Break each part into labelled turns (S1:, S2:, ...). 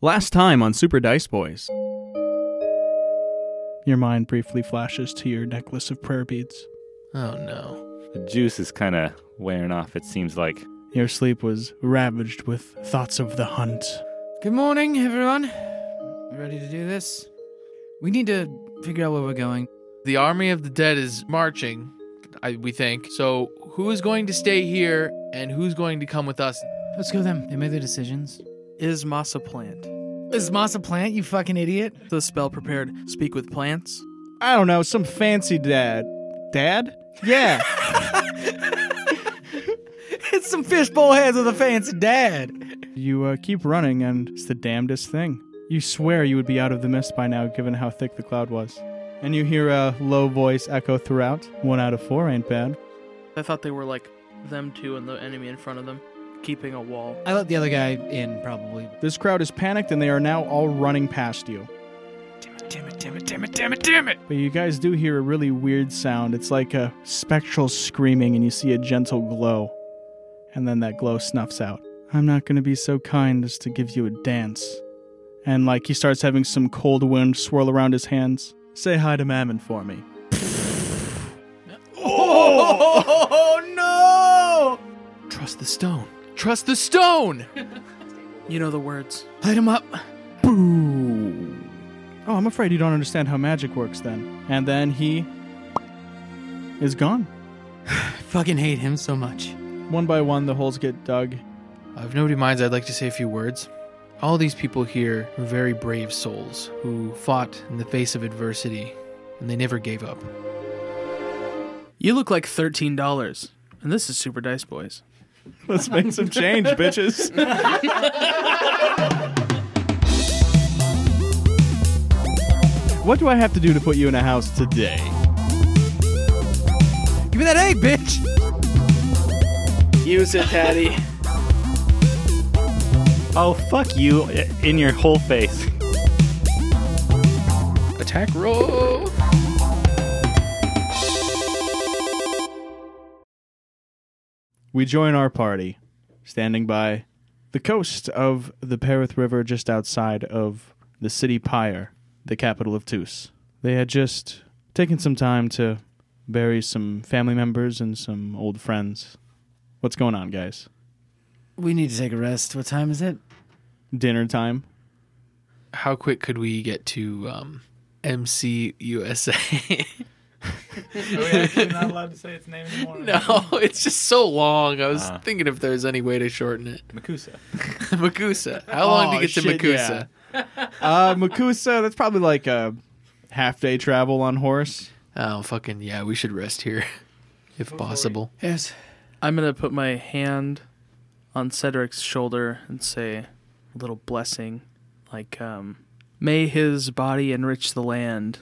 S1: Last time on Super Dice Boys.
S2: Your mind briefly flashes to your necklace of prayer beads.
S3: Oh no.
S4: The juice is kind of wearing off, it seems like.
S2: Your sleep was ravaged with thoughts of the hunt.
S3: Good morning, everyone. Ready to do this? We need to figure out where we're going.
S5: The army of the dead is marching, I, we think. So, who is going to stay here and who's going to come with us?
S3: Let's go them. They made their decisions.
S6: Is Masa plant?
S3: Is Moss a plant, you fucking idiot?
S6: The spell prepared. Speak with plants.
S2: I don't know, some fancy dad. Dad? Yeah.
S3: It's some fishbowl heads with a fancy dad.
S2: you uh, keep running, and it's the damnedest thing. You swear you would be out of the mist by now, given how thick the cloud was. And you hear a low voice echo throughout. One out of four ain't bad.
S6: I thought they were like them two and the enemy in front of them, keeping a wall.
S3: I let the other guy in, probably.
S2: This crowd is panicked, and they are now all running past you.
S3: Damn it, damn it, damn it, damn it, damn it.
S2: But you guys do hear a really weird sound. It's like a spectral screaming, and you see a gentle glow. And then that glow snuffs out. I'm not going to be so kind as to give you a dance. And like he starts having some cold wind swirl around his hands. Say hi to Mammon for me.
S5: Trust the stone. Trust the stone!
S6: You know the words.
S5: Light him up.
S2: Oh, I'm afraid you don't understand how magic works then. And then he is gone.
S3: I fucking hate him so much.
S2: One by one, the holes get dug.
S5: Uh, if nobody minds, I'd like to say a few words. All these people here are very brave souls who fought in the face of adversity, and they never gave up.
S6: You look like thirteen dollars, and this is Super Dice Boys.
S2: Let's make some change, bitches. what do I have to do to put you in a house today?
S3: Give me that A, bitch!
S6: Use it, Patty.
S4: Oh, fuck you i- in your whole face.
S5: Attack roll!
S2: We join our party, standing by the coast of the Perith River just outside of the city Pyre, the capital of Tus. They had just taken some time to bury some family members and some old friends. What's going on, guys?
S3: We need to take a rest. What time is it?
S2: Dinner time?
S5: How quick could we get to um, MC USA?
S7: not allowed to say its name anymore.
S5: no, it's just so long. I was
S4: Uh.
S5: thinking if there's any way to shorten it.
S7: Makusa.
S5: Makusa. How long
S2: Oh,
S5: to get to
S2: shit,
S5: Makusa?
S2: yeah. Uh, Makusa, that's probably like a half day travel on horse.
S5: Oh, fucking yeah, we should rest here if possible.
S3: Yes.
S6: I'm gonna put my hand on Cedric's shoulder and say a little blessing, like, um, "May his body enrich the land."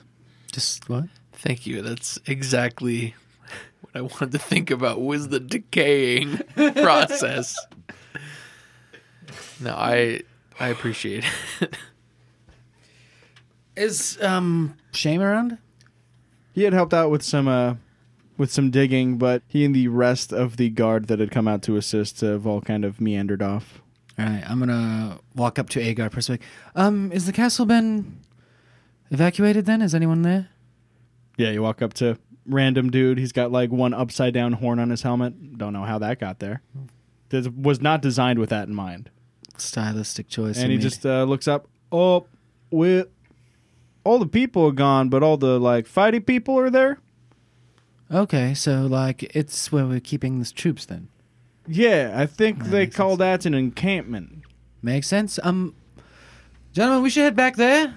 S3: Just what?
S5: Thank you. That's exactly what I wanted to think about was the decaying process. No, I I appreciate it.
S3: Is, um, Shame around?
S2: He had helped out with some uh, with some digging, but he and the rest of the guard that had come out to assist have all kind of meandered off.
S3: All right, I'm gonna walk up to Agar for a sec. Um, is the castle been evacuated? Then is anyone there?
S2: Yeah, you walk up to random dude. He's got like one upside down horn on his helmet. Don't know how that got there. This was not designed with that in mind.
S3: Stylistic choice.
S2: and
S3: you
S2: he
S3: made.
S2: just uh, looks up. Oh, we all the people are gone, but all the like fighty people are there.
S3: okay. So like, it's where we're keeping the troops. Then
S2: Yeah, I think
S3: That
S2: they
S3: makes
S2: call
S3: sense.
S2: that an encampment.
S3: makes sense. Um, gentlemen, we should head back there.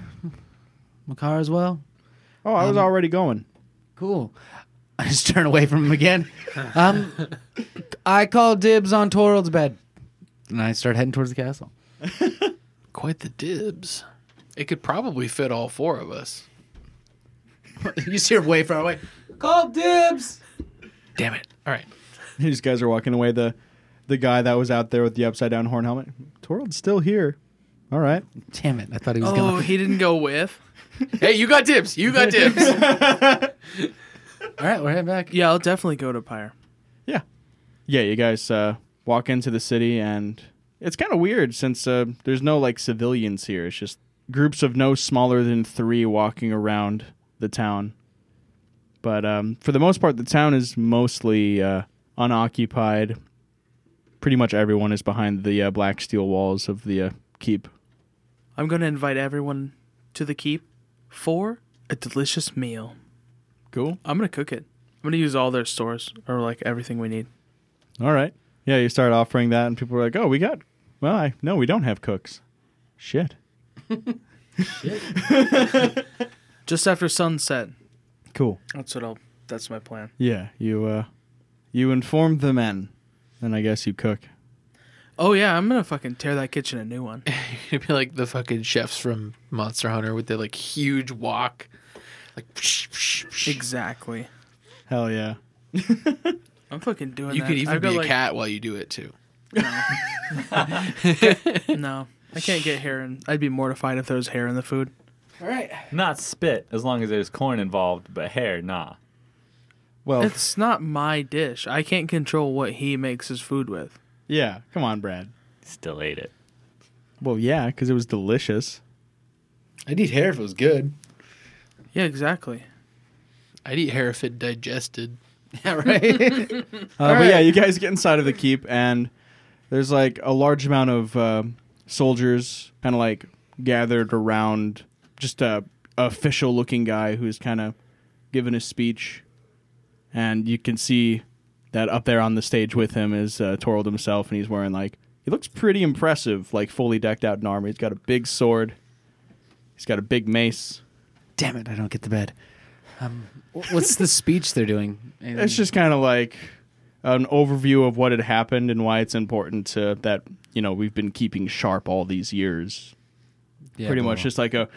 S3: Makar as well.
S2: Oh, I was
S3: Um,
S2: already going.
S3: Cool. I just turn away from him again. Um, I call dibs on Torald's bed, and I start heading towards the castle.
S5: Quite the dibs. It could probably fit all four of us.
S3: you see her way far away. Call dibs.
S5: Damn it. All right.
S2: These guys are walking away. The the guy that was out there with the upside down horn helmet. Torold's still here. All right.
S3: Damn it! I thought he was
S6: Oh,
S3: going.
S6: he didn't go with.
S5: Hey, you got dibs. You got dibs.
S3: All right, we're heading back.
S6: Yeah, I'll definitely go to Pyre.
S2: Yeah, you guys uh, walk into the city and It's kind of weird since uh, there's no like civilians here. It's just groups of no smaller than three walking around the town. But um, for the most part, the town is mostly uh, unoccupied. Pretty much everyone is behind the uh, black steel walls of the uh, keep.
S6: I'm going to invite everyone to the keep for a delicious meal.
S2: Cool.
S6: I'm going to cook it. I'm going to use all their stores or like everything we need.
S2: All right. Yeah, you start offering that, and people are like, "Oh, we got." Well, I no, we don't have cooks. Shit.
S6: Just after sunset.
S2: Cool.
S6: That's what I'll that's my plan.
S2: Yeah, you uh, you informed the men, and I guess you cook.
S6: Oh yeah, I'm gonna fucking tear that kitchen a new one.
S5: It'd be like the fucking chefs from Monster Hunter with the like huge walk, like psh, psh, psh.
S6: exactly.
S2: Hell yeah.
S6: I'm fucking doing
S5: you
S6: that.
S5: could even
S6: I've
S5: be
S6: got,
S5: a
S6: like-
S5: cat while you do it too.
S6: No. I can't get hair and I'd be mortified if there was hair in the food.
S4: Not spit, as long as there's corn involved, but hair, nah.
S2: Well,
S6: It's not my dish. I can't control what he makes his food with.
S2: yeah. Come on, Brad.
S4: Still ate it.
S2: Well, yeah, because it was delicious.
S3: I'd eat hair if it was good.
S6: Yeah, exactly.
S5: I'd eat hair if it digested.
S3: Yeah, right.
S2: Uh, but yeah, you guys get inside of the keep, and there's like a large amount of uh, soldiers kind of like gathered around just a official looking guy who's kind of giving a speech. And you can see that up there on the stage with him is uh, Torold himself, and he's wearing like, he looks pretty impressive, like fully decked out in armor. He's got a big sword, he's got a big mace.
S3: Damn it, I don't get the bed. Um, wh- what's the speech they're doing?
S2: It's just kind of like an overview of what had happened and why it's important to that you know we've been keeping sharp all these years.
S3: Yeah,
S2: Pretty
S3: blah,
S2: much
S3: blah.
S2: just like a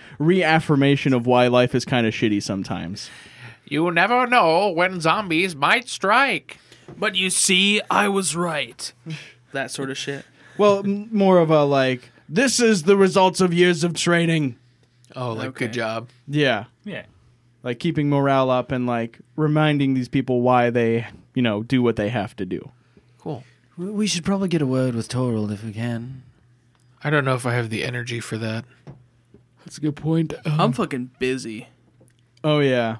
S2: reaffirmation of why life is kind of shitty sometimes.
S5: You never know when zombies might strike.
S6: But you see, I was right. That sort of shit.
S2: Well, m- more of a like this is the results of years of training.
S5: Oh, like good
S6: Okay.
S5: job.
S2: Yeah,
S4: Yeah.
S2: like keeping morale up and like reminding these people why they you know do what they have to do.
S5: Cool.
S3: We- We should probably get a word with Torald if we can.
S5: I don't know if I have the energy for that.
S3: That's a good point.
S5: Hmm.
S6: I'm fucking busy.
S2: Oh yeah,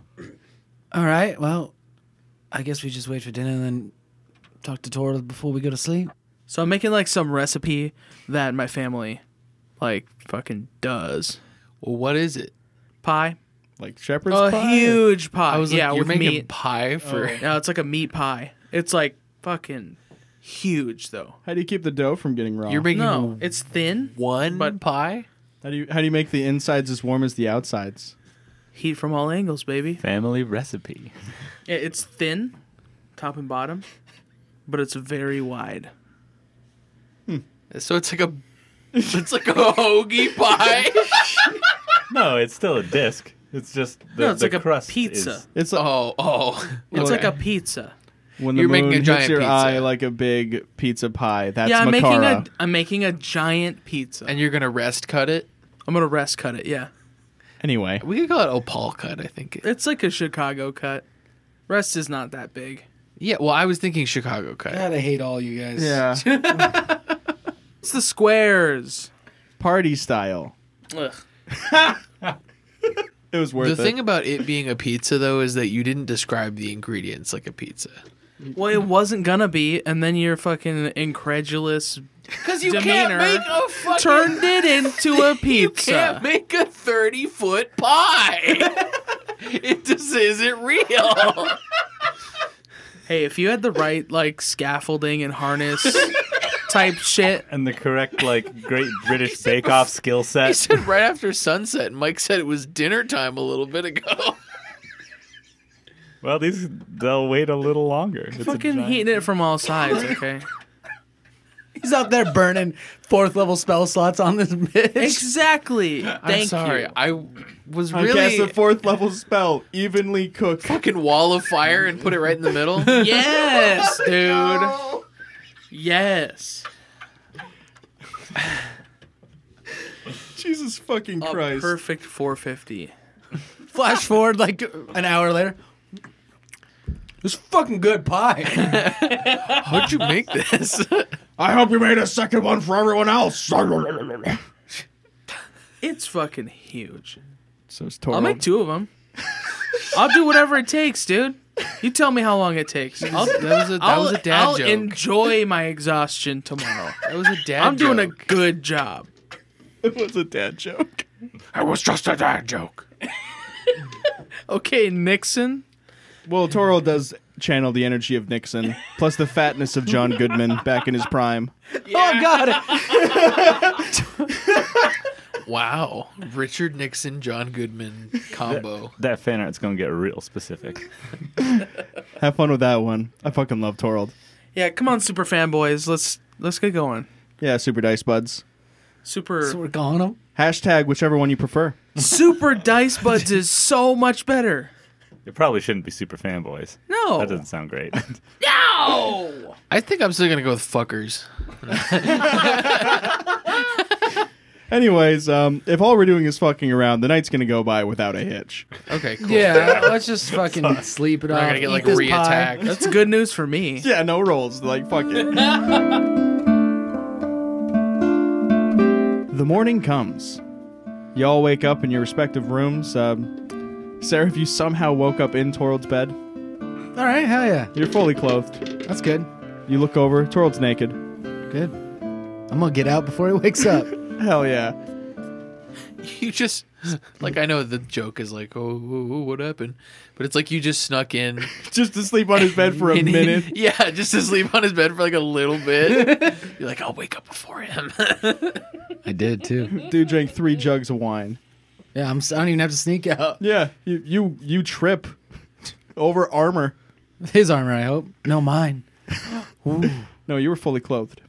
S3: All right. Well, I guess we just wait for dinner and then talk to Torald before we go to sleep.
S6: So I'm making like some recipe that my family like fucking does.
S5: Well, what is it?
S6: Pie.
S2: like shepherd's
S6: a
S2: pie.
S6: huge pie.
S5: I was like,
S6: yeah,
S5: you're
S6: with
S5: making
S6: meat.
S5: pie for.
S6: No, it's like a meat pie. It's like fucking huge though.
S2: How do you keep the dough from getting raw?
S5: You're making
S6: No, it's thin.
S5: one
S6: but-
S5: pie.
S2: how do you how do you make the insides as warm as the outsides?
S6: Heat from all angles, baby.
S4: Family recipe.
S6: Yeah, It's thin, top and bottom, but it's very wide.
S5: So it's like a, it's like a hoagie pie.
S4: No, it's still a disc. It's just the,
S6: No, it's
S4: the
S6: like a
S4: crust
S6: pizza.
S4: is-
S2: It's like,
S5: oh, oh,
S6: It's
S5: Okay.
S6: like a pizza.
S2: when the
S5: You're
S2: moon
S5: making a
S2: hits
S5: giant
S2: your
S5: pizza.
S2: eye like a big pizza pie. That's
S6: yeah, I'm making a
S2: Macara.
S6: I'm making a giant pizza.
S5: and you're gonna rest cut it.
S6: I'm gonna rest cut it. Yeah,
S2: Anyway,
S5: We could call it opal cut. I think.
S6: it's like a Chicago cut. Rest is not that big.
S5: Yeah. Well, I was thinking Chicago cut.
S3: I hate all you guys.
S2: yeah,
S6: It's the squares.
S2: party style.
S6: Ugh.
S2: It was worth
S5: the
S2: it.
S5: thing about it being a pizza though is that you didn't describe the ingredients like a pizza.
S6: Well, it wasn't gonna be, and then your fucking incredulous
S5: Because you
S6: Demeanor.
S5: a fucking.
S6: turned it into a
S5: you
S6: pizza.
S5: can't make a thirty foot pie. it just isn't real.
S6: Hey, if you had the right like scaffolding and harness type shit,
S4: And the correct, like, Great British Bake Off skill
S5: He
S4: set.
S5: said right after sunset. and Mike said it was dinner time a little bit ago.
S4: Well, these, they'll wait a little longer. It's a
S6: fucking
S4: giant-
S6: heating it from all sides. Okay,
S3: He's out there burning fourth level spell slots on this bitch.
S6: exactly. Thank
S5: I'm sorry.
S6: you.
S5: I was
S2: I cast
S5: really
S2: a fourth level spell, evenly cooked.
S5: fucking wall of fire and put it right in the middle.
S6: Yes, dude. Yes.
S2: Jesus fucking
S3: Oh,
S6: A
S2: Christ!
S6: perfect 450.
S3: Flash forward like an hour later. This fucking good pie.
S5: How'd you make this?
S2: I hope you made a second one for everyone else.
S6: It's fucking huge.
S2: So it's
S5: Um,
S6: I'll
S2: Toro.
S6: make two of them. I'll do whatever it takes, dude. You tell me how long it takes. I'll,
S5: That was a, that
S6: I'll,
S5: was a dad
S6: I'll
S5: joke.
S6: enjoy my exhaustion tomorrow.
S5: that was a dad
S6: I'm doing a
S5: joke.
S6: good job.
S2: it was a dad joke.
S6: Okay, Nixon.
S2: Well, Toro does channel the energy of Nixon, plus the fatness of John Goodman back in his prime.
S3: Oh God!
S5: Wow. Richard Nixon, John Goodman combo.
S4: That fan art's gonna get real specific.
S2: Have fun with that one. I fucking love Torold.
S6: Yeah, come on, super fanboys. Let's let's get going.
S2: Yeah, Super Dice Buds.
S6: Super
S3: so we're calling him.
S2: Hashtag whichever one you prefer.
S6: Super Dice Buds is so much better.
S4: It probably shouldn't be super fanboys.
S6: No.
S4: That doesn't sound great.
S5: I think I'm still gonna go with fuckers.
S2: Anyways, um, if all we're doing is fucking around, the night's gonna go by without a hitch.
S5: Okay, cool.
S3: Yeah, let's just fucking sleep it off.
S5: I'm not gonna get
S3: eat
S5: like
S3: this pie.
S5: reattacked.
S6: That's good news for me.
S2: Yeah, no rolls. Like, fuck it. the morning comes. Y'all wake up in your respective rooms. Um, Sarah, if you somehow woke up in Torold's bed,
S3: All right, hell yeah,
S2: you're fully clothed.
S3: that's good.
S2: You look over, Torold's naked.
S3: Good. I'm gonna get out before he wakes up.
S2: Hell yeah.
S5: You just like I know the joke is like, oh, oh, oh, what happened? But it's like you just snuck in
S2: Just to sleep on his bed for a
S5: and he-
S2: minute.
S5: yeah, just to sleep on his bed for like a little bit. You're like, I'll wake up before him.
S3: I did too.
S2: Dude drank three jugs of wine.
S3: Yeah, I'm. s- I don't even have to sneak out.
S2: Yeah, you you, you trip over armor.
S3: His armor, I hope. No, mine.
S2: No, you were fully clothed.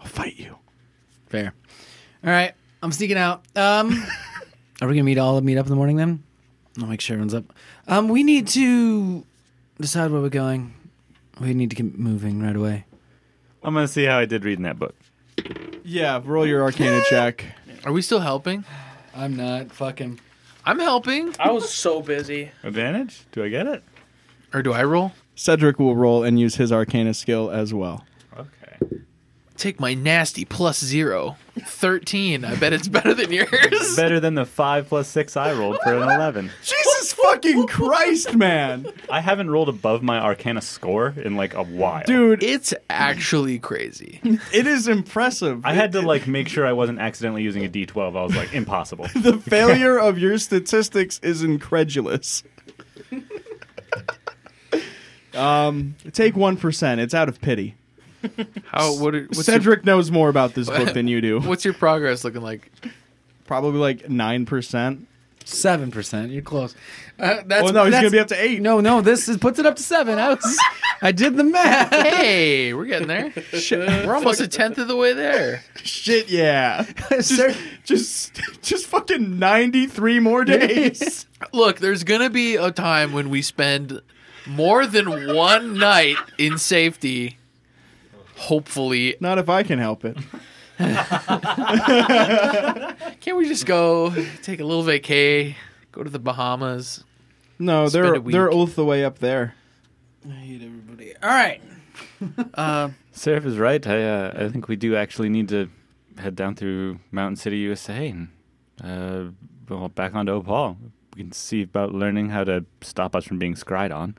S2: I'll fight you.
S3: Fair. All right, I'm sneaking out. Um, are we gonna meet all meet up in the morning then? I'll make sure everyone's up. Um, we need to decide where we're going. We need to get moving right away.
S4: I'm gonna see how I did reading that book.
S2: Yeah, roll your arcana check.
S5: Are we still helping?
S3: I'm not fucking.
S5: I'm helping.
S6: I was so busy.
S4: Advantage? Do I get it?
S5: Or do I roll?
S2: Cedric will roll and use his arcana skill as well.
S4: Okay.
S5: Take my nasty plus zero. 13. I bet it's better than yours.
S4: Better than the five plus six I rolled for an eleven.
S2: Jesus fucking Christ, man!
S4: I haven't rolled above my Arcana score in like a while,
S2: Dude,
S5: It's actually crazy.
S2: it is impressive.
S4: I had to like make sure I wasn't accidentally using a D12. I was like, impossible.
S2: the failure of your statistics is incredulous. um, take one percent. It's out of pity.
S5: How what are- what's
S2: Cedric knows more about this book than you
S5: your,
S2: do.
S5: what's your progress looking like?
S2: Probably like nine percent.
S3: Seven percent. You're close. Uh, that's
S2: Well, no, he's
S3: that's-
S2: gonna be up to eight.
S3: No, no. This is, puts it up to seven. I was. I did the math.
S5: Hey, we're getting there.
S2: shit,
S5: We're almost a tenth of the way there.
S2: shit, yeah.
S3: Sir-
S2: Just, just, just fucking ninety-three more days.
S5: Look, there's gonna be a time when we spend more than one night in safety. Hopefully,
S2: Not if I can help it.
S5: can't we just go take a little vacay, go to the Bahamas?
S2: No,
S5: Spend
S2: they're
S5: a week.
S2: they're oath the way up there.
S6: All right. Uh,
S4: Seraph is right. I uh, I think we do actually need to head down through Mountain City, USA, and uh, well, back onto Opal. We can see about learning how to stop us from being scried on.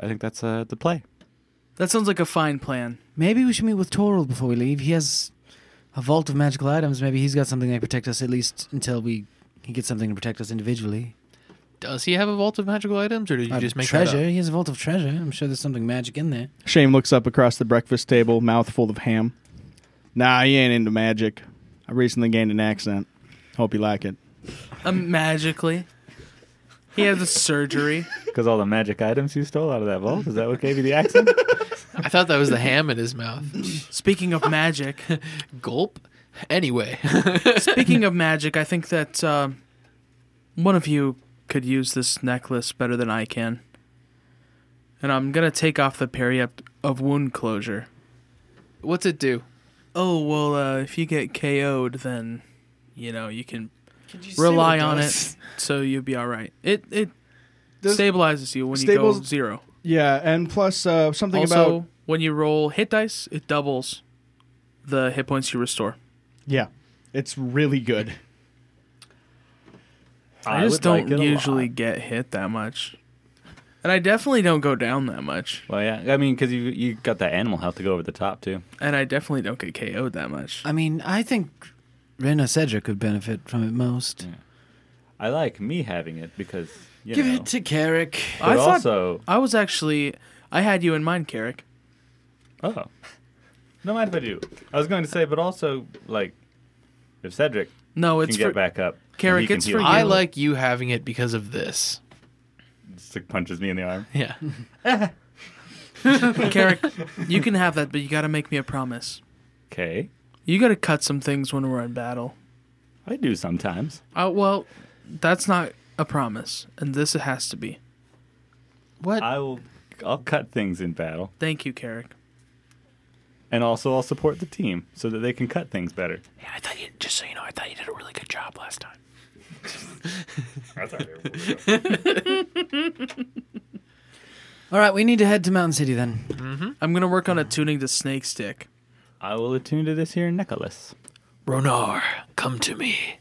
S4: I think that's uh, the play.
S6: that sounds like a fine plan.
S3: Maybe we should meet with Toril before we leave. He has a vault of magical items. Maybe he's got something that can protect us at least until we he gets something to protect us individually.
S5: Does he have a vault of magical items, or did you
S3: Uh,
S5: just make that up?
S3: treasure. He has a vault of treasure. I'm sure there's something magic in there.
S2: Shane looks up across the breakfast table, mouth full of ham. Nah, he ain't into magic. I recently gained an accent. Hope you like it.
S6: Um, magically, he had the surgery.
S4: Because all the magic items you stole out of that vault, is that what gave you the accent?
S5: I thought that was the ham in his mouth.
S6: Speaking of magic,
S5: Gulp. Anyway,
S6: speaking of magic, I think that uh, one of you could use this necklace better than I can. And I'm gonna take off the periapt of wound closure.
S5: what's it do?
S6: Oh well, uh, if you get KO'd, then you know you can rely on it, so you'll be all right. It it
S2: Does-
S6: stabilizes you when you go
S2: stables-
S6: zero.
S2: Yeah, and plus uh, something
S6: also,
S2: about
S6: when you roll hit dice, it doubles the hit points you restore.
S2: Yeah, it's really good.
S6: I, just don't usually get hit that much. And I definitely don't go down that much.
S4: Well, yeah. I mean, because you you got that animal health to go over the top too.
S6: And I definitely don't get KO'd that much.
S3: I mean, I think Rena Cedric could benefit from it most.
S4: I like me having it because you
S3: Give
S4: know.
S3: it to Carrick.
S4: but
S6: I thought-
S4: also,
S6: I was actually I had you in mind, Carrick.
S4: oh, no mind if I do. I was going to say, but also like, if Cedric
S6: No,
S4: can
S6: it's
S4: get
S6: for
S4: back up,
S6: Carrick,
S4: he can
S6: it's
S4: heal.
S6: for you.
S5: I like you having it because of this.
S4: Just, like, punches me in the arm.
S5: Yeah.
S6: Carrick. You can have that, but you got to make me a promise.
S4: Okay,
S6: You got to cut some things when we're in battle.
S4: I do sometimes.
S6: Uh, well, that's not a promise, and this it has to be.
S5: What?
S4: I will. I'll cut things in battle,
S6: Thank you, Carrick.
S4: and also I'll support the team so that they can cut things better.
S5: yeah, I thought you. Just so you know, I thought you did a really good job last time.
S3: All right, we need to head to Mountain City then.
S6: I'm gonna work on attuning to Snake Stick.
S4: I will attune to this here necklace.
S5: Ronar, come to me.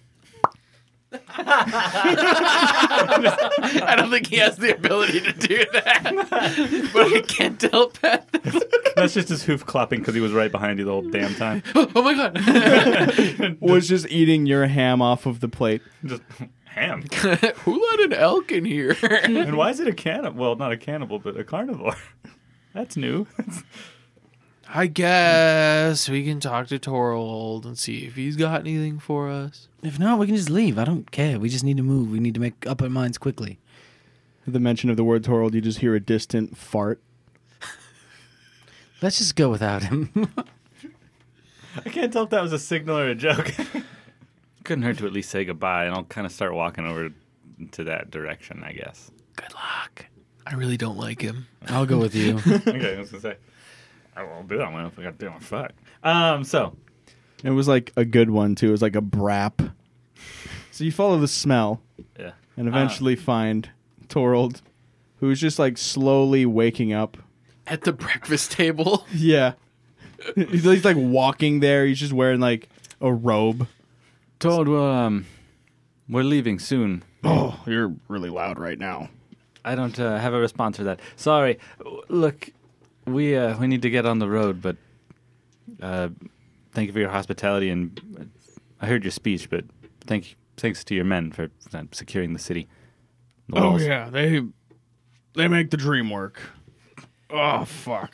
S5: I don't think he has the ability to do that, but I can't telepath.
S4: That's just his hoof clopping because he was right behind you the whole damn time.
S5: Oh my god!
S2: Was just eating your ham off of the plate.
S4: Just ham.
S5: Who let an elk in here?
S4: And why is it a cannibal? Well, not a cannibal, but a carnivore. That's new.
S5: I guess we can talk to Torvald and see if he's got anything for us.
S3: If not, we can just leave. I don't care. We just need to move. We need to make up our minds quickly.
S2: The mention of the word Torald, you just hear a distant fart.
S3: Let's just go without him.
S4: I can't tell if that was a signal or a joke. Couldn't hurt to at least say goodbye, and I'll kind of start walking over to that direction, I guess.
S5: Good luck. I really don't like him.
S3: I'll go with you.
S4: okay, I was gonna say, I won't do that one if I got to do my fuck. Um, so
S2: It was like a good one too. It was like a brap. So you follow the smell
S4: yeah,
S2: and
S5: Ah.
S2: eventually find Torald, who's just like slowly waking up.
S5: At the breakfast table.
S2: Yeah, he's he's, like walking there. He's just wearing like a robe.
S4: told um, we're leaving soon.
S2: Oh, you're really loud right now.
S4: I don't uh, have a response for that. Sorry. W- Look, we uh, we need to get on the road, but uh, thank you for your hospitality and uh, I heard your speech, but thank thanks to your men for uh, securing the city. The walls.
S2: Oh, yeah, they they make the dream work. Oh fuck.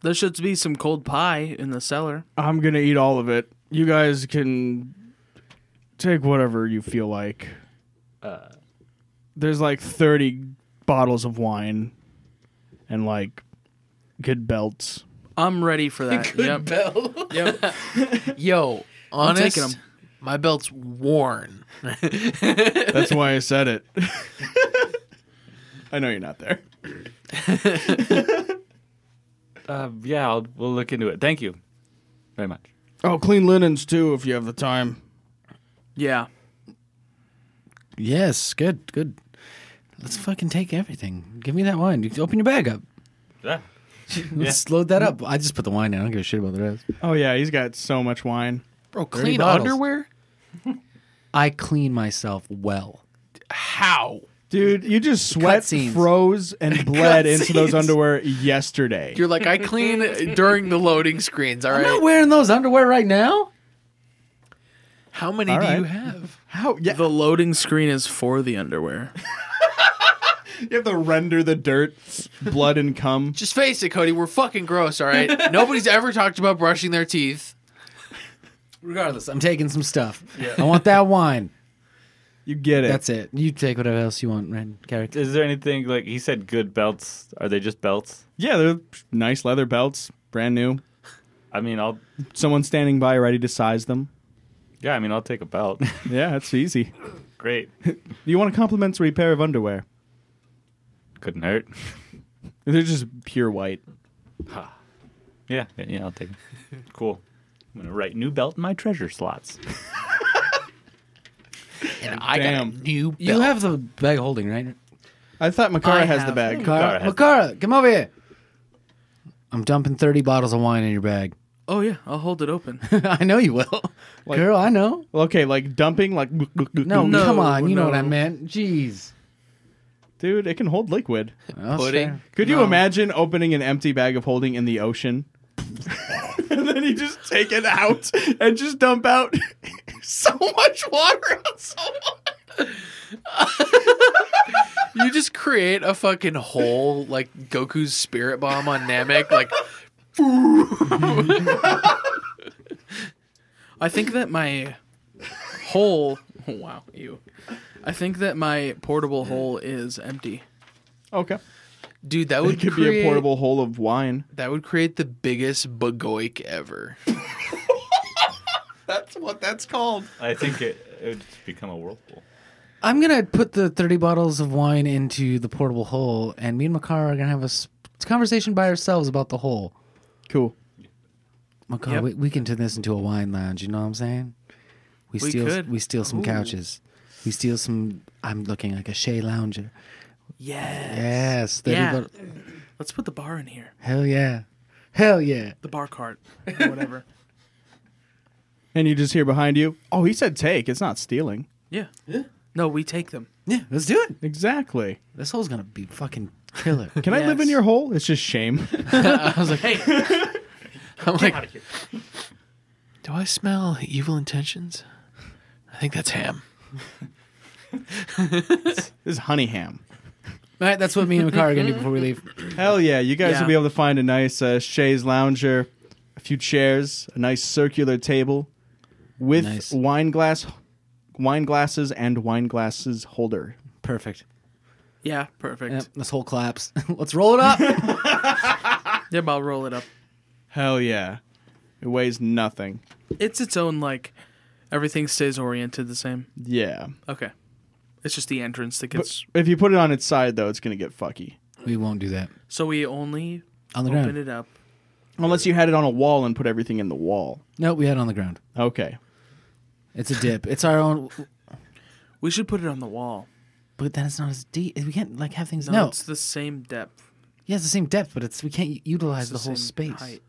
S6: There should be some cold pie in the cellar.
S2: I'm gonna eat all of it. You guys can take whatever you feel like. There's like 30 bottles of wine and like good belts.
S6: I'm ready for that. yep. Yep.
S5: Yo, honest,
S6: taking 'em.
S5: my belt's worn.
S2: That's why I said it. I know you're not there.
S4: Uh, yeah, I'll, we'll look into it. Thank you very much.
S2: Oh, clean linens too, if you have the time.
S6: Yeah.
S3: yes, good, good. Let's fucking take everything. Give me that wine. You open your bag up.
S4: Yeah.
S3: Let's load that up. I just put the wine in. I don't give a shit about the rest.
S2: Oh, yeah, he's got so much wine.
S5: Bro,
S3: Dirty
S5: clean
S3: bottles.
S5: underwear?
S3: I clean myself well.
S5: How?
S2: Dude, you just sweat,
S3: Cutscenes.
S2: froze, and bled into those
S5: Cutscenes.
S2: underwear yesterday.
S5: You're like, I clean during the loading screens, all
S3: I'm
S5: right?
S3: not wearing those underwear right now.
S5: How many
S2: All
S5: do
S2: right.
S5: you have?
S2: How? Yeah,
S6: The loading screen is for the underwear.
S2: you have to render the dirt, blood, and cum.
S5: Just face it, Cody. We're fucking gross, all right? Nobody's ever talked about brushing their teeth.
S3: Regardless, I'm taking some stuff. I want that wine.
S2: You get it.
S3: That's it. You take whatever else you want, Ren. Character.
S4: Is there anything like he said? Good belts? Are they just belts?
S2: Yeah, they're nice leather belts, brand new.
S4: I mean, I'll
S2: Someone standing by ready to size them.
S4: yeah. I mean, I'll take a belt.
S2: Yeah, that's easy.
S4: Great.
S2: You want a complimentary pair of underwear?
S4: Couldn't hurt.
S2: They're just pure white.
S4: Yeah, yeah, yeah, I'll take it. Cool. I'm gonna write new belt in my treasure slots.
S5: And I got
S2: Damn.
S5: a new belt.
S3: You have the bag holding, right?
S2: I thought Makara
S6: I
S2: has
S6: have-
S2: the bag.
S3: Makara,
S4: has-
S3: Makara, come over here. I'm dumping 30 bottles of wine in your bag.
S6: Oh yeah, I'll hold it open.
S3: I know you will.
S2: Like-
S3: Girl, I know.
S2: Well, okay, like dumping, like
S3: oh, No,
S6: No,
S3: come on. You know what I
S6: no.
S3: meant. Jeez.
S2: dude, it can hold liquid.
S3: Well,
S5: Pudding.
S2: Could you imagine opening an empty bag of holding in the ocean? and then you just take it out and just dump out so much water. So much.
S5: You just create a fucking whole like Goku's spirit bomb on Namek, like
S6: I think that my hole. Wow, you. I think that my portable hole is empty.
S2: Okay.
S5: dude, that
S2: It
S5: would
S2: could
S5: create,
S2: be a portable hole of wine.
S5: That would create the biggest bagoik ever.
S2: That's what that's called.
S4: I think it, it would just become a whirlpool.
S3: I'm gonna put the 30 bottles of wine into the portable hole, and me and Makara are gonna have a s- conversation by ourselves about the hole.
S2: Cool.
S3: Makara,
S6: Yep.
S3: we, we can turn this into a wine lounge. You know what I'm saying? We,
S6: We
S3: steal.
S6: could.
S3: We steal some couches. We steal some. I'm looking like a Shea lounger.
S6: Yeah.
S3: Yes. 30
S6: Yeah.
S3: bottle-
S6: Let's put the bar in here.
S3: Hell yeah. Hell yeah.
S6: The bar cart, or whatever.
S2: And you just hear behind you, oh, he said take. It's not stealing.
S6: yeah. No, we take them.
S3: Yeah. Let's do it.
S2: Exactly.
S3: This hole's gonna be fucking killer.
S2: Can I live in
S6: Yes.
S2: your hole? It's just shame.
S5: I was like,
S6: Hey,
S5: I'm like, do I smell evil intentions? I think that's ham.
S2: this is honey ham.
S3: All right. That's what me and Makara are gonna do before we leave.
S2: Hell yeah. You guys
S6: Yeah.
S2: will be able to find a nice uh, chaise lounger, a few chairs, a nice circular table with
S3: Nice.
S2: wine glass wine glasses and wine glasses holder.
S3: Perfect.
S6: yeah, perfect.
S3: Yep, this whole collapse. Let's roll it up.
S6: Yep, I'll roll it up.
S2: Hell yeah. It weighs nothing.
S6: It's its own like everything stays oriented the same.
S2: Yeah.
S6: Okay. It's just the entrance that
S2: But
S6: gets
S2: if you put it on its side though, it's gonna get fucky.
S3: we won't do that.
S6: so we only
S3: On the
S6: open
S3: ground.
S6: it up.
S2: Unless you had it on a wall and put everything in the wall.
S3: No, we had it on the ground.
S2: Okay.
S3: It's a dip. It's our own.
S6: We should put it on the wall.
S3: But then it's not as deep. We can't like have things.
S6: No,
S3: No,
S6: it's the same depth.
S3: yeah, it's the same depth, but it's we can't u- utilize
S6: It's
S3: the, whole
S6: same
S3: space.
S6: height.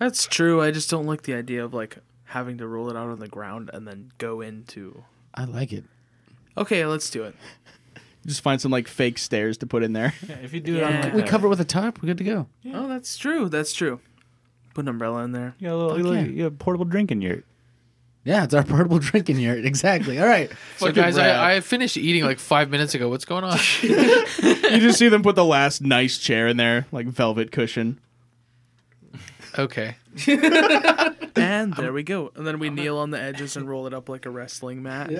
S6: That's true. I just don't like the idea of like having to roll it out on the ground and then go into.
S3: I like it.
S6: Okay, let's do it.
S2: Just find some like fake stairs to put in there.
S4: Yeah, if you do
S6: it on,
S4: it
S6: like,
S4: on
S3: We cover it with a tarp. We're good to go.
S6: Oh, that's true. That's true. Put an umbrella in there.
S4: You got a little, you
S3: Fuck
S4: got a-
S3: yeah.
S4: you got a portable drinking yurt.
S3: Yeah, it's our portable drinking yurt. Exactly. All right.
S5: So guys, I, I finished eating like five minutes ago. What's going on?
S2: you just see them put the last nice chair in there, like velvet cushion.
S5: okay.
S6: And there we go. And then we kneel on the edges and roll it up like a wrestling mat.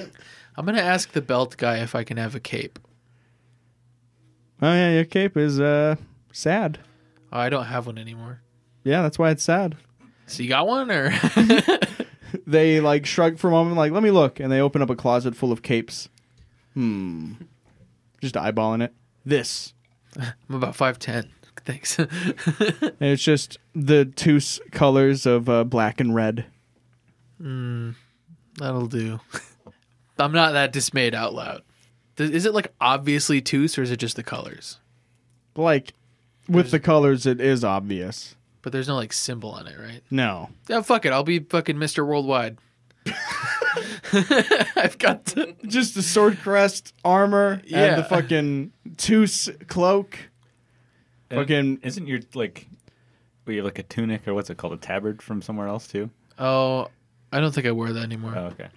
S5: I'm gonna ask the belt guy if I can have a cape.
S2: Oh yeah, your cape is uh sad.
S5: Oh, I don't have one anymore.
S2: Yeah, that's why it's sad.
S5: So you got one or
S2: They like shrug for a moment, like, let me look, and they open up a closet full of capes. Hmm. Just eyeballing it. This.
S5: I'm about five ten. Thanks.
S2: And it's just the two s- colors of uh, black and red.
S5: That'll do. I'm not that dismayed out loud. Th- Is it like obviously Toos or is it just the colors?
S2: Like, with the colors, it is obvious.
S5: But there's no like symbol on it, right?
S2: No.
S5: Yeah, fuck it. I'll be fucking Mr. Worldwide. I've got to.
S2: Just the sword crest armor and
S5: Yeah.
S2: the fucking Toos cloak.
S4: And
S2: Fucking-
S4: Isn't your like, well, you're like a tunic or what's it called, a tabard from somewhere else too?
S5: Oh, I don't think I wear that anymore.
S4: Oh, okay.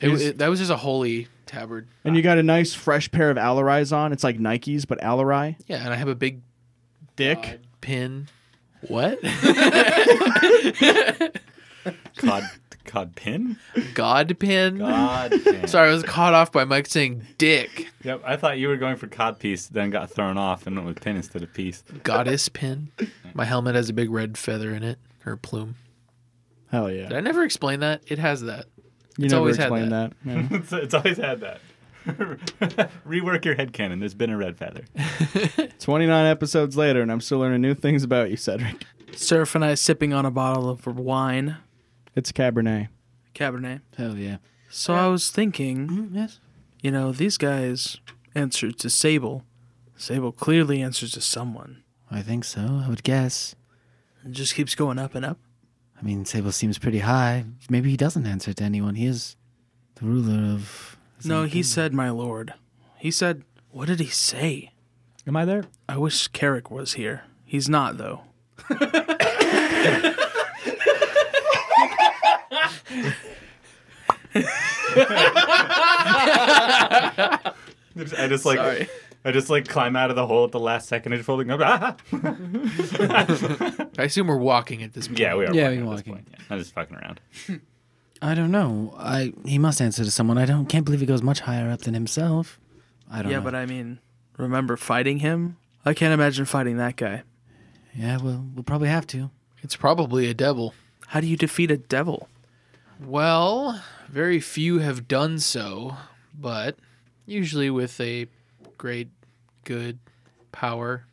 S5: It was- it- that was just a holy tabard.
S2: And you got a nice fresh pair of Alarais on. It's like Nikes, but Alarai.
S5: Yeah, and I have a big
S2: Dick.
S5: pin. What?
S4: Cod, cod pin.
S5: God pin?
S4: God. pin.
S5: Sorry, I was caught off by Mike saying dick.
S4: Yep. I thought you were going for cod piece, then got thrown off and went with pin instead of piece.
S5: Goddess pin. My helmet has a big red feather in it, or plume.
S2: Hell yeah.
S5: Did I never explain that? It has that.
S2: you
S5: it's
S2: never
S5: always had
S2: explained that. Yeah.
S4: it's, it's always had that. Rework your head cannon. There's been a red feather.
S2: 29 episodes later, and I'm still learning new things about you, Cedric.
S6: Seraph and I sipping on a bottle of wine,
S2: It's Cabernet.
S6: Cabernet.
S3: Hell yeah.
S6: So I was thinking.
S3: Mm, Yes.
S6: you know, these guys answered to Sable. Sable clearly answers to someone.
S3: I think so. I would guess.
S6: It just keeps going up and up.
S3: I mean, Sable seems pretty high. Maybe he doesn't answer to anyone. He is the ruler of.
S6: No, he said, my lord. He said, what did he say?
S8: Am I there?
S6: I wish Carrick was here. He's not, though.
S4: I just like I just like climb out of the hole at the last second and just folding up. Ah!
S5: I assume we're walking at this point.
S4: Yeah, we are.
S3: Yeah,
S4: walking.
S3: we're
S4: at this
S3: walking.
S4: point, yeah. I'm just fucking around.
S3: I don't know. I he must answer to someone. I don't. Can't believe he goes much higher up than himself. I
S5: Oh,
S3: don't.
S6: Yeah,
S3: know.
S6: but I mean, remember fighting him? I can't imagine fighting that guy.
S3: yeah. Well, we'll probably have to.
S5: It's probably a devil.
S6: How do you defeat a devil?
S5: Well, very few have done so, but usually with a great, good power.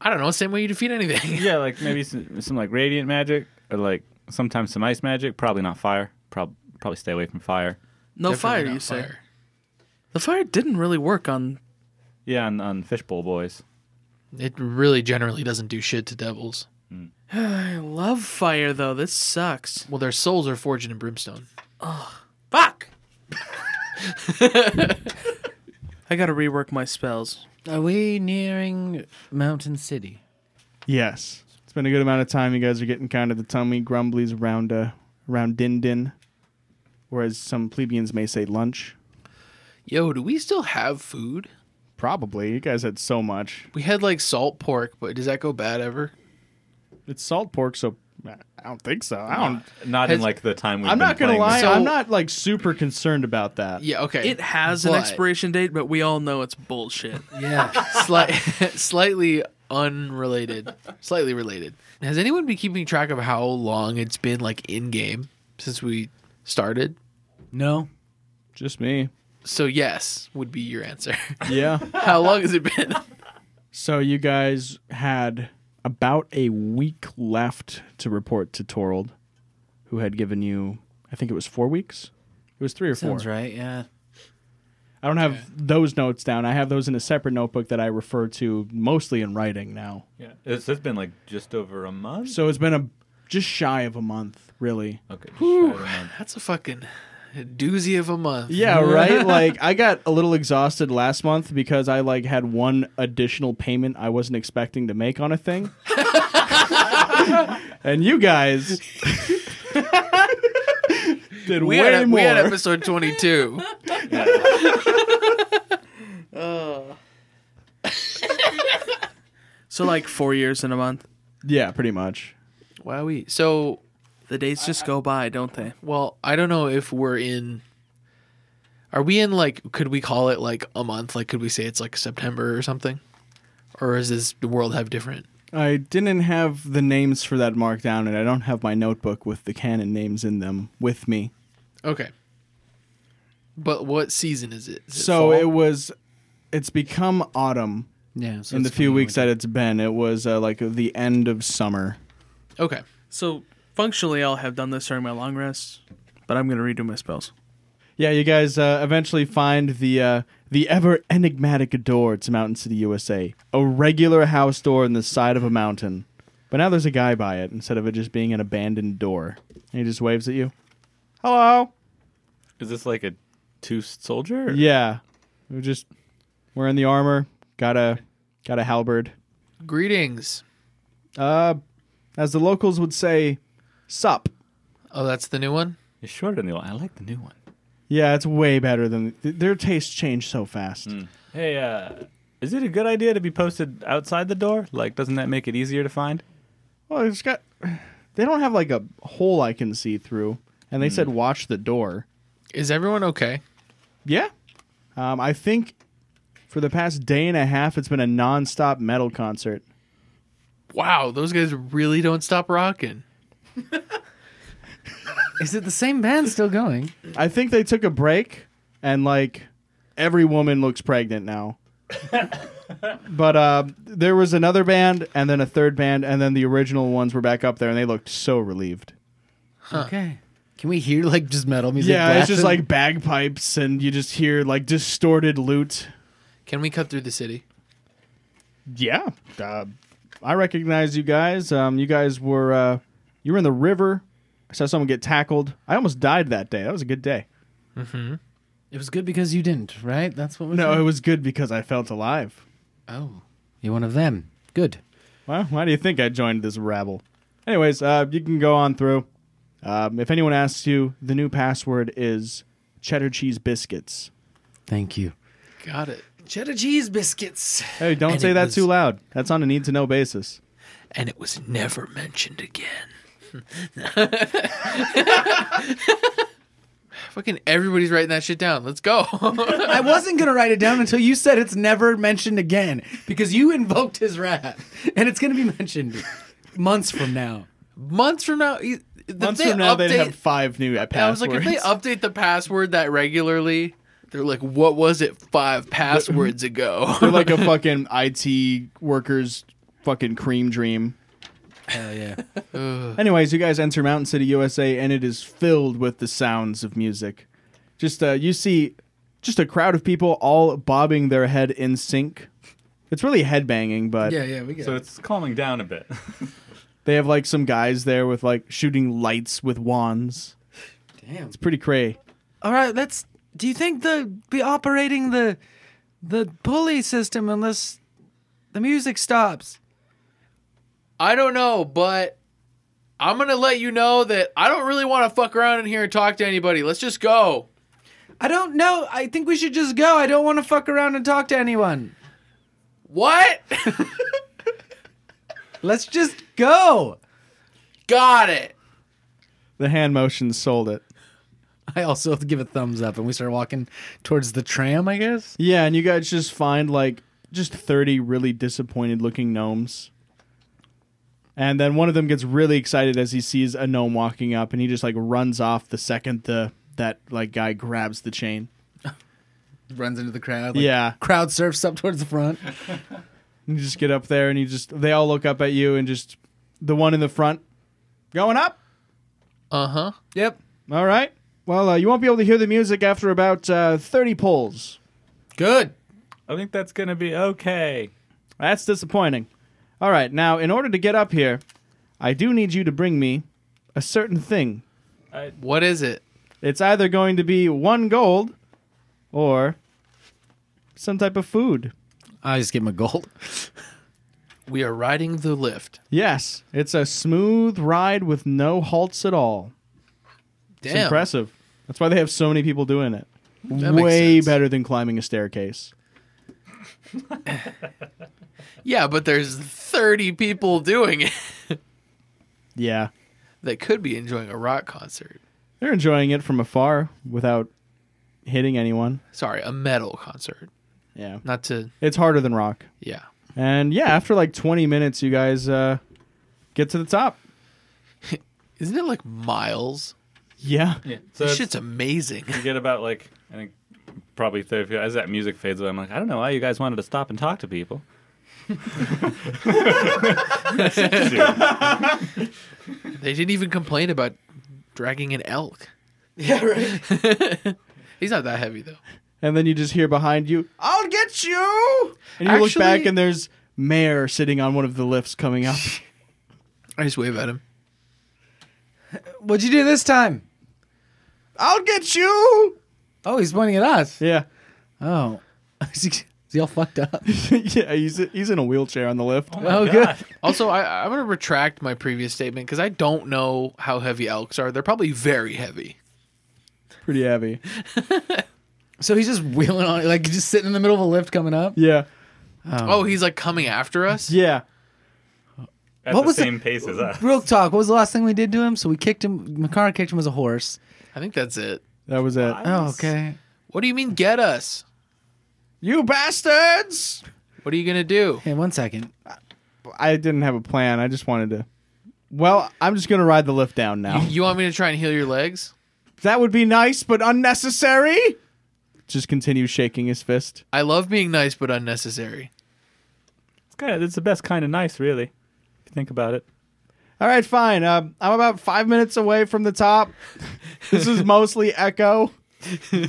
S5: I don't know, same way you defeat anything.
S4: Yeah, like maybe some, some like radiant magic or like sometimes some ice magic. Probably not fire. Prob- probably stay away from fire.
S6: No fire,
S5: Definitely
S6: you
S5: not
S6: say.
S5: fire.
S6: The fire didn't really work on.
S4: Yeah, on, on fishbowl boys.
S5: It really generally doesn't do shit to devils.
S6: I love fire, though. This sucks.
S5: Well, their souls are forged in brimstone.
S6: Fuck! I gotta rework my spells.
S3: Are we nearing Mountain City?
S2: Yes. It's been a good amount of time. You guys are getting kind of the tummy grumblies around uh around Din Din. Or as some plebeians may say, lunch.
S5: Yo, do we still have food?
S2: Probably. You guys had so much.
S5: We had like salt pork, but does that go bad ever?
S2: It's salt pork, so uh, I don't think so. I don't
S4: Not
S5: Has-
S4: in like the time we've
S2: I'm
S4: been
S2: not gonna
S4: playing
S2: lie,
S4: this.
S5: So-
S2: I'm not like super concerned about that.
S5: Yeah, okay.
S6: It has an
S5: But-
S6: expiration date, but we all know it's bullshit.
S3: Yeah.
S5: Sli- slightly unrelated, slightly related. Has anyone been keeping track of how long it's been like in game since we started?
S3: no.
S2: Just me.
S5: So yes would be your answer.
S2: Yeah.
S5: how long has it been?
S2: so you guys had about a week left to report to Torold, who had given you I think it was four weeks. It was three or four.
S3: Sounds right. Yeah.
S2: I don't have those notes down. I have those in a separate notebook that I refer to mostly in writing now.
S4: Yeah, it's, it's been like just over a month.
S2: So it's been a just shy of a month, really.
S4: Okay, just shy of a month.
S5: That's a fucking doozy of a month.
S2: Yeah, right? like I got a little exhausted last month because I like had one additional payment I wasn't expecting to make on a thing. and you guys did way
S5: We had, e,
S2: more.
S5: we had episode 22.
S6: So, like, four years in a month.
S2: yeah, pretty much.
S5: Wowie. So,
S6: The days just go by, don't they?
S5: well, I don't know if we're in. Are we in like, could we call it like a month? Like, could we say it's like September or something? Or is this the world have different?
S2: I didn't have the names for that markdown and I don't have my notebook with the canon names in them with me.
S5: Okay. But what season is it? Is
S2: so
S5: fall?
S2: it was it's become autumn
S3: Yeah. So
S2: in the
S3: it's
S2: few
S3: fine.
S2: weeks that it's been it was uh, like the end of summer
S5: okay.
S6: So, functionally, I'll have done this during my long rest, but I'm gonna redo my spells.
S2: yeah you guys uh, eventually find the uh, the ever enigmatic door to mountain city usa a regular house door in the side of a mountain but now there's a guy by it instead of it just being an abandoned door and he just waves at you hello
S4: Is this like a two soldier?
S2: yeah we're just wearing the armor got a got a halberd
S5: Greetings.
S2: uh as the locals would say sup
S5: Oh, that's the new one?
S4: It's shorter than the old. I like the new one.
S2: Yeah, it's way better than th- their tastes change so fast.
S4: Hey, uh, is it a good idea to be posted outside the door? Like, doesn't that make it easier to find?
S2: Well, it's got they don't have like a hole I can see through, and they said watch the door.
S5: Is everyone okay?
S2: Yeah, um, I think for the past day and a half, it's been a nonstop metal concert.
S5: Wow, those guys really don't stop rocking.
S3: Is it the same band still going?
S2: I think they took a break, and like every woman looks pregnant now. but uh, there was another band, and then a third band, and then the original ones were back up there, and they looked so relieved.
S3: Okay. Can we hear like just metal music?
S2: yeah, it's just
S3: blasting?
S2: like bagpipes, and you just hear like distorted lute.
S5: Can we cut through the city?
S2: Yeah, uh, I recognize you guys. Um, you guys were uh, you were in the river. I saw someone get tackled. I almost died that day. That was a good day.
S3: It was good because you didn't, right? That's what was
S2: No,
S3: it?
S2: it was good because I felt alive.
S3: Oh, you're one of them. Good.
S2: Well, why do you think I joined this rabble? Anyways, uh, you can go on through. Um, if anyone asks you, the new password is cheddar cheese biscuits.
S3: Thank you.
S5: Got it. Cheddar cheese biscuits.
S2: Hey, don't
S5: And
S2: say
S5: it
S2: that
S5: was-
S2: too loud. That's on a need to know basis.
S5: And it was never mentioned again. Fucking everybody's writing that shit down. Let's go.
S3: I wasn't gonna write it down until you said it's never mentioned again because you invoked his wrath, and it's gonna be mentioned months from now.
S5: Months from now, e- if
S2: Months
S5: they
S2: from now,
S5: update,
S2: they'd have five new passwords.
S5: I was like, if they update the password that regularly, they're like, what was it five passwords ago?
S2: They're like a fucking IT worker's fucking cream dream.
S3: Hell yeah!
S2: Anyways, you guys enter Mountain City, USA, and it is filled with the sounds of music. Just uh, you see, just a crowd of people all bobbing their head in sync. It's really headbanging, but
S3: yeah, we get
S4: So it's calming down a bit.
S2: they have like some guys there with like shooting lights with wands.
S3: Damn.
S2: It's pretty cray.
S3: All right, let's. Do you think they'll be operating the the pulley system unless the music stops?
S5: I don't know, but I'm gonna let you know that I don't really want to fuck around in here and talk to anybody. Let's just go.
S3: I don't know. I think we should just go. I don't want to fuck around and talk to anyone.
S5: What?
S3: Let's just go.
S5: Got it.
S2: The hand motion sold it.
S3: I also have to give a thumbs up, and we start walking towards the tram. I guess.
S2: Yeah, and you guys just find like just 30 really disappointed looking gnomes. And then one of them gets really excited as he sees a gnome walking up and he just like runs off the second the that like guy grabs the chain.
S3: Runs into the crowd.
S2: yeah.
S3: Crowd surfs up towards the front.
S2: And you just get up there and you just they all look up at you and just the one in the front going up.
S5: Uh huh.
S3: Yep.
S2: All right. Well, uh, you won't be able to hear the music after about uh, 30 pulls.
S5: Good.
S4: I think that's gonna be okay.
S2: That's disappointing. All right, now in order to get up here, I do need you to bring me a certain thing.
S5: What is it?
S2: It's either going to be one gold or some type of food.
S3: I just give him a gold.
S5: We are riding the lift.
S2: Yes, it's a smooth ride with no halts at all. It's
S5: Damn.
S2: impressive. That's why they have so many people doing it.
S5: That makes
S2: Way
S5: sense.
S2: better than climbing a staircase.
S5: Yeah, but there's 30 people doing it
S2: Yeah.
S5: that could be enjoying a rock concert.
S2: They're enjoying it from afar without hitting anyone.
S5: Sorry, a metal concert.
S2: Yeah.
S5: Not to.
S2: It's harder than rock.
S5: Yeah.
S2: And yeah, after like 20 minutes, you guys uh, get to the top.
S5: Isn't it like miles?
S2: Yeah.
S4: Yeah. So
S5: this
S4: it's-
S5: shit's amazing.
S4: you get about like I think probably thirty feet as that music fades away. I'm like, I don't know why you guys wanted to stop and talk to people.
S5: They didn't even complain about dragging an elk. Yeah, right. He's not that heavy though.
S2: And then you just hear behind you, I'll get you. And you look
S5: Actually-
S2: back and there's Mayor sitting on one of the lifts coming up.
S5: I just wave at him.
S3: What'd you do this time?
S2: I'll get you.
S3: Oh, he's pointing at us.
S2: Yeah.
S3: Oh. Is he all fucked up?
S2: yeah, he's, he's in a wheelchair on the lift.
S3: Oh, good.
S5: Also, I, I'm going to retract my previous statement because I don't know how heavy elks are. They're probably very heavy.
S2: Pretty heavy.
S3: So he's just wheeling on, like just sitting in the middle of a lift coming up.
S2: Yeah.
S5: Oh, he's like coming after us?
S2: Yeah.
S4: At
S3: What
S4: the
S3: was the-
S4: same pace as us.
S3: Real talk. What was the last thing we did to him? So we kicked him. Makara kicked him as a horse.
S5: I think that's it.
S2: That was it.
S3: Oh, okay.
S5: What do you mean, get us?
S2: You bastards.
S5: What are you going to do?
S3: Hey, one second.
S2: I didn't have a plan. I just wanted to. Well, I'm just going to ride the lift down now.
S5: You want me to try and heal your legs?
S2: that would be nice, but unnecessary. Just continues shaking his fist.
S5: I love being nice but unnecessary.
S4: It's kind of it's the best kind of nice, really. If you think about it.
S2: All right, fine. Um, I'm about five minutes away from the top. This is mostly echo.
S3: We'll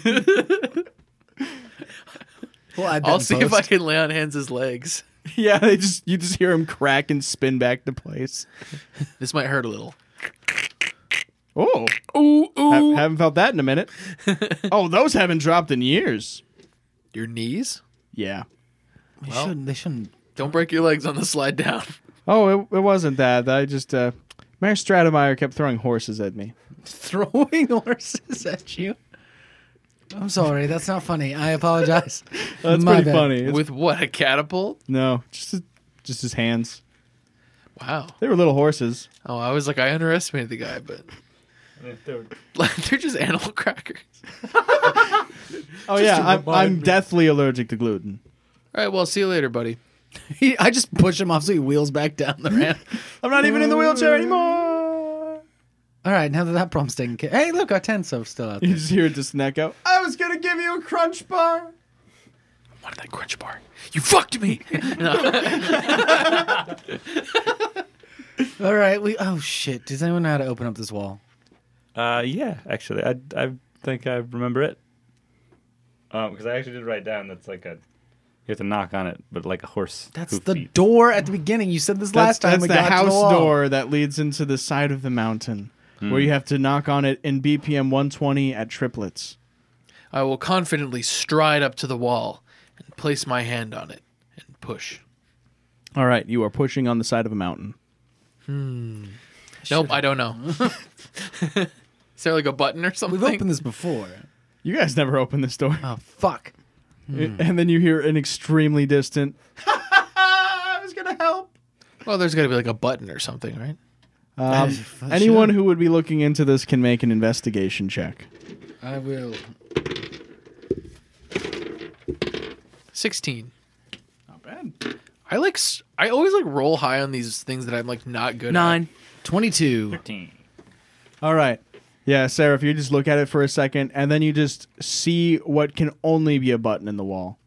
S3: add
S5: I'll see if I can lay on Hans's legs.
S2: yeah, they just you just hear him crack and spin back to place.
S5: This might hurt a little.
S2: Oh,
S5: Ooh,
S2: ha- haven't felt that in a minute. oh, those haven't dropped in years.
S5: Your knees?
S2: Yeah.
S3: They
S5: Well-
S3: shouldn't. They shouldn't.
S5: Don't break your legs on the slide down.
S2: Oh, it, it wasn't that. I just uh, Mayor Stratemeyer kept throwing horses at me.
S3: Throwing horses at you. I'm sorry. That's not funny. I apologize.
S2: That's
S3: My
S2: pretty
S3: bad.
S2: funny. It's-
S5: With what? A catapult?
S2: no, just his, just his hands.
S5: Wow.
S2: They were little horses.
S5: Oh, I was like, I underestimated the guy, but they're just animal crackers.
S2: Oh yeah, I'm, I'm deathly allergic to gluten.
S5: All right, well, see you later, buddy.
S3: He, I just push him off so he wheels back down the ramp.
S2: I'm not even in the wheelchair anymore.
S3: All right, now that that problem's taken care. Hey, look, our ten sub's still out.
S2: You just hear it just neck out. I was gonna give you a crunch bar.
S5: What did that crunch bar? You fucked me. No.
S3: there. All right, we. Oh shit! Does anyone know how to open up this wall?
S4: Uh, yeah, actually, I I think I remember it. Um, because I actually did write down that's like a you have to knock on it, but like a horse.
S3: That's
S4: hoof
S3: the
S4: beat.
S3: door at the beginning. You said this last time.
S2: that's
S3: we
S2: the
S3: got to
S2: house
S3: wall.
S2: door that leads into the side of the mountain, where you have to knock on it in BPM 120 at triplets.
S5: I will confidently stride up to the wall and place my hand on it and push.
S2: All right, you are pushing on the side of a mountain.
S5: Nope, I don't know. Is there like a button or something?
S3: We've opened this before.
S2: You guys never open this door,
S3: Oh fuck! Hmm.
S2: and then you hear an extremely distant.
S5: Well, there's got to be like a button or something, right?
S2: Um,
S3: Fuck,
S2: anyone
S3: shit.
S2: who would be looking into this can make an investigation check.
S3: I will.
S5: 16. Not bad. I like s- I always like roll high on these things that I'm like not good at.
S6: Nine.
S3: Twenty-two.
S2: All right. Yeah, Sarah, if you just look at it for a second and then you just see what can only be a button in the wall.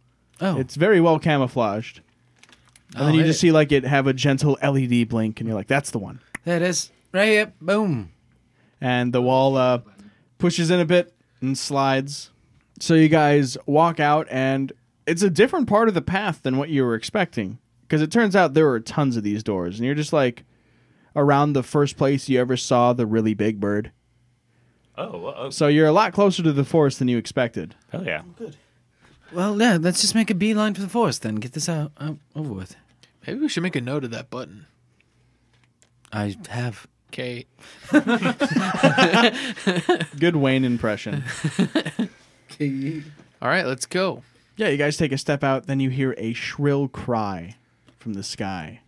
S3: Oh,
S2: It's very well camouflaged. And then
S3: Oh,
S2: you
S3: it-
S2: just see like it have a gentle LED blink and you're like, that's the one.
S3: there it is. Right here. Boom.
S2: and the wall uh, pushes in a bit and slides. So you guys walk out, and it's a different part of the path than what you were expecting. Because it turns out there were tons of these doors, and you're just like around the first place you ever saw the really big bird.
S4: Oh, well, oh,
S2: So you're a lot closer to the forest than you expected.
S4: hell yeah!
S3: Well, yeah. Let's just make a beeline for the forest then. Get this out, out over with.
S5: Maybe we should make a note of that button.
S3: I have.
S5: Okay.
S2: Good Wayne impression.
S5: All right, let's go.
S2: yeah, you guys take a step out, then you hear a shrill cry from the sky.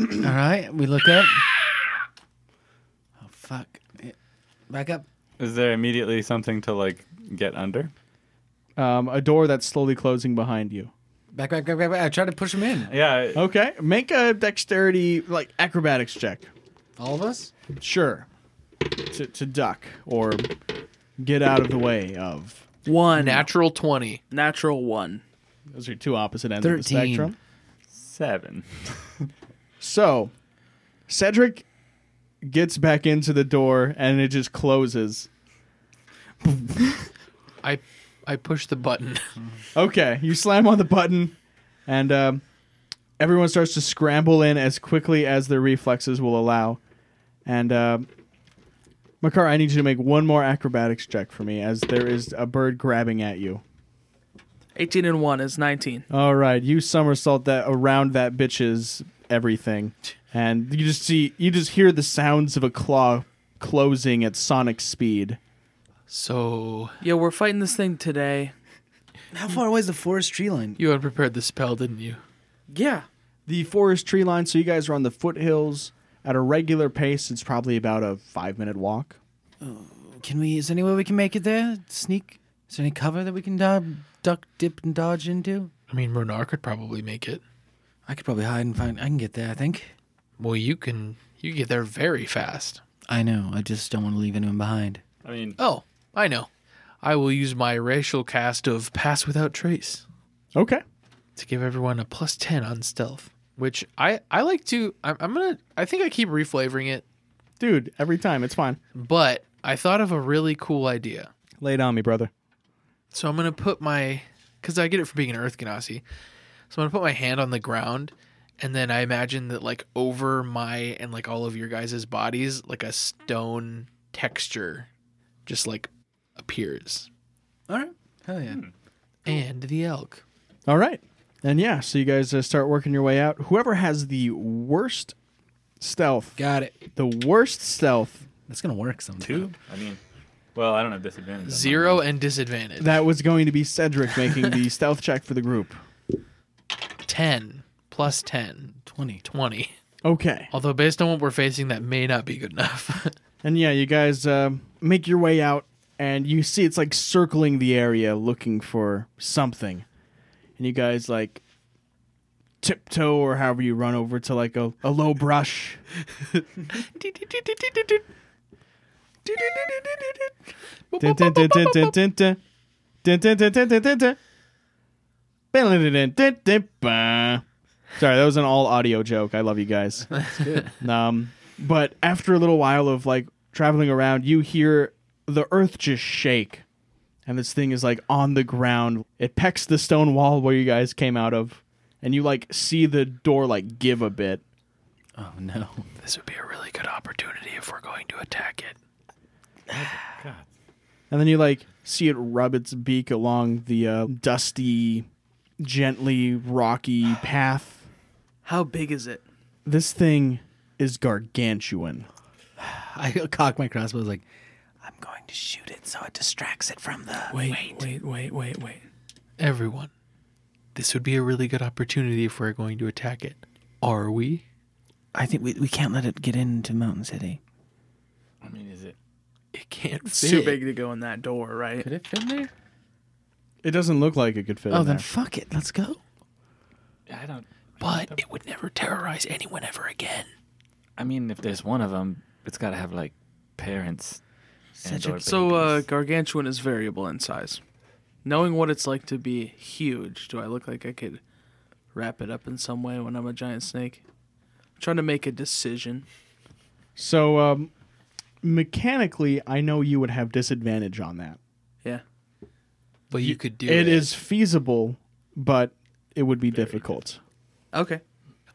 S3: All right. We look up. Oh fuck! Yeah. Back up.
S4: Is there immediately something to like get under?
S2: Um, a door that's slowly closing behind you.
S3: Back, back, back, back, back. I tried to push him in.
S4: Yeah,
S2: Okay, make a dexterity, like acrobatics check.
S3: All of us?
S2: Sure. To, to duck or get out of the way of.
S6: One.
S5: Natural 20.
S6: Natural one.
S2: Those are two opposite ends of the
S3: 13.
S2: spectrum.
S4: seven.
S2: So, Cedric gets back into the door and it just closes.
S5: I I push the button.
S2: Okay, you slam on the button and um, everyone starts to scramble in as quickly as their reflexes will allow. And um Makar, I need you to make one more acrobatics check for me as there is a bird grabbing at you.
S6: 18 and one is 19.
S2: All right, you somersault that around that bitch's everything, and you just see you just hear the sounds of a claw closing at sonic speed.
S5: So
S6: Yo, we're fighting this thing today.
S3: How far away is the forest tree line?
S5: you unprepared the spell, didn't you?
S6: Yeah.
S2: The forest tree line. So you guys are on the foothills at a regular pace. It's probably about a five minute walk.
S3: Can we? Is there any way we can make it there? Sneak? Is there any cover that we can dive, duck, dip, and dodge into?
S5: I mean, Ronar could probably make it.
S3: I could probably hide and find. I can get there. I think.
S5: Well, you can you get there very fast.
S3: I know. I just don't want to leave anyone behind.
S4: I mean,
S5: Oh, I know. I will use my racial cast of pass without trace
S2: Okay.
S5: to give everyone a plus 10 on stealth, which I I like to I'm, I'm going to I think I keep reflavoring it,
S2: Dude, every time it's fine.
S5: but I thought of a really cool idea.
S2: Lay it on me, brother.
S5: So I'm gonna put my because I get it for being an Earth Ganassi. So I'm gonna put my hand on the ground, and then I imagine that like over my and like all of your guys' bodies, like a stone texture, just like appears.
S3: All right. Hell yeah.
S5: And the elk.
S2: All right. And yeah, so you guys uh, start working your way out. Whoever has the worst stealth,
S3: Got it.
S2: the worst stealth,
S3: That's gonna work sometime.
S4: I mean, well, I don't have disadvantage.
S5: Zero and disadvantage.
S2: that was going to be Cedric making the stealth check for the group.
S5: ten plus ten.
S3: 20.
S5: Twenty.
S2: Okay.
S5: Although based on what we're facing, that may not be good enough.
S2: And yeah, you guys um make your way out, and you see it's like circling the area looking for something. And you guys like tiptoe or however you run over to like a, a low brush. Dun, dun, dun, dun, dun, dun, dun. Dun, dun, dun, dun, dun, dun, dun. Dun, dun, dun, dun, dun, bah. Sorry, that was an all audio joke. I love you guys. Um, but after a little while of like traveling around, you hear the earth just shake, and this thing is like on the ground. It pecks the stone wall where you guys came out of, and you like see the door like give a bit.
S3: Oh no.
S5: this would be a really good opportunity if we're going to attack it.
S2: And then you like see it rub its beak along the uh, dusty, gently rocky path.
S6: How big is it?
S2: This thing is gargantuan.
S3: I cock my crossbow. I was like, I'm going to shoot it so it distracts it from the.
S6: Wait, wait, wait, wait, wait.
S5: Everyone, this would be a really good opportunity if we're going to attack it. Are we?
S3: I think we, we can't let it get into Mountain City.
S4: I mean, is it?
S5: It can't fit.
S6: It's too big to go in that door, right?
S4: Could it fit in there?
S2: It doesn't look like it could fit
S3: Oh,
S2: in
S3: then
S2: there.
S3: fuck it. Let's go.
S4: I don't.
S5: But it would never terrorize anyone ever again.
S4: I mean, if there's one of them, it's got to have like parents.
S3: Cedric-
S4: and/or
S6: So, uh,
S4: babies.
S6: gargantuan is variable in size. Knowing what it's like to be huge, do I look like I could wrap it up in some way when I'm a giant snake? I'm trying to make a decision.
S2: So um, mechanically, I know you would have disadvantage on that.
S6: Yeah.
S5: But you could do
S2: it is feasible, but it would be difficult.
S6: Okay.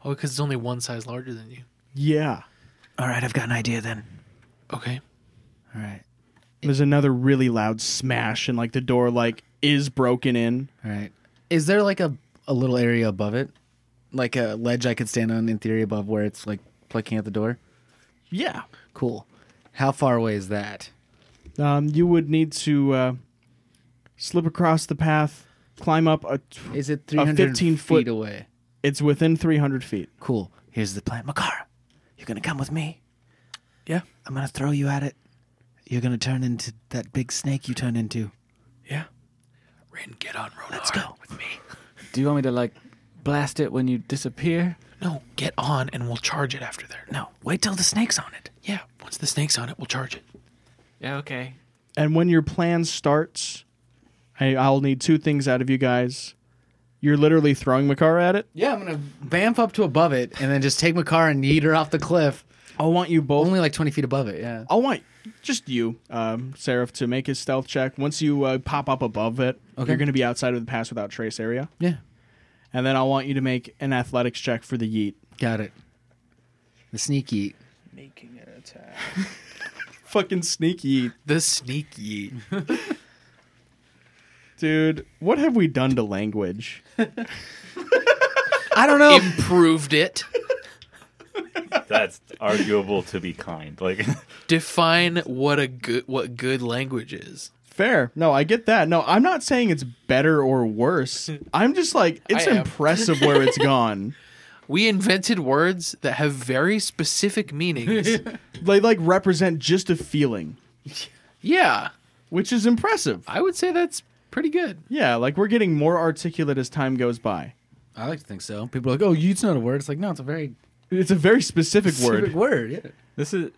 S5: Oh, because it's only one size larger than you.
S2: Yeah.
S3: All right, I've got an idea then.
S5: Okay.
S3: All right.
S2: There's another really loud smash, and like the door like is broken in.
S3: All right. Is there like a, a little area above it? Like a ledge I could stand on in theory above where it's like plucking at the door?
S2: Yeah.
S3: Cool. How far away is that?
S2: Um, you would need to uh, slip across the path, climb up a. T-
S3: Is it 300
S2: 15
S3: feet
S2: foot-
S3: away?
S2: it's within 300 feet.
S3: Cool. Here's the plan. Makara, you're going to come with me.
S6: Yeah.
S3: I'm going to throw you at it. You're going to turn into that big snake you turned into.
S6: Yeah.
S5: Rin, get on Ronar.
S3: Let's go.
S5: With me.
S4: do you want me to like blast it when you disappear?
S5: No, get on and we'll charge it after there.
S3: No, wait till the snake's on it.
S5: Yeah, once the snake's on it, we'll charge it.
S4: Yeah. Okay.
S2: And when your plan starts, I, I'll need two things out of you guys. You're literally throwing Makara at it.
S3: Yeah, I'm going to bamf up to above it and then just take Makara and yeet her off the cliff.
S2: I want you both.
S3: Only like 20 feet above it, yeah.
S2: I want just you, um, Seraph, to make his stealth check. Once you uh, pop up above it, you're going to be outside of the pass without trace area.
S3: Yeah.
S2: And then I want you to make an athletics check for the yeet.
S3: Got it. The sneak yeet.
S6: Making an attack.
S2: Fucking sneak yeet.
S5: The sneak yeet.
S2: Dude, what have we done to language?
S3: I don't know.
S5: Improved it.
S4: That's arguable to be kind. Like,
S5: Define what a good what good language is.
S2: Fair. No, I get that. No, I'm not saying it's better or worse. I'm just like, it's
S5: I am.
S2: impressive where it's gone.
S5: We invented words that have very specific meanings.
S2: They like represent just a feeling,
S5: yeah,
S2: which is impressive.
S5: I would say that's pretty good.
S2: Yeah, like we're getting more articulate as time goes by.
S3: I like to think so. People are like, oh, yeet's not a word. It's like, no, it's a very
S2: It's a very specific word.
S3: specific word. Yeah.
S4: this is.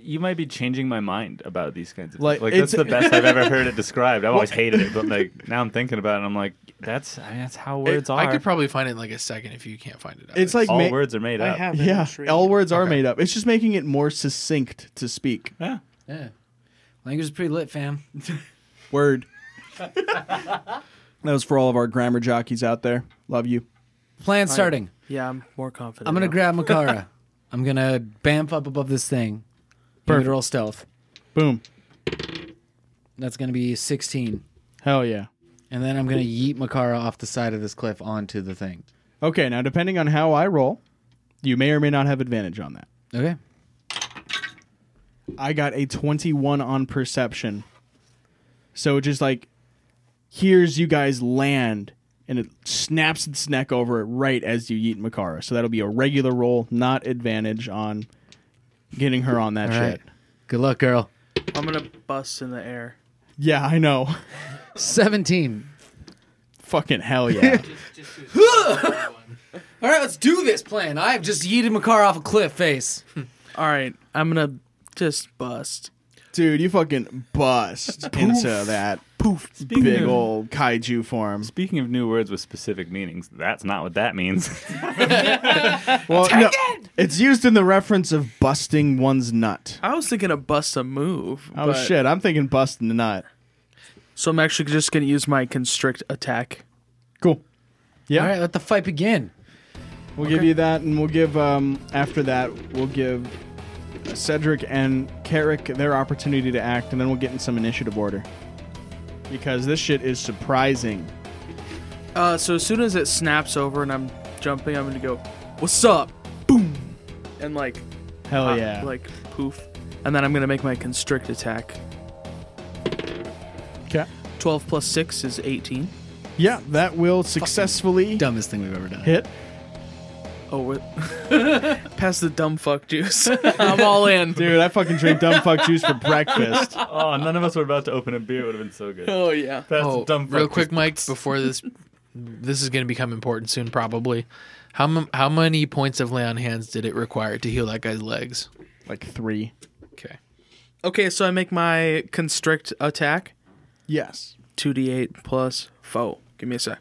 S4: You might be changing my mind about these kinds of
S2: Like,
S4: like. Like that's
S2: it's-
S4: the best I've ever heard it described. I've always hated it, but like now I'm thinking about it, and I'm like, that's I mean, that's how words are.
S5: I could probably find it in like a second if you can't find it. Alex.
S2: It's like
S4: all
S2: ma-
S4: words are made
S6: I
S4: up.
S6: have it.
S2: Yeah,
S6: Intriguing.
S2: all words are
S5: Okay.
S2: made up. It's just making it more succinct to speak.
S4: Yeah.
S3: Yeah. Language is pretty lit, fam.
S2: Word. That was for all of our grammar jockeys out there. Love you.
S3: Plan starting.
S6: Yeah, I'm more confident.
S3: I'm gonna
S6: now.
S3: grab Makara. I'm gonna bamf up above this thing. Give it a roll stealth.
S2: Boom.
S3: That's gonna be 16,
S2: Hell yeah.
S3: and then I'm gonna yeet Makara off the side of this cliff onto the thing.
S2: Okay, now depending on how I roll, you may or may not have advantage on that.
S3: Okay.
S2: I got a 21 on perception. So it just like hears you guys land and it snaps its neck over it right as you yeet Makara. So that'll be a regular roll, not advantage on getting her on that
S3: All
S2: shit.
S3: right. Good luck, girl.
S6: I'm gonna bust in the air.
S2: Yeah, I know.
S3: 17.
S2: Fucking hell yeah.
S3: All right, let's do this plan. I've just yeeted Makara off a cliff face.
S6: All right, I'm gonna just bust.
S2: Dude, you fucking bust into that poof big
S4: of-
S2: old kaiju form.
S4: Speaking of new words with specific meanings, that's not what that means.
S2: Well, no, it's used in the reference of busting one's nut.
S6: I was thinking of bust a move.
S2: Oh
S6: but-
S2: shit, I'm thinking busting the nut.
S6: So I'm actually just gonna use my constrict attack.
S2: Cool. Yeah.
S3: All right, let the fight begin.
S2: We'll give you that, and we'll give um, after that we'll give Cedric and Carrick their opportunity to act, and then we'll get in some initiative order because this shit is surprising.
S6: Uh, so as soon as it snaps over and I'm jumping, I'm gonna go, "What's up?" Boom, and like,
S2: Hell
S6: pop-
S2: Oh, yeah!
S6: like poof, and then I'm gonna make my constrict attack.
S2: okay.
S6: Twelve plus six is eighteen.
S2: Yeah, that will successfully
S3: Dumbest thing we've ever done.
S2: hit.
S6: Oh, what? pass the dumb fuck juice. I'm all in.
S2: Dude, I fucking drink dumb fuck juice for breakfast.
S4: oh, none of us were about to open a beer. It would have been so good.
S6: Oh yeah.
S4: That's
S5: oh,
S4: dumb.
S5: real
S4: fuck
S5: quick,
S4: just-
S5: Mike, before this, this is going to become important soon, probably. How, m- how many points of lay on hands did it require to heal that guy's legs?
S2: Like three.
S5: Okay.
S6: Okay, so I make my constrict attack.
S2: Yes.
S6: 2d8 plus foe. Give me a sec.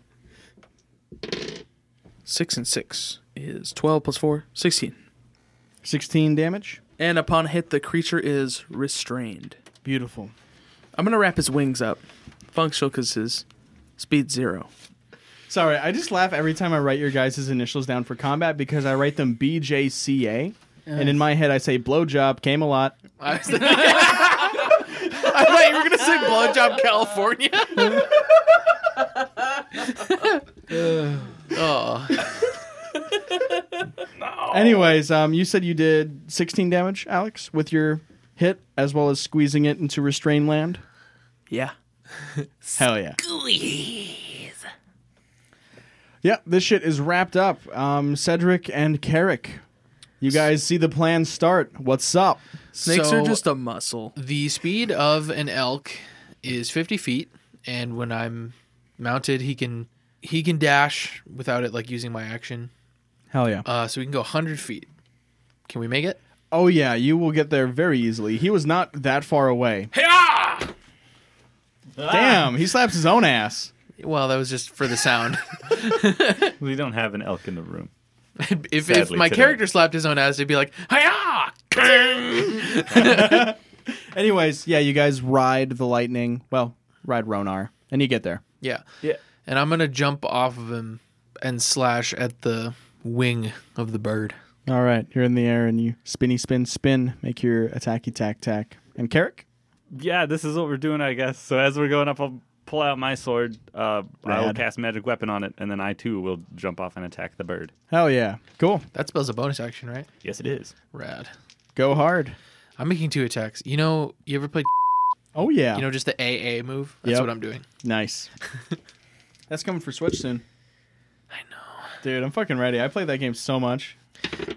S6: 6 and 6 is 12 plus 4, 16.
S2: 16 damage.
S6: And upon hit, the creature is restrained.
S2: Beautiful.
S6: I'm going to wrap his wings up. Functional because his speed zero.
S2: Sorry, I just laugh every time I write your guys' initials down for combat because I write them BJCA. And in my head, I say blowjob, came a lot.
S5: I was like, I thought you were gonna say blowjob California. oh,
S2: Anyways, um, you said you did 16 damage, Alex, with your hit, as well as squeezing it into restrain land.
S6: Yeah.
S2: Hell yeah. Yeah, this shit is wrapped up. Um, Cedric and Carrick, you guys see the plan start. What's up?
S6: Snakes
S5: So,
S6: are just a muscle.
S5: the speed of an elk is 50 feet, and when I'm mounted, he can he can dash without it like using my action.
S2: Hell yeah.
S5: Uh, so we can go 100 feet. Can we make it?
S2: Oh yeah, you will get there very easily. He was not that far away. Damn, he slaps his own ass.
S5: Well, that was just for the sound.
S4: We don't have an elk in the room.
S5: if, if
S4: Sadly
S5: my
S4: today.
S5: character slapped his own ass, it'd be like, hiya!
S2: Anyways, yeah, you guys ride the lightning. Well, ride Ronar, and you get there.
S5: Yeah.
S4: Yeah.
S5: And I'm gonna jump off of him and slash at the wing of the bird.
S2: All right, you're in the air, and you spinny spin spin. Make your attacky tack tack. And Carrick,
S4: Yeah, this is what we're doing, I guess. So as we're going up, I'll pull out my sword. Uh, I will
S2: Rad.
S4: cast magic weapon on it, and then I too will jump off and attack the bird.
S2: hell yeah, cool.
S5: That spells a bonus action, right?
S4: Yes, it is.
S5: Rad.
S2: Go hard.
S5: I'm making two attacks. You know, you ever played?
S2: Oh yeah,
S5: You know, just the AA move. That's
S2: Yep.
S5: what I'm doing.
S2: nice. That's coming for Switch soon. I know, dude. I'm fucking ready. I played that game so much.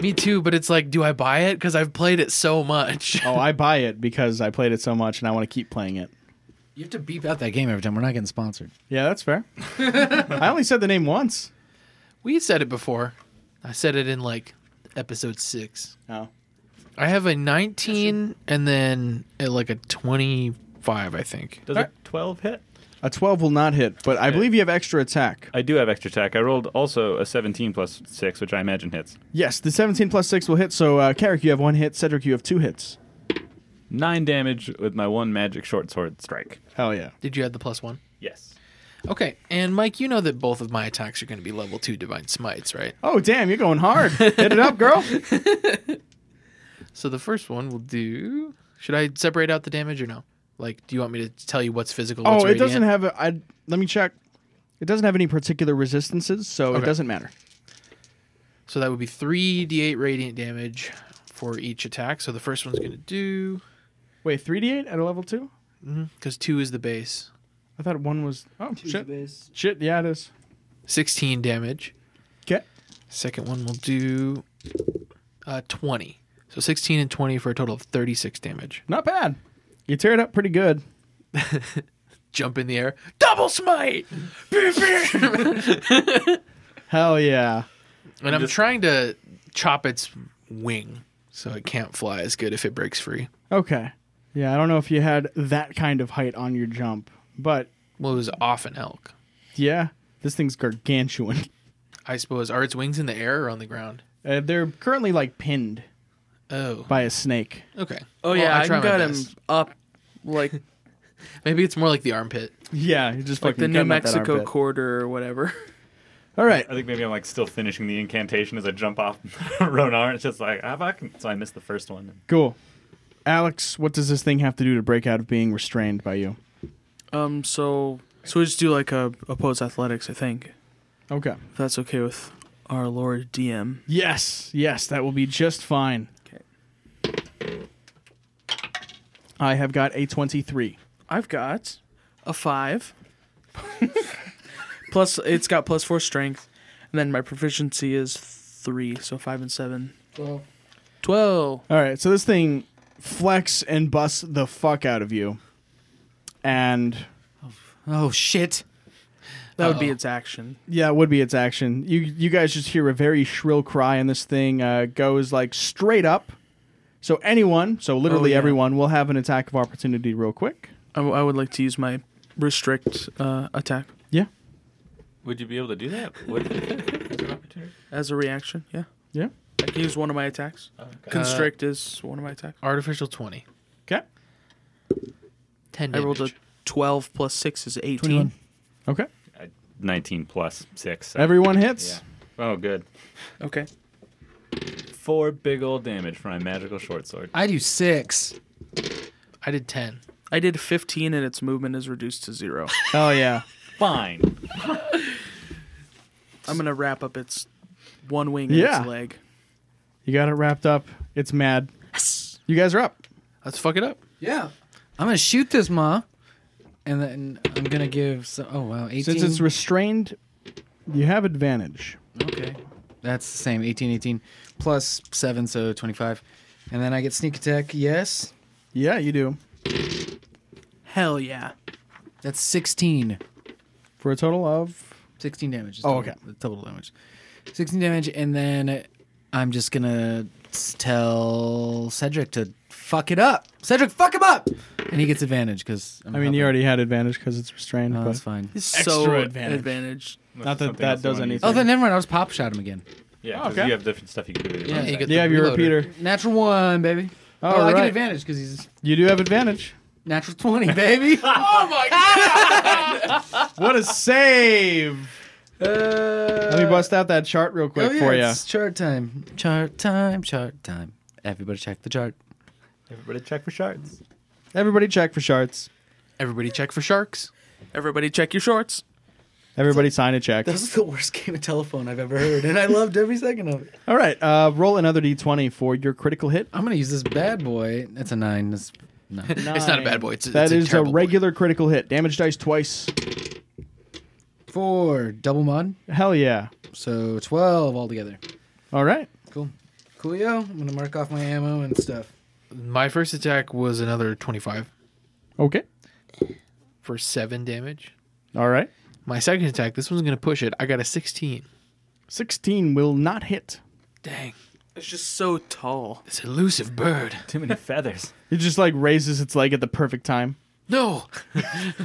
S5: Me too, but it's like, do I buy it? Because I've played it so much.
S2: Oh, I buy it because I played it so much, and I want to keep playing it.
S3: You have to beep out that game every time. We're not getting sponsored.
S2: Yeah, that's fair. I only said the name once.
S5: We said it before. I said it in like episode six.
S2: Oh.
S5: I have a 19 and then uh, like a 25, I think.
S4: Does a twelve hit?
S2: A 12 will not hit, but I believe you have extra attack.
S4: I do have extra attack. I rolled also a seventeen plus six, which I imagine hits.
S2: Yes, the 17 plus 6 will hit, so uh, Carrick, you have one hit. Cedric, you have two hits.
S4: Nine damage with my one magic short sword strike.
S2: Hell yeah.
S5: Did you add the plus one?
S4: Yes.
S5: Okay, and Mike, you know that both of my attacks are going to be level two divine smites, right?
S2: Oh, damn, you're going hard. Hit it up, girl.
S5: So the first one will do. Should I separate out the damage or no? Like, do you want me to tell you what's physical? What's
S2: Oh, it doesn't
S5: radiant?
S2: have a. I, let me check. It doesn't have any particular resistances, so it
S5: Okay.
S2: doesn't matter.
S5: So that would be 3d8 radiant damage for each attack. So the first one's going to do.
S2: Wait, 3d8 at a level 2?
S5: Because 2 is the base.
S2: I thought 1 was. Oh, shit. Shit, yeah, it is.
S5: 16 damage.
S2: 'Kay.
S5: Second one will do uh, 20. So 16 and 20 for a total of 36 damage.
S2: Not bad. You tear it up pretty good.
S5: Jump in the air. Double smite!
S2: Hell yeah.
S5: And I'm trying to chop its wing so it can't fly as good if it breaks free.
S2: Okay. Yeah, I don't know if you had that kind of height on your jump, but
S5: Well, it was off an elk.
S2: yeah, this thing's gargantuan.
S5: I suppose. Are its wings in the air or on the ground?
S2: Uh, they're currently like pinned
S5: Oh,
S2: by a snake.
S5: okay.
S6: Oh
S5: Well,
S6: yeah, I,
S5: try my
S6: got him
S5: best.
S6: up like
S5: Maybe it's more like the armpit.
S2: Yeah, you just
S6: like the
S2: fucking
S6: New
S2: cutting up that
S6: Mexico
S2: armpit.
S6: corridor or whatever.
S2: All right.
S4: I think maybe I'm like still finishing the incantation as I jump off Ronar. It's just like ah, fucking. So I missed the first one.
S2: Cool. Alex, what does this thing have to do to break out of being restrained by you?
S6: Um, so so we just do like a opposed athletics, I think.
S2: Okay.
S6: If that's okay with our Lord DM.
S2: Yes, yes, that will be just fine.
S6: Okay.
S2: I have got a 23.
S6: I've got a five. plus, it's got plus four strength, and then my proficiency is three, so five and seven. Twelve.
S2: All right, so this thing flex and busts the fuck out of you. And
S3: Oh shit!
S6: That would be
S5: Uh-oh.
S6: its action.
S2: yeah, it would be its action. You you guys just hear a very shrill cry and this thing uh, goes like straight up. So anyone, so literally
S3: Oh,
S6: yeah.
S2: everyone will have an attack of opportunity real quick.
S6: I, w- I would like to use my restrict uh, attack
S2: Yeah.
S4: Would you be able to do that? Would
S6: as a reaction. Yeah.
S2: Yeah.
S6: I can use one of my attacks. Constrict is one of my attacks.
S5: Artificial 20.
S2: Okay.
S5: 10
S6: I
S5: damage.
S6: rolled a twelve plus six is
S3: 21.
S6: eighteen.
S2: Okay.
S4: 19 plus six. so-
S2: Everyone hits.
S4: Yeah. Oh, good.
S6: Okay.
S4: Four big old damage from my magical short sword.
S3: I do six.
S5: I did 10.
S6: I did fifteen, and its movement is reduced to zero.
S2: Oh yeah.
S4: Fine.
S6: I'm gonna wrap up its one wing
S2: Yeah.
S6: and its leg.
S2: You got it wrapped up. It's mad. You guys are up.
S5: Let's fuck it up.
S3: Yeah. I'm gonna shoot this ma, and then I'm gonna give. So, oh wow, eighteen.
S2: Since it's restrained, you have advantage.
S3: okay, that's the same. 18, 18, plus seven, so twenty-five, and then I get sneak attack. Yes,
S2: Yeah, you do.
S6: Hell yeah.
S3: that's sixteen.
S2: For a total of
S3: 16 damage. is
S2: Oh,
S3: total-
S2: okay.
S3: the Total damage. 16 damage, and then I'm just gonna s- tell Cedric to fuck it up. Cedric, fuck him up, and he gets advantage because
S2: I mean, you already had advantage because it's restrained,
S3: No, that's
S2: but
S3: fine.
S6: He's
S2: Extra
S6: so
S2: advantage.
S6: advantaged.
S2: not that
S4: Something
S2: that
S4: else you
S2: does
S4: wanna use.
S2: anything.
S3: Oh, then never mind. I was pop shot him again.
S4: Yeah, 'cause
S2: Okay.
S4: you have different stuff you can do. With your
S5: Yeah,
S4: bonus
S5: you
S4: action.
S5: get
S2: you have your
S5: reloader.
S2: repeater.
S3: Natural one, baby.
S2: All
S3: oh, I get
S2: right.
S3: advantage because he's
S2: You do have advantage.
S3: natural 20, baby.
S2: What a save! Let me bust out that chart real quick
S3: Oh, yeah,
S2: for you.
S3: It's chart time. Chart time. Chart time. Everybody check the chart.
S4: Everybody check for shards.
S2: Everybody check for shards.
S5: Everybody check for sharks.
S6: Everybody check your shorts.
S2: Everybody sign a check.
S3: This is the worst game of telephone I've ever heard, and I loved every second of it.
S2: All right, uh, roll another d20 for your critical hit.
S3: I'm gonna use this bad boy. That's a nine. That's no.
S5: It's not a bad boy. It's,
S2: That
S5: it's
S2: is
S5: a, terrible boy.
S2: regular critical hit. Damage dice twice.
S3: Four double mod,
S2: Hell yeah.
S3: so twelve altogether.
S2: All right.
S3: Cool, coolio. I'm gonna mark off my ammo and stuff.
S5: My first attack was another 25
S2: Okay.
S5: for 7 damage.
S2: All right.
S5: My second attack, this one's going to push it. I got a 16.
S2: 16 will not hit.
S5: Dang.
S6: It's just so tall.
S5: This elusive bird.
S4: Too many feathers.
S2: It just like raises its leg at the perfect time.
S5: No.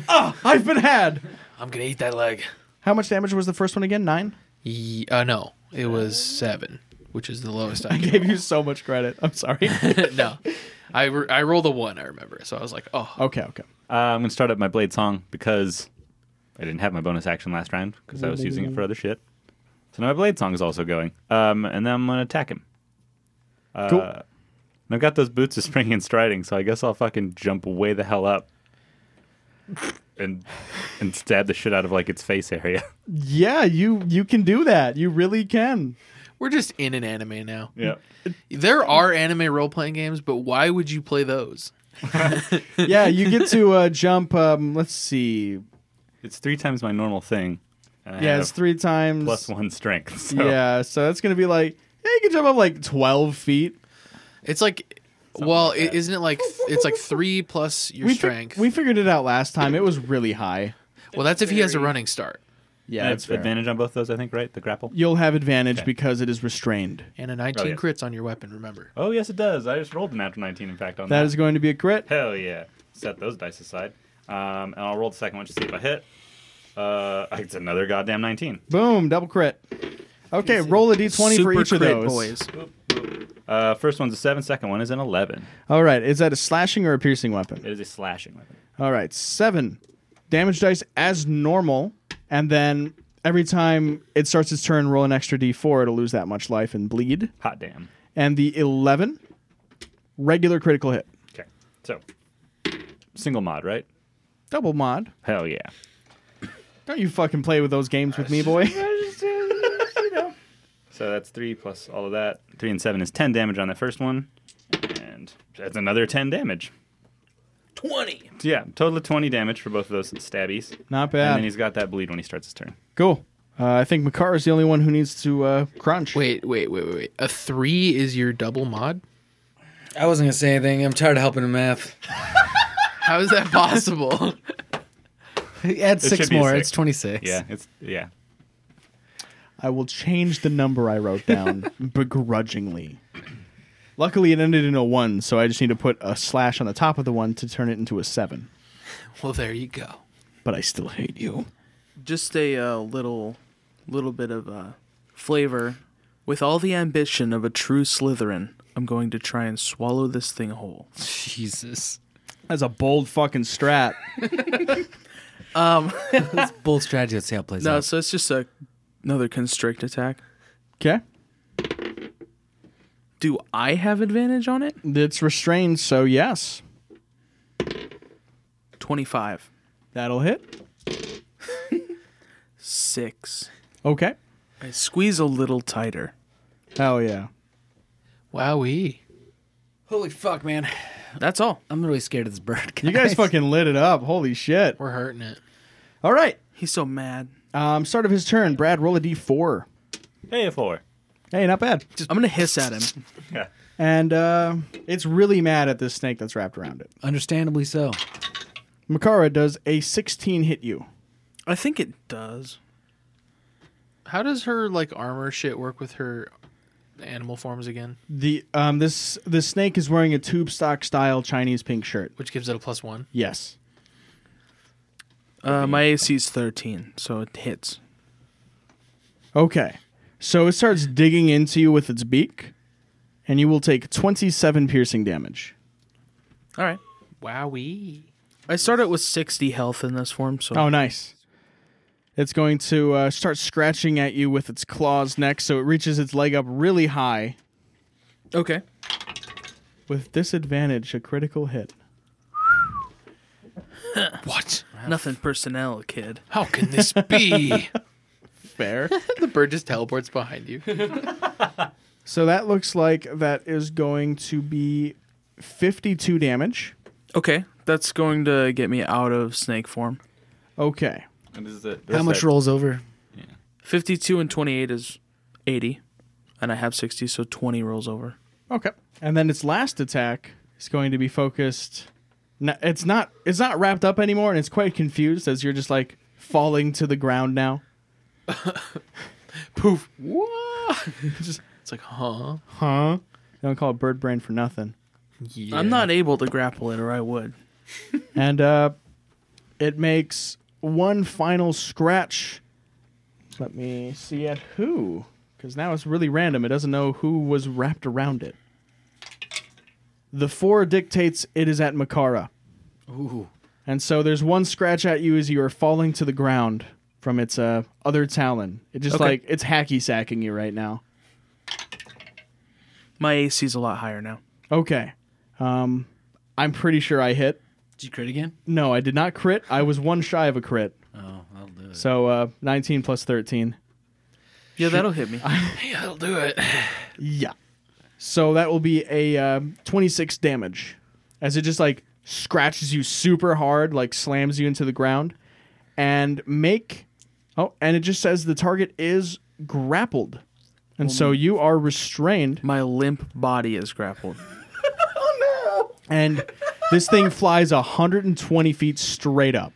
S2: I've been had.
S5: I'm going to eat that leg.
S2: How much damage was the first one again? Nine?
S5: Ye- uh, no. It was 7, which is the lowest I
S2: I
S5: can
S2: gave
S5: roll.
S2: you so much credit. I'm sorry.
S5: no. I, re- I rolled a 1, I remember. So I was like, oh.
S2: okay, okay.
S4: Uh, I'm gonna start up my blade song because I didn't have my bonus action last round because I was using it for other shit. So now my blade song is also going. Um, and then I'm gonna attack him. Uh,
S2: Cool.
S4: And I've got those boots of spring and striding, so I guess I'll fucking jump way the hell up. And and stab the shit out of like its face area.
S2: Yeah, you you can do that. You really can.
S5: We're just in an anime now.
S4: Yeah.
S5: There are anime role playing games, but why would you play those?
S2: Yeah, you get to uh, jump. Um, let's see.
S4: It's three times my normal thing. And I
S2: Yeah,
S4: have
S2: it's three times.
S4: plus one strength. So
S2: Yeah, so that's gonna be like yeah, you can jump up like twelve feet.
S5: It's like, well, is isn't it like it's like three plus your
S2: we fi-
S5: strength?
S2: we figured it out last time. It was really high.
S5: well, that's if he has a running start
S2: Yeah,
S4: I
S2: that's
S4: have
S2: fair.
S4: advantage on both those, I think, right? The grapple.
S2: You'll have advantage
S4: Okay.
S2: because it is restrained.
S5: and a 19
S4: Oh, yeah.
S5: crits on your weapon. Remember,
S4: Oh yes, it does. I just rolled an after nineteen. In fact, on that,
S2: That is going to be a crit.
S4: hell yeah. Set those dice aside, um, and I'll roll the second one to see if I hit. Uh, it's another goddamn nineteen.
S2: Boom, double crit. Okay, roll a d20 for
S6: Super
S2: each of
S6: crit
S2: those.
S6: boys.
S4: Uh, first one's a seven. Second one is an eleven.
S2: All right, is that a slashing or a piercing
S4: It
S2: weapon?
S4: is a slashing weapon.
S2: All right, seven damage dice as normal, and then every time it starts its turn, roll an extra d4. It'll lose that much life and bleed.
S4: Hot damn.
S2: And the 11 regular critical hit,
S4: Okay, so single mod, right?
S2: double mod.
S4: Hell yeah.
S2: Don't you fucking play with those games with me, boy.
S4: So that's three plus all of that. Three and seven is ten damage on the first one, and that's another ten damage. Twenty. Yeah, total of twenty damage for both of those stabbies.
S2: Not
S4: And
S2: bad.
S4: then he's got that bleed when he starts his turn.
S2: cool. Uh, I think Makar is the only one who needs to uh, crunch.
S5: wait, wait, wait, wait, wait. A three is your double mod.
S3: I wasn't gonna say anything. I'm tired of helping in math.
S5: How is that possible?
S3: Add six
S4: should be a
S3: more.
S4: six.
S3: It's twenty six.
S4: Yeah, it's yeah.
S2: I will change the number I wrote down begrudgingly. Luckily, it ended in a one, so I just need to put a slash on the top of the one to turn it into a seven.
S5: well, there you go.
S2: But I still hate you.
S6: just a uh, little little bit of uh, flavor with all the ambition of a true slytherin i'm going to try and swallow this thing whole
S3: Jesus.
S2: That's a bold fucking strat.
S3: Bold strategy. Let's see how it plays
S6: no
S3: out.
S6: so it's just a, another constrict attack
S2: Okay.
S6: do i have advantage on it
S2: It's restrained, so yes.
S6: 25
S2: That'll hit.
S6: 6
S2: Okay.
S6: i squeeze a little tighter
S2: Hell yeah.
S5: Wowee.
S3: Holy fuck, man!
S6: that's all
S3: I'm really scared of this bird.
S2: You guys fucking lit it up. Holy shit.
S5: We're hurting it.
S2: All right.
S6: he's so mad
S2: Um, start of his turn. Brad, roll a d4.
S4: Hey, a four.
S2: Hey, not bad.
S6: i'm gonna hiss at him
S2: And uh, it's really mad at this snake that's wrapped around it.
S3: Understandably so.
S2: Makara, does a 16 hit you?
S6: i think it does
S5: How does her like armor shit work with her animal forms again?
S2: The um this the snake is wearing a tube stock style Chinese pink shirt.
S5: Which gives it a plus one.
S2: Yes.
S6: uh, my ac is 13 so it hits
S2: Okay. So it starts digging into you with its beak, and you will take twenty seven piercing damage.
S6: all right
S5: Wowee.
S6: i started with 60 health in this form so
S2: Oh, nice. It's going to uh, start scratching at you with its claws next, so it reaches its leg up really high
S6: okay
S2: with disadvantage, a critical hit.
S5: What?
S6: nothing personnel kid
S5: How can this be?
S2: Fair.
S5: the bird just teleports behind you.
S2: so that looks like that is going to be fifty two damage.
S6: Okay, that's going to get me out of snake form.
S2: Okay.
S4: What is it?
S3: How much rolls over?
S6: 52 and 28 is 80, and I have 60, so 20 rolls over.
S2: Okay. And then its last attack is going to be focused. No, it's not. It's not wrapped up anymore, and it's quite confused as you're just like falling to the ground now.
S5: Poof. Whoa. Just- it's like, huh?
S2: Huh? They don't call it bird brain for nothing.
S5: Yeah.
S6: I'm not able to grapple it, or I would.
S2: And uh, it makes one final scratch. Let me see at who, because now it's really random. It doesn't know who was wrapped around it. The four dictates it is at Makara.
S3: Ooh.
S2: And so there's one scratch at you as you are falling to the ground from its uh, other talon. It just
S6: Okay.
S2: like it's hacky sacking you right now.
S6: My AC's a lot higher now.
S2: Okay. Um, I'm pretty sure I hit.
S3: Did you crit again?
S2: No, I did not crit. I was one shy of a crit.
S3: Oh, I'll do it.
S2: So uh, 19 plus 13.
S6: Yeah, that'll hit me.
S5: Yeah, I'll do it.
S2: Yeah. So that will be a uh, 26 damage as it just like scratches you super hard, like slams you into the ground. And make. Oh, and it just says the target is grappled. And so you are restrained.
S6: My limp body is grappled.
S2: And this thing flies 120 feet straight up.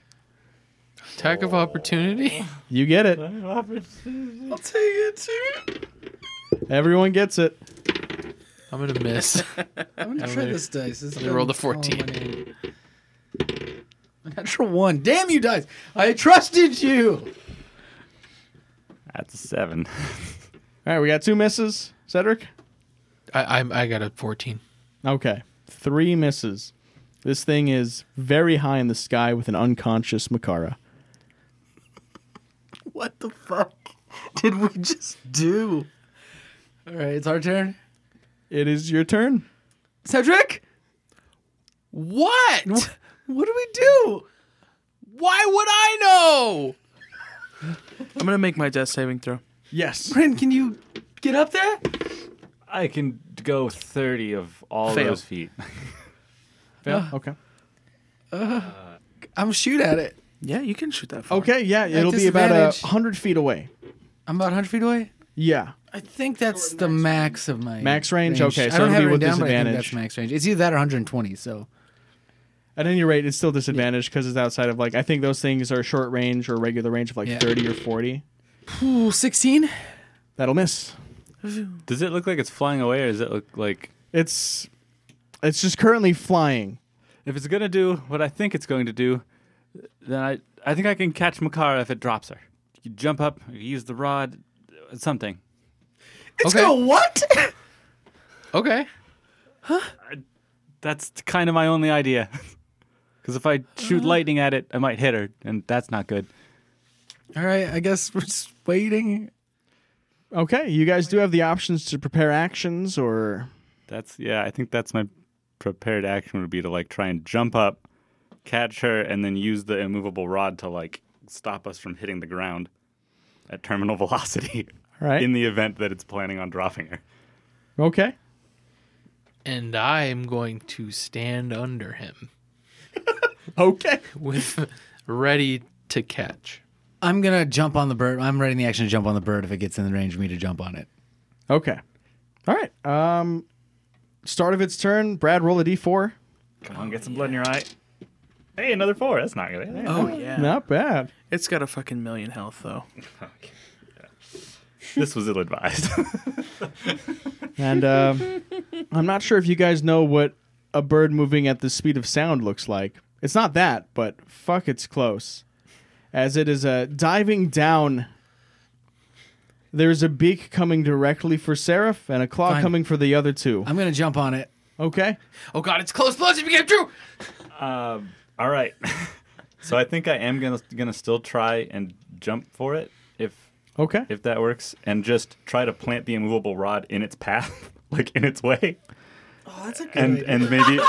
S5: Attack of opportunity.
S2: You get it.
S5: I'll take it too.
S2: Everyone gets it.
S5: I'm gonna miss.
S3: I'm gonna try
S5: Emily-
S3: this dice. This
S5: Emily rolled a
S3: doesn't- oh,
S5: 14.
S3: my name. A natural one. Damn you, dice! I trusted you.
S4: That's a seven.
S2: All right, we got two misses. Cedric?
S5: I, I I got a 14.
S2: Okay. Three misses. This thing is very high in the sky with an unconscious Makara.
S3: What the fuck did we just do? All right, it's our turn.
S2: It is your turn.
S3: Cedric,
S5: What?
S3: what do we do?
S5: Why would I know?
S6: I'm gonna make my death saving throw.
S2: Yes.
S3: Bryn, can you get up there?
S4: I can go 30 of all
S6: Fail.
S4: those feet.
S2: Oh, Okay.
S3: I'm gonna shoot at it.
S6: Yeah, you can shoot that. Far.
S2: Okay, yeah, it'll be about a
S3: disadvantage.
S2: 100 feet away.
S3: I'm about 100 feet away.
S2: Yeah.
S3: I think that's the max of my
S2: Max range? Okay, so
S3: I don't
S2: it'll
S3: have
S2: be
S3: it
S2: with
S3: written down, but I think
S2: disadvantage.
S3: that's max range. It's either that or 120. So
S2: At any rate, it's still disadvantaged because it's outside of like, I think those things are short range or regular range of like
S3: Yeah.
S2: 30 or 40.
S3: Ooh, 16.
S2: That'll miss.
S4: Does it look like it's flying away, or does it look like
S2: It's. It's just currently flying.
S4: if it's gonna do what I think it's going to do, then I I think I can catch Makara if it drops her. You jump up, you use the rod, something.
S3: It's
S5: Okay.
S3: going what?
S5: Okay.
S4: That's kind of my only idea. Because if I shoot
S3: Uh-huh.
S4: lightning at it, I might hit her, and that's not good.
S3: All right, I guess we're just waiting.
S2: Okay, you guys do have the options to prepare actions or.
S4: That's yeah. I think that's my prepared action would be to like try and jump up, catch her, and then use the immovable rod to like stop us from hitting the ground at terminal velocity.
S2: All right.
S4: In the event that it's planning on dropping her.
S2: okay.
S5: And I am going to stand under him
S2: Okay.
S5: with ready to catch.
S3: I'm gonna jump on the bird. I'm ready in the action to jump on the bird if it gets in the range for me to jump on it.
S2: Okay. All right. Um, start of its turn. Brad, roll a d4.
S4: Come on, get some blood in your eye. Hey, another four. That's not good.
S6: Oh yeah.
S2: Not bad.
S6: It's got a fucking million health though.
S4: This was ill advised.
S2: And um, I'm not sure if you guys know what a bird moving at the speed of sound looks like. It's not that, but fuck, it's close. As it is uh, diving down. There's a beak coming directly for Seraph and a claw
S3: Fine.
S2: coming for the other two.
S3: I'm gonna jump on it.
S2: Okay.
S5: Oh god, it's close, close. It became true.
S4: um, all right. so I think I am gonna gonna still try and jump for it if
S2: Okay.
S4: if that works, and just try to plant the immovable rod in its path, like in its way,
S3: Oh, that's a good
S4: and and maybe,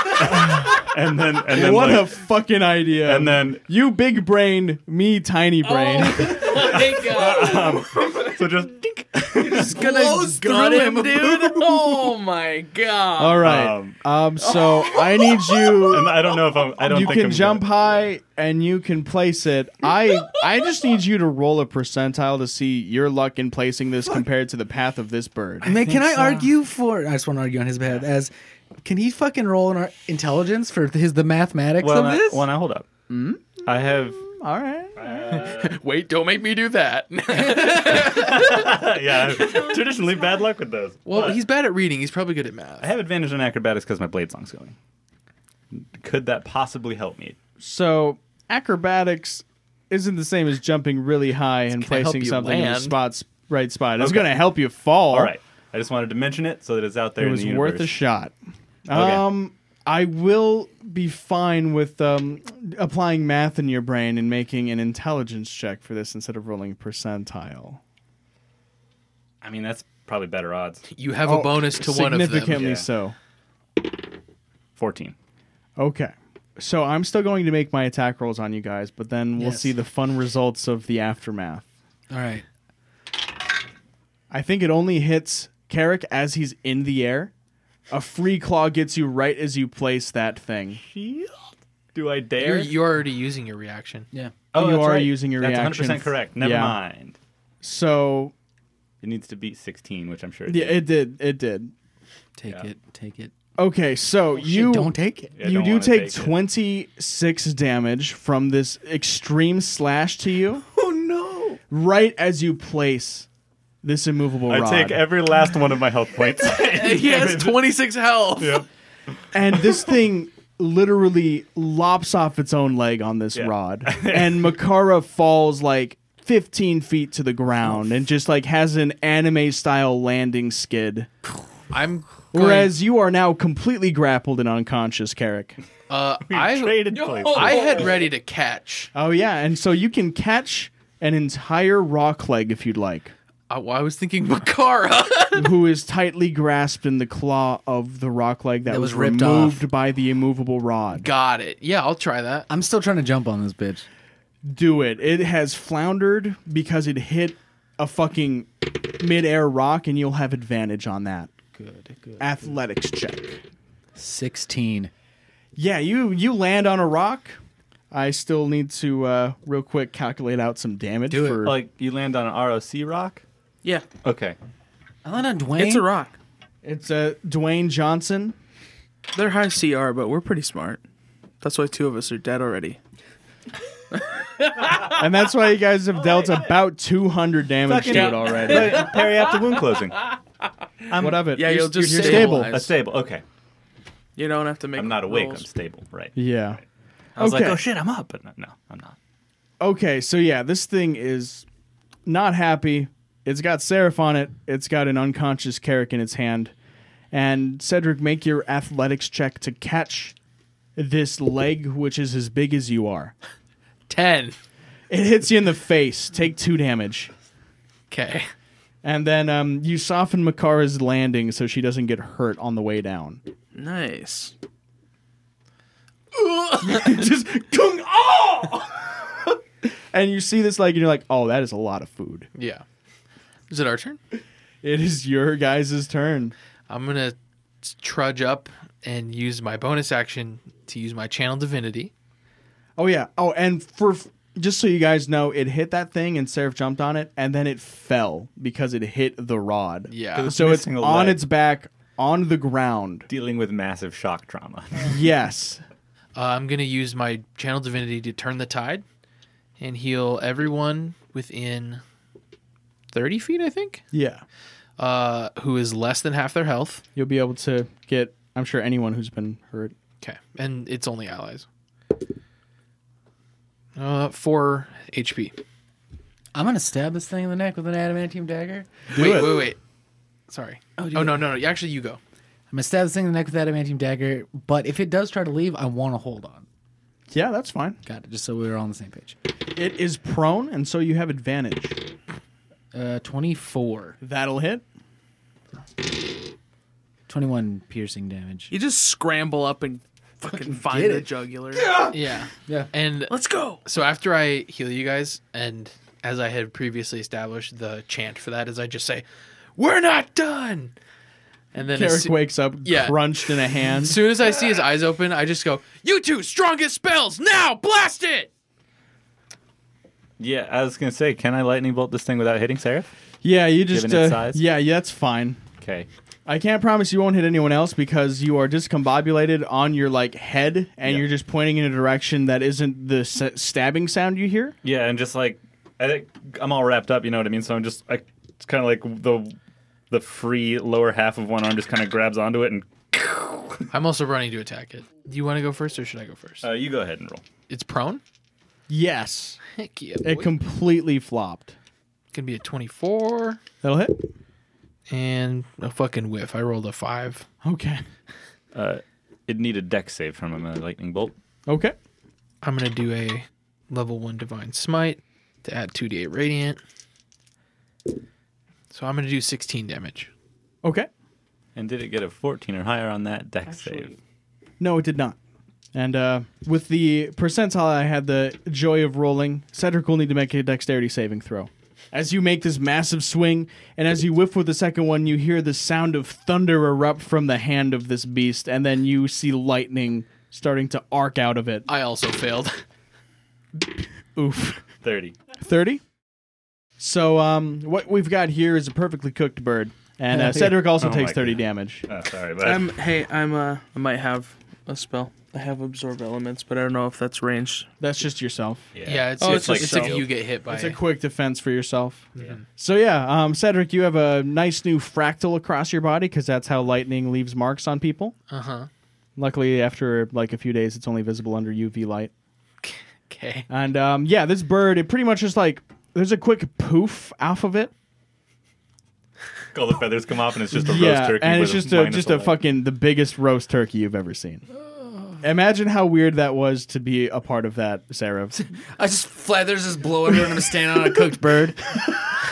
S4: and then and then
S2: what
S4: like-
S2: a fucking idea.
S4: and then
S2: you big brain, me tiny brain.
S5: Thank God.
S4: so just dink.
S6: Just gonna gut him, dude.
S5: Oh my god.
S2: All right. Um,
S4: Um,
S2: so I need you
S4: and I don't know if I'm. I don't.
S2: you
S4: think
S2: can
S4: I'm
S2: jump
S4: gonna-
S2: high and you can place it. I I just need you to roll a percentile to see your luck in placing this compared to the path of this bird.
S3: Man, can I argue for? I just want to argue on his behalf. As can he fucking roll in our intelligence for his the mathematics
S4: Well,
S3: of
S4: now-
S3: this? Hmm?
S4: well, now hold up. I have.
S2: All right.
S5: Wait, don't make me do that.
S4: Yeah, I have traditionally bad luck with those.
S5: well,
S4: but
S5: he's bad at reading. He's probably good at
S4: I
S5: math.
S4: have advantage on acrobatics because my blade song's going. Could that possibly help me?
S2: So acrobatics isn't the same as jumping really high and
S5: gonna help
S2: placing
S5: you
S2: something in the
S5: land.
S2: spots right spot. It's
S4: Okay.
S2: going to help you fall.
S4: All right. I just wanted to mention it so that it's out there.
S2: It
S4: in
S2: was
S4: the
S2: worth a
S4: universe.
S2: shot.
S4: Okay.
S2: Um I will be fine with um, applying math in your brain and making an intelligence check for this instead of rolling percentile.
S4: I mean, that's probably better odds.
S5: You have
S2: Oh,
S5: a bonus to one of them.
S2: Significantly
S4: Yeah.
S2: so.
S4: 14.
S2: Okay. So I'm still going to make my attack rolls on you guys, but then we'll
S3: Yes.
S2: see the fun results of the aftermath.
S3: All right.
S2: I think it only hits Carrick as he's in the air. A free claw gets you right as you place that thing.
S4: Do I
S5: You're,
S4: dare?
S5: you're already using your reaction.
S3: Yeah.
S2: you
S4: Oh, that's
S2: are
S4: right.
S2: using your
S4: that's
S2: reaction.
S4: 100% correct. Never
S2: Yeah.
S4: mind.
S2: So
S4: It needs to beat 16, which I'm sure it
S2: yeah,
S4: did.
S2: it did. It did.
S3: Take
S4: Yeah.
S3: it. Take it.
S2: Okay, so you
S3: don't take it.
S4: Yeah,
S2: you
S4: don't
S2: do
S4: wanna
S2: take,
S4: take it.
S2: 26 damage from this extreme slash to you. Oh no! Right as you place this immovable
S4: I
S2: rod,
S4: take every last one of my health points.
S5: He has 26 health.
S2: and this thing literally lops off its own leg on this
S4: Yeah.
S2: rod, and Makara falls like 15 feet to the ground and just like has an anime style landing skid.
S5: I'm going,
S2: Whereas you are now completely grappled and unconscious, Carrick.
S5: uh, I,
S4: Traded places.
S5: I had ready to catch.
S2: Oh yeah, and so you can catch an entire rock leg if you'd like,
S5: I, I was thinking Makara.
S2: who is tightly grasped in the claw of the rock leg that,
S3: That
S2: was,
S3: was ripped
S2: removed by the immovable rod.
S5: Got it. Yeah, I'll try that.
S3: I'm still trying to jump on this bitch.
S2: Do it. It has floundered because it hit a fucking midair rock, and you'll have advantage on that.
S3: Good. Good.
S2: Athletics check.
S3: Sixteen.
S2: Yeah, you you land on a rock. I still need to uh, real quick calculate out some damage
S3: Do it. Oh,
S2: for
S4: like, you land on an ROC rock?
S6: Yeah,
S4: Okay.
S3: I landed on Dwayne.
S6: it's a rock.
S2: it's uh, Dwayne Johnson.
S6: They're high CR, but we're pretty smart. That's why two of us are dead already.
S2: and that's why you guys have dealt about 200 damage to it already.
S4: But parry after wound closing.
S2: what of it?
S6: Yeah, you'll just
S2: you're
S6: stabilize.
S2: stable.
S4: A stable. Okay.
S6: You don't have to make.
S4: I'm not awake.
S6: rolls.
S4: I'm stable. Right.
S2: Yeah.
S4: I was
S2: Okay.
S4: like, oh shit, I'm up. But no, no I'm not.
S2: Okay, so yeah, this thing is not happy. It's got Seraph on it. It's got an unconscious Carrick in its hand. And Cedric, make your athletics check to catch this leg, which is as big as you are.
S5: 10.
S2: It hits you in the face. Take two damage.
S5: Okay.
S2: And then um, you soften Makara's landing so she doesn't get hurt on the way down.
S6: Nice.
S2: just kung oh! and you see this like and you're like, oh, that is a lot of food.
S5: Yeah. Is it our turn?
S2: It is your guys' turn.
S5: I'm gonna trudge up and use my bonus action to use my channel divinity.
S2: Oh yeah. Oh, and for just so you guys know, it hit that thing and Seraph jumped on it, and then it fell because it hit the rod.
S5: Yeah. It was
S2: So it's
S4: missing a
S2: on
S4: leg.
S2: its back on the ground.
S4: Dealing with massive shock trauma.
S2: Yes.
S5: Uh, I'm gonna use my channel divinity to turn the tide and heal everyone within 30 feet, I think,
S2: Yeah.
S5: uh, who is less than half their health.
S2: You'll be able to get. I'm sure anyone who's been hurt.
S5: Okay, and it's only allies. Uh, four HP.
S3: I'm gonna stab this thing in the neck with an adamantium dagger.
S5: wait,
S2: it.
S5: wait, wait. Sorry. Oh,
S3: do
S5: no,
S3: it.
S5: no, no, no. Actually, you go.
S3: I'm gonna stab this thing in the neck with an adamantium dagger. But if it does try to leave, I want to hold on.
S2: Yeah, that's fine.
S3: Got it. Just so we were all on the same page.
S2: It is prone, and so you have advantage.
S3: Uh, 24,
S2: That'll hit.
S3: 21 piercing damage.
S6: You just scramble up and fucking find
S3: get
S6: the
S3: it.
S6: jugular.
S5: Yeah.
S3: Yeah.
S5: And
S6: Let's go.
S5: So after I heal you guys, and as I had previously established, the chant for that is I just say, "We're not done," and then as,
S2: Carrick
S5: soo-
S2: wakes up
S5: Yeah.
S2: crunched in a hand.
S5: as soon as I see his eyes open, I just go, "You two strongest spells now, blast it!"
S4: yeah, I was gonna say, can I lightning bolt this thing without hitting Seraph?
S2: Yeah, you just.
S4: Given its
S2: uh,
S4: size?
S2: Yeah, yeah, that's fine.
S4: Okay.
S2: I can't promise you won't hit anyone else because you are discombobulated on your like head, and
S4: Yeah.
S2: you're just pointing in a direction that isn't the s- stabbing sound you hear.
S4: Yeah, and just like I think I'm all wrapped up, you know what I mean? So I'm just like it's kind of like the the free lower half of one arm just kind of grabs onto it and
S5: I'm also running to attack it. Do you want to go first, or should I go first?
S4: uh, you go ahead and roll.
S5: it's prone.
S2: Yes,
S5: Heck yeah,
S2: it
S5: boy.
S2: completely flopped.
S5: can be a 24
S2: That'll hit.
S5: and a fucking whiff. I rolled a five.
S2: Okay.
S4: it needed deck save from him, a lightning bolt.
S2: Okay.
S5: I'm gonna do a level one divine smite to add two d8 radiant. So I'm gonna do 16 damage.
S2: Okay.
S4: And did it get a 14 or higher on that deck save?
S2: No, it did not. And uh, with the percentile, I had the joy of rolling. Cedric will need to make a dexterity saving throw. As you make this massive swing, and as you whiff with the second one, you hear the sound of thunder erupt from the hand of this beast, and then you see lightning starting to arc out of it.
S5: I also failed.
S2: Oof.
S4: 30.
S2: 30. So um, what we've got here is a perfectly cooked bird, and uh, Cedric also
S4: Oh
S2: takes
S4: my
S2: 30
S4: God.
S2: damage.
S4: Oh, sorry, but
S2: Um,
S6: I'm hey, I'm uh I might have a spell. I have absorb elements, but I don't know if that's ranged.
S2: That's just yourself.
S5: Yeah, it's,
S6: Oh,
S5: it's,
S6: it's
S5: like
S6: just
S5: it's if
S6: so-
S5: you get hit by
S2: It's a
S5: it. Mm-hmm.
S2: quick defense for yourself. So yeah, um, Cedric, you have a nice new fractal across your body because that's how lightning leaves marks on people.
S5: Uh huh.
S2: Luckily, after like a few days, it's only visible under UV light.
S5: Okay.
S2: And um, yeah, this bird, it pretty much just like there's a quick poof off of it.
S4: all the feathers come off and it's just a roast
S2: yeah,
S4: turkey.
S2: and it's
S4: with
S2: just a
S4: minus
S2: just a
S4: 11.
S2: fucking the biggest roast turkey you've ever seen. Imagine how weird that was to be a part of that, Sarah.
S5: I just feathers just blow everyone. I'm standing on a cooked bird.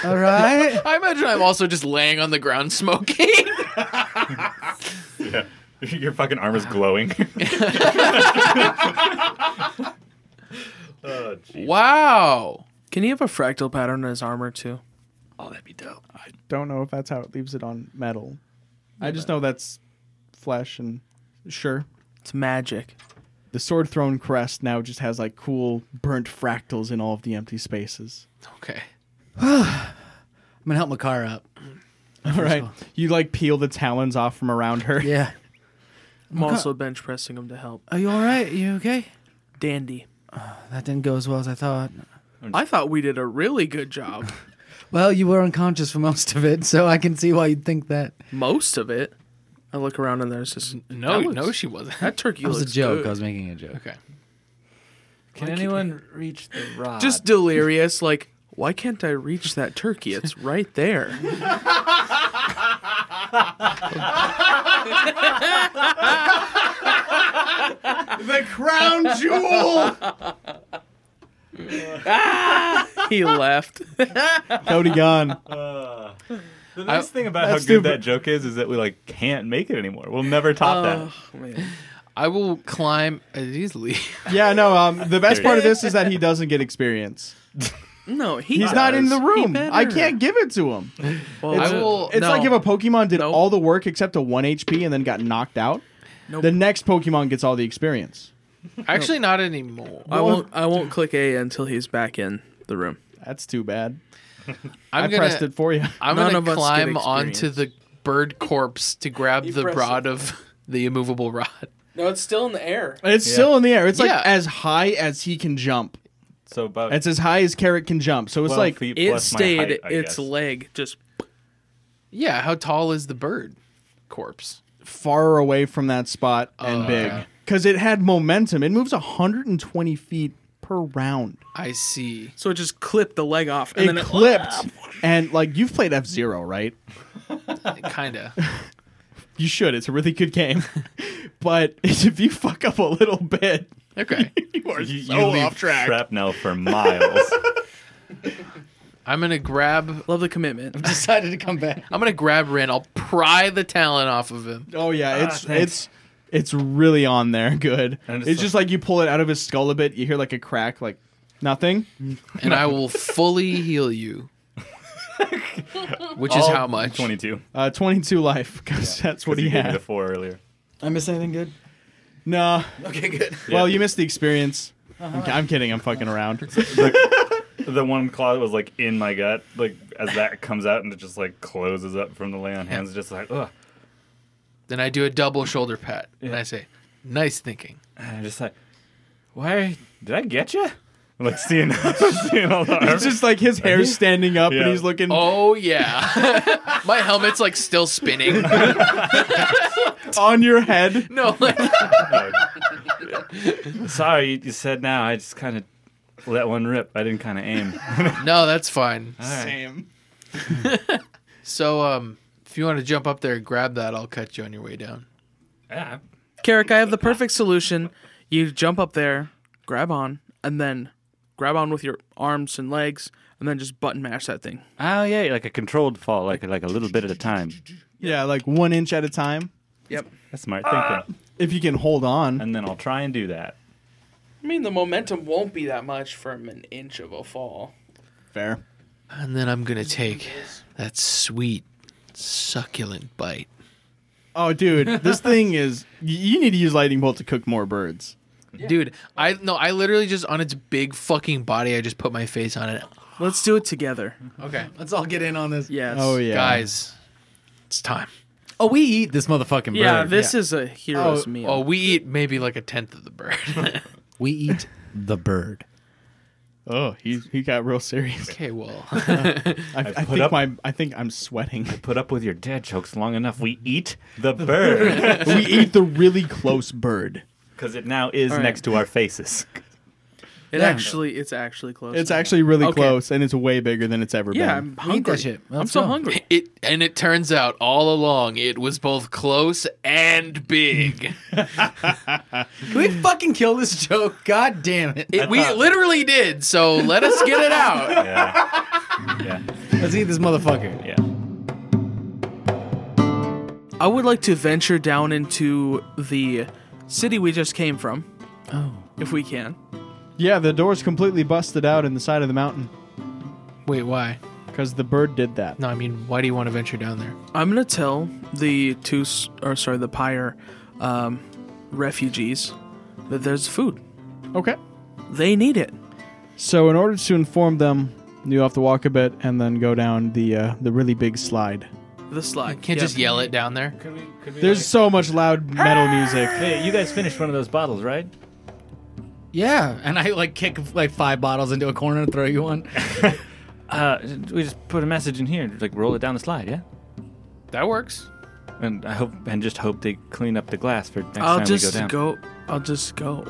S3: All right.
S5: I imagine I'm also just laying on the ground smoking.
S4: Your fucking arm is glowing. oh, gee.
S5: wow.
S6: Can he have a fractal pattern on his armor too?
S5: Oh, that'd be dope.
S2: Don't know if that's how it leaves it on metal. I just know that's flesh and sure.
S6: It's magic.
S2: the sword throne crest now just has like cool burnt fractals in all of the empty spaces.
S5: Okay.
S3: I'm gonna help Makara up.
S2: All right, you like peel the talons off from around her.
S3: Yeah.
S6: I'm also bench pressing him to help.
S3: Are you all right? You okay?
S6: Dandy.
S3: That didn't go as well as I thought.
S6: I thought we did a really good job.
S3: Well, you were unconscious for most of it, so I can see why you'd think that.
S6: Most of it. I look around and there's just
S5: No,
S6: that looks-
S5: no, she wasn't.
S6: That turkey
S3: It was a
S6: looks
S3: joke.
S6: good.
S3: I was making a joke.
S5: Okay.
S8: Can anyone reach the rod?
S6: just delirious. Like, why can't I reach that turkey? It's right there.
S2: The crown jewel.
S6: he left.
S2: Cody gone.
S4: Uh, The nice thing about how good
S2: that's
S4: that joke is is that we like can't make it anymore. We'll never top that.
S5: I will climb uh, as easily.
S2: Yeah, no. Um, the best
S4: There
S2: part
S4: you
S2: of this is that he doesn't get experience.
S6: No, he
S2: He's not in the
S6: does. He
S2: room.
S6: better.
S2: I can't give it to him.
S6: Well,
S5: I will.
S2: It's
S6: No.
S2: like if a Pokemon did
S6: Nope.
S2: all the work except a one HP and then got knocked out.
S6: Nope.
S2: The next Pokemon gets all the experience.
S5: Actually, not anymore.
S6: I won't. I won't click A until he's back in the room.
S2: That's too bad. i
S5: I'm
S2: pressed
S5: gonna.
S2: it for you.
S5: I'm
S6: None
S5: gonna
S6: of us get
S5: climb onto
S6: experience.
S5: the bird corpse to grab the
S6: pressed
S5: rod of the immovable rod.
S6: No, it's still in the air.
S2: It's still in the air. It's like
S5: Yeah.
S2: as high as he can jump.
S4: So about
S2: It's as high as Carrot can jump. So it's
S4: 12
S2: like
S4: feet
S6: It
S4: plus my
S6: stayed.
S4: height, I
S6: its
S4: guess.
S6: leg just.
S5: Yeah. How tall is the bird corpse?
S2: far away from that spot and
S5: Oh,
S2: big
S5: okay.
S2: because it had momentum. It moves 120 feet per round.
S5: I see.
S6: So it just clipped the leg off, and
S2: It
S6: then it,
S2: clipped, and like you've played F Zero, right?
S5: Kinda.
S2: You should. It's a really good game, but if you fuck up a little bit,
S5: Okay.
S2: you are
S4: you, you
S2: so
S4: leave
S2: off track.
S4: shrapnel for miles.
S5: I'm gonna grab.
S6: love the commitment.
S3: Decided to come back.
S5: I'm gonna grab Ren. I'll pry the talon off of him.
S2: Oh yeah, it's it's it's really on there. Good.
S4: And
S2: It's,
S4: it's
S2: just like you pull it out of his skull a bit. You hear like a crack, like nothing.
S5: and I will fully heal you. Which is how much?
S4: Twenty-two.
S2: Uh, 22 life because that's what
S4: 'Cause
S2: he
S4: you gave me the
S2: had.
S4: four earlier.
S3: I miss anything good?
S2: Nah.
S3: Okay, good.
S2: Well, you missed the experience. I'm, I'm kidding. I'm fucking around.
S4: The one claw that was like in my gut, like as that comes out and it just like closes up from the lay on hands, just like ugh.
S5: Then I do a double shoulder pat and I say, "Nice thinking."
S4: And I'm just like, why did I get you? Like seeing, seeing all the arms.
S2: It's just like his hair's standing up and
S4: Yeah.
S2: he's looking.
S5: Oh yeah, my helmet's like still spinning.
S2: on your head.
S5: No, like,
S4: Sorry, you, you said now. I just kind of let one rip. I didn't kind of aim.
S5: no, that's fine.
S4: All right.
S2: Same.
S5: So um, if you want to jump up there and grab that, I'll cut you on your way down.
S4: Yeah,
S6: Carrick, I have the perfect solution. You jump up there, grab on, and then grab on with your arms and legs, and then just button mash that thing.
S4: Oh yeah, like a controlled fall, like like a little bit at a time.
S2: Yeah, like one inch at a time.
S4: That's smart thinking.
S2: If you can hold on.
S4: And then I'll try and do that.
S6: I mean, the momentum won't be that much from an inch of a fall.
S2: Fair.
S5: And then I'm going to take that sweet, succulent bite.
S2: Oh, dude, this thing is. y- You need to use lightning bolt to cook more birds.
S5: Dude, I no, I literally just on its big fucking body, I just put my face on it.
S6: Let's do it together.
S5: Okay, let's all get in on this.
S6: Yes.
S2: Oh yeah,
S5: Guys, it's time.
S3: Oh, we eat this motherfucking bird.
S6: Yeah, this is a hero's
S2: Oh,
S6: meal.
S5: Oh, we eat maybe like a tenth of the bird.
S3: we eat the bird.
S2: Oh, he he got real serious.
S5: okay, well,
S2: I, I,
S4: put
S2: think
S4: up-
S2: my I think I'm sweating.
S4: Put up with your dad jokes long enough. We eat the bird
S2: we ate the really close bird.
S4: because it now is
S6: right.
S4: next to our faces.
S6: it actually, it's actually close.
S2: It's actually really
S6: Okay.
S2: close, and it's way bigger than it's ever
S6: yeah.
S2: been.
S6: I'm
S3: We eat
S6: hungry.
S3: that shit.
S6: I'm
S3: Let's
S6: so
S3: go.
S6: hungry.
S5: it and it turns out all along it was both close and big.
S3: Can we fucking kill this joke? God damn it.
S5: It, we literally did. So let us get it out.
S4: Yeah, yeah,
S3: Let's eat this motherfucker.
S4: yeah.
S6: I would like to venture down into the city we just came from. Oh. If we can.
S2: Yeah, the door's completely busted out in the side of the mountain
S5: Wait, why?
S2: because the bird did that.
S5: No, I mean, why do you want to venture down there?
S6: I'm gonna tell the two, s- or sorry, the pyre um, refugees that there's food.
S2: Okay.
S6: They need it.
S2: So in order to inform them, you have to walk a bit and then go down the uh, the really big slide.
S6: The slug.
S5: Can't just yell it down there.
S8: Could we, could we
S2: There's so much loud metal music.
S4: Hey, you guys finished one of those bottles, right?
S3: Yeah. And I like kick like five bottles into a corner and throw you one.
S4: Uh, we just put a message in here, like roll it down the slide, yeah.
S5: That works.
S4: And I hope, and just hope they clean up the glass for next
S6: I'll
S4: time
S6: just
S4: we go down.
S6: go. I'll just go.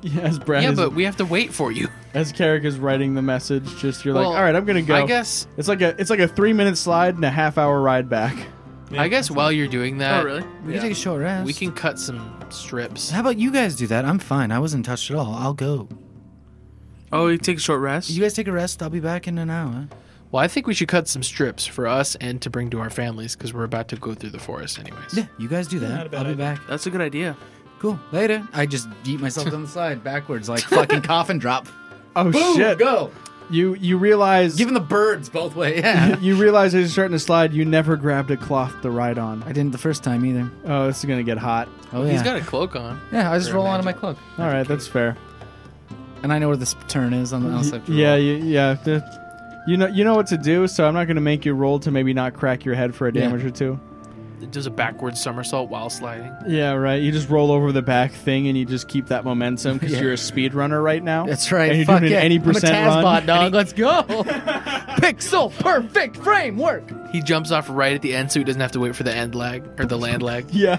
S2: Yeah, as Brad
S5: yeah,
S2: is,
S5: but we have to wait for you.
S2: as Carrick is writing the message, just you're
S5: Well,
S2: like, all right, I'm gonna go.
S5: I guess.
S2: it's like a it's like a three minute slide and a half hour ride back.
S5: I guess while you're doing that,
S6: oh, really?
S3: We can take a short rest.
S5: we can cut some strips.
S3: How about you guys do that? I'm fine. I wasn't touched at all. I'll go.
S6: Oh, you take a short rest?
S3: You guys take a rest. I'll be back in an hour.
S5: Well, I think we should cut some strips for us and to bring to our families because we're about to go through the forest anyways.
S3: Yeah, you guys do that. I'll be back.
S6: That's a good idea.
S3: Cool. Later. I just eat myself on the side backwards, like fucking coffin drop.
S2: Oh
S3: Boom,
S2: shit!
S3: Go.
S2: You you realize
S3: Giving the birds both way. Yeah.
S2: you realize as you're starting to slide, you never grabbed a cloth to ride on.
S3: I didn't the first time either.
S2: Oh, this is gonna get hot.
S3: Oh yeah.
S5: He's got a cloak on.
S3: yeah, I just
S5: Or
S3: roll onto my
S5: magic.
S3: cloak,
S2: All right, that's fair.
S3: and I know where this turn is on the outside.
S2: Yeah, you, yeah. the- you know you know what to do, so I'm not gonna make you roll to maybe not crack your head for a
S3: Yeah.
S2: damage or two.
S5: It does a backward somersault while sliding.
S2: Yeah, right. You just roll over the back thing and you just keep that momentum because
S3: Yeah.
S2: you're a speed runner right now.
S3: That's right.
S2: And you're
S3: Fuck
S2: doing
S3: yeah.
S2: an any percent
S3: I'm a
S2: run.
S3: Tazbot, dog. Let's go. Pixel perfect framework.
S5: He jumps off right at the end so he doesn't have to wait for the end lag or the land lag.
S2: Yeah,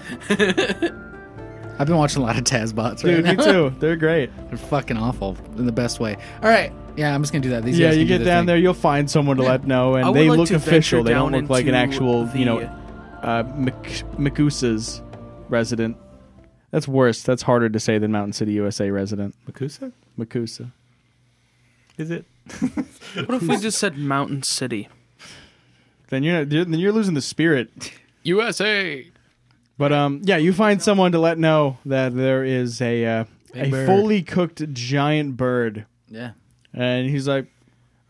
S3: I've been watching a lot of Tazbots. Right
S2: dude, me
S3: now.
S2: too. They're great.
S3: They're fucking awful in the best way. All right. Yeah, I'm just gonna do that. These
S2: yeah,
S3: guys
S2: you
S3: can do
S2: get
S3: their
S2: down
S3: thing.
S2: there, you'll find someone to let know,
S6: I
S2: and
S6: would
S2: they
S6: like
S2: look
S6: to
S2: official.
S6: venture
S2: They don't
S6: down
S2: look like an
S6: into
S2: actual, you know,
S6: the-
S2: uh, Mik- Mikusa's resident. That's worse. That's harder to say than Mountain City, USA resident.
S4: Makusa,
S2: Mikusa.
S4: is it?
S6: What if we just said Mountain City?
S2: Then you're, you're then you're losing the spirit.
S5: USA.
S2: But um, yeah, you find someone to let know that there is a uh,
S3: Big
S2: a
S3: bird.
S2: fully cooked giant bird,
S3: Yeah.
S2: and he's like,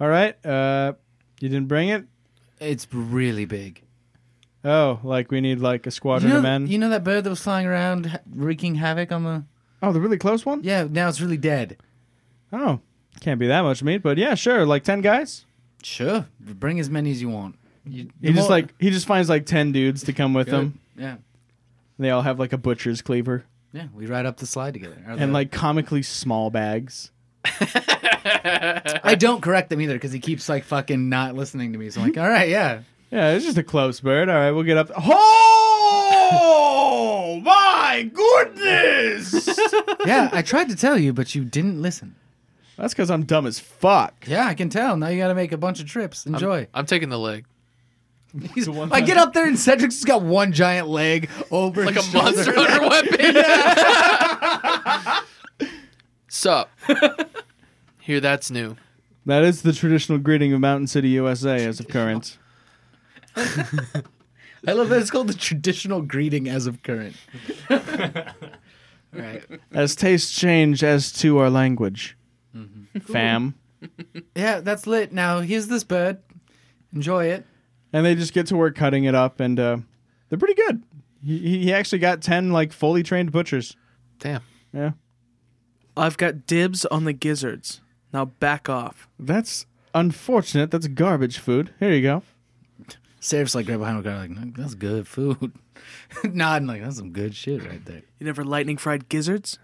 S2: "All right, uh, you didn't bring it.
S3: It's really big.
S2: Oh, like we need like a
S3: You
S2: squadron
S3: know,
S2: of men.
S3: you know that bird that was flying around ha- wreaking havoc on the.
S2: oh, the really close one.
S3: Yeah, now it's really dead.
S2: Oh, can't be that much meat, but yeah, sure, like ten guys.
S3: Sure, bring as many as you want. You,
S2: He
S3: the
S2: just
S3: more-
S2: like he just finds like ten dudes to come with
S3: Good.
S2: him.
S3: yeah,
S2: They all have like a butcher's cleaver
S3: yeah. We ride up the slide together. Or the-
S2: and like comically small bags.
S3: I don't correct him either because he keeps like fucking not listening to me. So I'm like, all right, yeah.
S2: Yeah, it's just a close bird. All right, we'll get up. Oh my goodness!
S3: Yeah, I tried to tell you, but you didn't listen.
S2: That's because I'm dumb as fuck.
S3: Yeah, I can tell. Now you got to make a bunch of trips. Enjoy.
S5: I'm taking the leg.
S3: He's, I get up there and Cedric's just got one giant leg over
S5: like
S3: his
S5: a
S3: shoulder.
S5: monster hunter weapon. Sup? Here, that's new.
S2: That is the traditional greeting of Mountain City, USA, as of current.
S3: I love that it's called the traditional greeting as of current.
S5: All right.
S2: As tastes change, as to our language. Fam.
S3: Yeah, that's lit. Now here's this bird. Enjoy it.
S2: And they just get to work cutting it up, and uh, they're pretty good. He- He, he actually got 10, like, fully trained butchers.
S5: Damn.
S2: Yeah.
S6: I've got dibs on the gizzards. Now back off.
S2: That's unfortunate. That's garbage food. Here you go.
S3: Seriously, like right behind my car, like that's good food. Nodding like that's some good shit right there.
S6: You never lightning fried gizzards?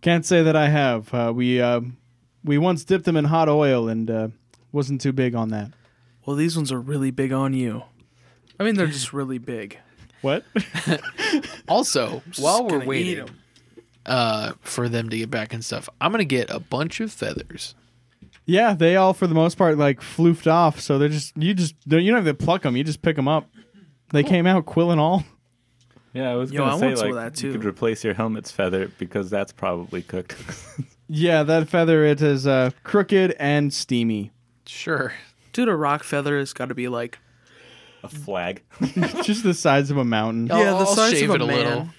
S2: Can't say that I have. Uh, we uh, we once dipped them in hot oil and uh, wasn't too big on that.
S6: Well, these ones are really big on you. I mean, they're just really big.
S2: What?
S5: Also, while we're
S6: gonna eat
S5: waiting
S6: 'em.
S5: uh, for them to get back and stuff, I'm gonna get a bunch of feathers.
S2: yeah, they all for the most part like floofed off. So they're just you just you don't have to pluck them. You just pick them up. They came out quill and all.
S4: Yeah, I was
S6: Yo,
S4: gonna
S6: I
S4: say
S6: want some
S4: like
S6: of that,
S4: you could
S6: too.
S4: replace your helmet's feather because that's probably cooked.
S2: Yeah, that feather it is uh, crooked and steamy.
S5: Sure.
S6: Dude, a rock feather has got to be like
S4: a flag.
S2: just the size of a mountain.
S5: I'll-
S6: yeah, the
S5: I'll
S6: size
S5: shave
S6: of a
S5: it a
S6: man.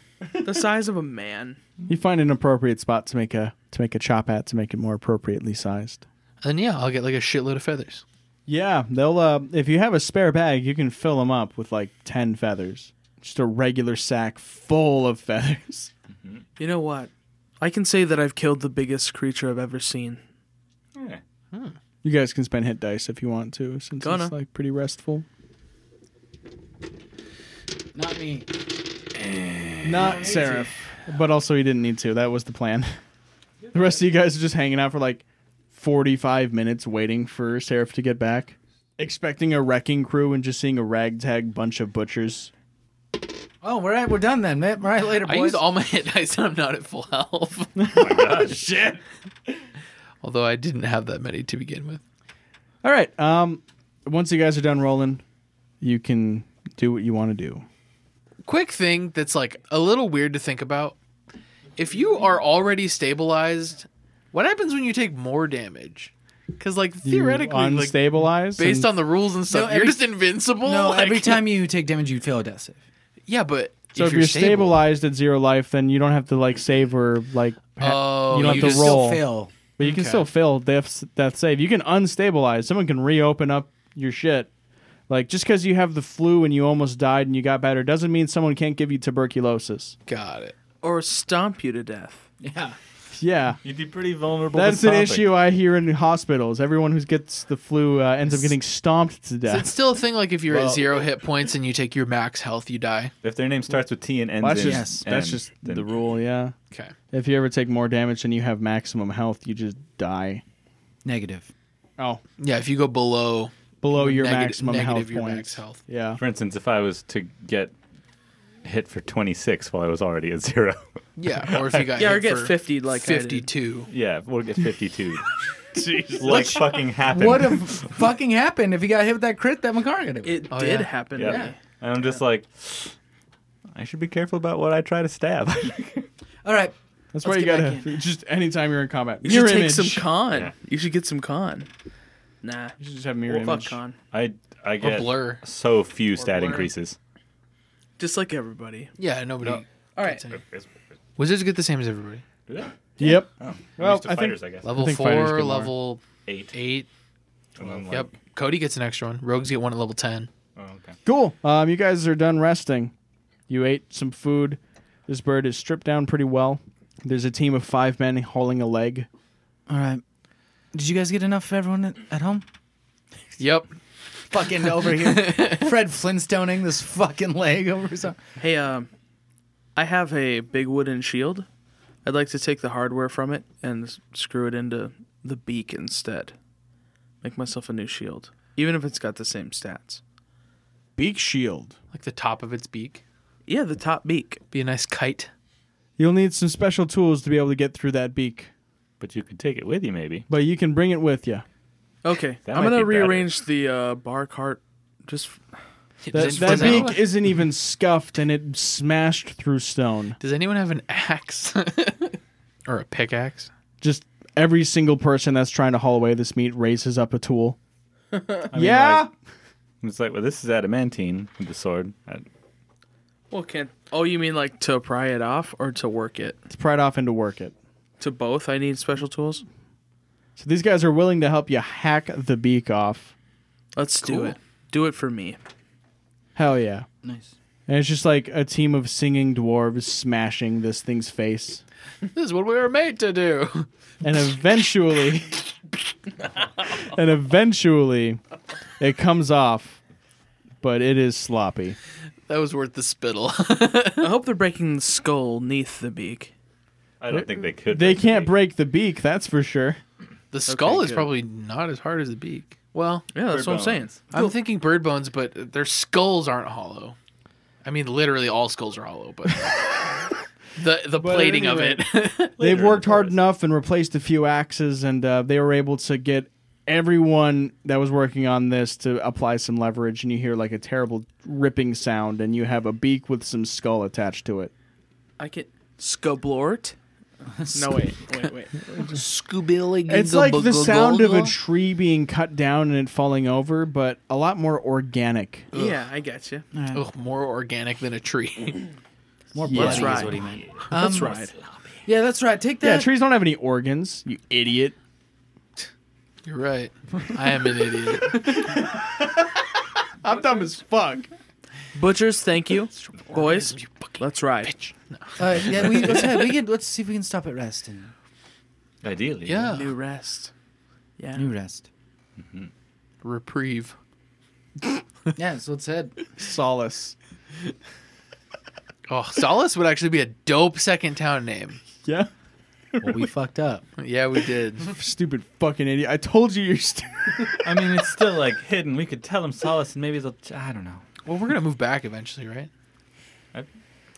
S6: the size of a man.
S2: You find an appropriate spot to make a to make a chop at to make it more appropriately sized.
S5: And yeah, I'll get like a shitload of feathers.
S2: Yeah, they'll. Uh, if you have a spare bag, you can fill them up with like ten feathers. Just a regular sack full of feathers.
S6: You know what? I can say that I've killed the biggest creature I've ever seen.
S4: Yeah.
S2: You guys can spend hit dice if you want to, since
S6: Gonna.
S2: it's like pretty restful.
S3: Not me.
S2: Not Seraph, but also he didn't need to. That was the plan. The rest of you guys are just hanging out for like forty-five minutes, waiting for Seraph to get back, expecting a wrecking crew, and just seeing a ragtag bunch of butchers.
S3: Oh, we're right. We're done then. man. All right, later,
S5: I
S3: boys.
S5: used all my hit dice and I'm not at full health.
S2: Oh, Shit.
S5: Although I didn't have that many to begin with.
S2: All right. Um, once you guys are done rolling, you can do what you want to do.
S5: quick thing that's like a little weird to think about. If you are already stabilized, what happens when you take more damage? Because like theoretically,
S2: you
S5: like
S2: unstabilize
S5: based
S2: and-
S5: on the rules and stuff,
S3: No, every-
S5: you're just invincible.
S3: no,
S5: like-
S3: every time you take damage, you fail a death save.
S5: Yeah, but
S2: so if you're, stabilized at zero life, then you don't have to like save or like
S5: Oh,
S2: you don't
S5: you
S2: have to
S5: just
S3: Still
S2: roll,
S3: fail.
S2: but you can still fail death death save. You can unstabilize. Someone can reopen up your shit. Like just because you have the flu and you almost died and you got better doesn't mean someone can't give you tuberculosis.
S5: got it.
S6: Or stomp you to death.
S3: Yeah.
S2: Yeah.
S4: You'd be pretty vulnerable. to
S2: That's an
S4: stomping.
S2: issue I hear in hospitals. Everyone who gets the flu uh, ends up getting stomped to
S5: Is
S2: death.
S5: it still a thing? Like if you're
S4: Well-
S5: at zero hit points and you take your max health, you die.
S4: If their name starts with T and ends
S2: Well, that's
S4: in
S2: just
S4: N,
S2: that's just
S4: then
S2: the rule, yeah.
S5: Okay,
S2: If you ever take more damage than you have maximum health, you just die.
S3: Negative.
S2: Oh,
S5: yeah. If you go below
S2: below your
S5: neg-
S2: maximum
S5: negative
S2: health
S5: your
S2: points.
S5: max health,
S2: Yeah.
S4: For instance, if I was to get hit for 26 while I was already at zero,
S5: yeah. Or if you got
S6: Yeah, or
S5: hit
S6: get
S5: for
S6: 50 like I did.
S5: 52.
S4: yeah, we'll get 52. Like fucking happened.
S3: What have fucking happened if he got hit with that crit that Makara got hit with?
S6: It
S5: Oh,
S6: did
S5: yeah.
S6: happen.
S4: Yep.
S6: to me.
S4: And I'm just like, I should be careful about what I try to stab.
S3: All right.
S2: That's why
S6: Let's
S2: you
S6: get
S2: gotta
S6: back
S2: just anytime you're in combat.
S6: You
S2: mirror
S6: should
S2: image.
S6: take some con.
S4: Yeah.
S6: You should get some con. Nah.
S2: you should just have mirror
S6: Well, fuck
S2: image.
S6: con.
S4: I I
S5: Or
S4: get
S5: blur.
S4: so few stat
S5: blur.
S4: increases.
S6: Just like everybody.
S5: Yeah, nobody.
S6: All right.
S5: Wizards get the same as everybody.
S2: Yep.
S4: well,
S2: I think-
S4: fighters, I guess.
S5: Level
S2: think fighters
S5: four,
S2: get more.
S5: level
S4: Eight.
S5: eight.
S4: And then, like-
S5: Yep. Cody gets an extra one. Rogues get one at level ten.
S4: Oh, okay.
S2: Cool. Um, you guys are done resting. You ate some food. This bird is stripped down pretty well. There's a team of five men hauling a leg.
S3: All right. Did you guys get enough for everyone at- at home?
S5: Yep.
S3: Fucking over here. Fred Flintstoning this fucking leg over some.
S6: Hey, um, I have a big wooden shield. I'd like to take the hardware from it and s- screw it into the beak instead. Make myself a new shield, even if it's got the same stats.
S2: Beak shield.
S5: Like the top of its beak.
S6: Yeah, the top beak.
S5: Be a nice kite.
S2: You'll need some special tools to be able to get through that beak,
S4: But you could take it with you, maybe.
S2: but you can bring it with you.
S6: Okay,
S4: That
S6: I'm
S4: might
S6: gonna
S4: be better.
S6: rearrange the uh, bar cart Just
S2: That,
S5: does,
S2: that
S5: does anyone,
S2: beak isn't even scuffed and it smashed through stone.
S5: does anyone have an axe or a pickaxe?
S2: Just every single person that's trying to haul away this meat raises up a tool. yeah.
S4: It's like, well, this is adamantine with the sword. I-
S6: well, can oh, you mean like to pry it off or to work it?
S2: It's pried off into work it.
S6: To both, I need special tools.
S2: So these guys are willing to help you hack the beak off.
S6: Let's do
S3: Cool.
S6: it. Do it for me.
S2: Hell yeah.
S3: Nice.
S2: And it's just like a team of singing dwarves smashing this thing's face.
S5: This is what we were made to do.
S2: And eventually and eventually it comes off, but it is sloppy.
S5: That was worth the spittle.
S6: I hope they're breaking the skull neath the beak.
S4: I don't think they could.
S2: They
S4: break the
S2: can't
S4: beak.
S2: break the beak, that's for sure.
S5: The skull is
S6: good.
S5: probably not as hard as the beak. Well,
S6: Yeah, that's
S4: Bird
S6: what I'm saying.
S4: bones.
S5: I'm thinking bird bones, but their skulls aren't hollow. I mean, literally all skulls are hollow, but the the
S2: But at
S5: plating
S2: any
S5: of
S2: rate-
S5: it.
S2: They've worked hard enough and replaced a few axes, and uh, they were able to get everyone that was working on this to apply some leverage. And you hear like a terrible ripping sound, and you have a beak with some skull attached to it.
S6: I can scublort. no wait, wait, wait.
S3: Scoobilly.
S2: It's like the sound of a tree being cut down and it falling over, but a lot more organic.
S6: yeah, I got you.
S5: oh, more organic than a tree.
S3: More
S2: Yeah.
S3: bloody
S2: That's
S3: is
S6: right.
S3: what he meant. Um,
S6: That's right.
S3: Yeah, that's right. Take
S2: Yeah,
S3: that.
S2: trees don't have any organs, you idiot.
S5: You're right. I am an idiot.
S2: I'm dumb as fuck.
S6: Butchers, thank you, boys.
S5: You fucking
S6: Let's ride.
S3: Uh, yeah, we, let's, head. we can, let's see if we can stop at rest and
S4: Ideally.
S5: yeah.
S6: New rest. Yeah.
S3: new rest.
S5: Reprieve.
S3: Yeah, so let's head.
S2: Solace.
S5: Oh, Solace would actually be a dope second town name.
S2: Yeah.
S3: Well, we fucked up.
S5: Yeah, we did.
S2: Stupid fucking idiot. I told you you're stupid.
S4: I mean, it's still like hidden. We could tell them solace, and maybe they'll. I don't know.
S5: Well, we're gonna move back eventually, right?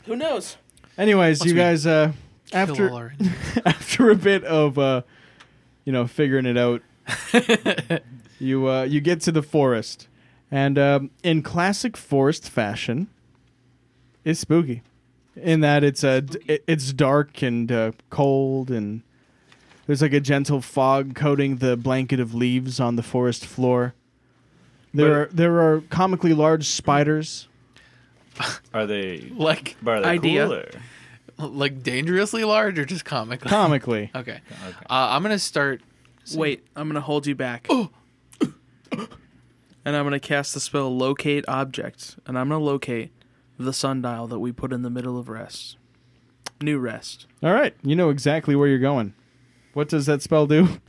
S6: Who knows?
S2: Anyways,
S5: Once
S2: you
S5: we
S2: guys, uh,
S5: Kill
S2: after
S5: all our-
S2: after a bit of uh, you know figuring it out, you uh, you get to the forest, and um, in classic forest fashion, it's spooky, in that it's uh, d- it, it's dark and uh, cold, and there's like a gentle fog coating the blanket of leaves on the forest floor. There are, there are comically large spiders.
S4: Are they?
S5: like,
S4: Are they
S6: Idea.
S4: cooler?
S5: like dangerously large or just comically?
S2: Comically,
S5: Okay. Uh, I'm gonna start.
S6: Wait, I'm gonna hold you back. and I'm gonna cast the spell locate objects, and I'm gonna locate the sundial that we put in the middle of rest. New rest.
S2: all right, you know exactly where you're going. What does that spell do?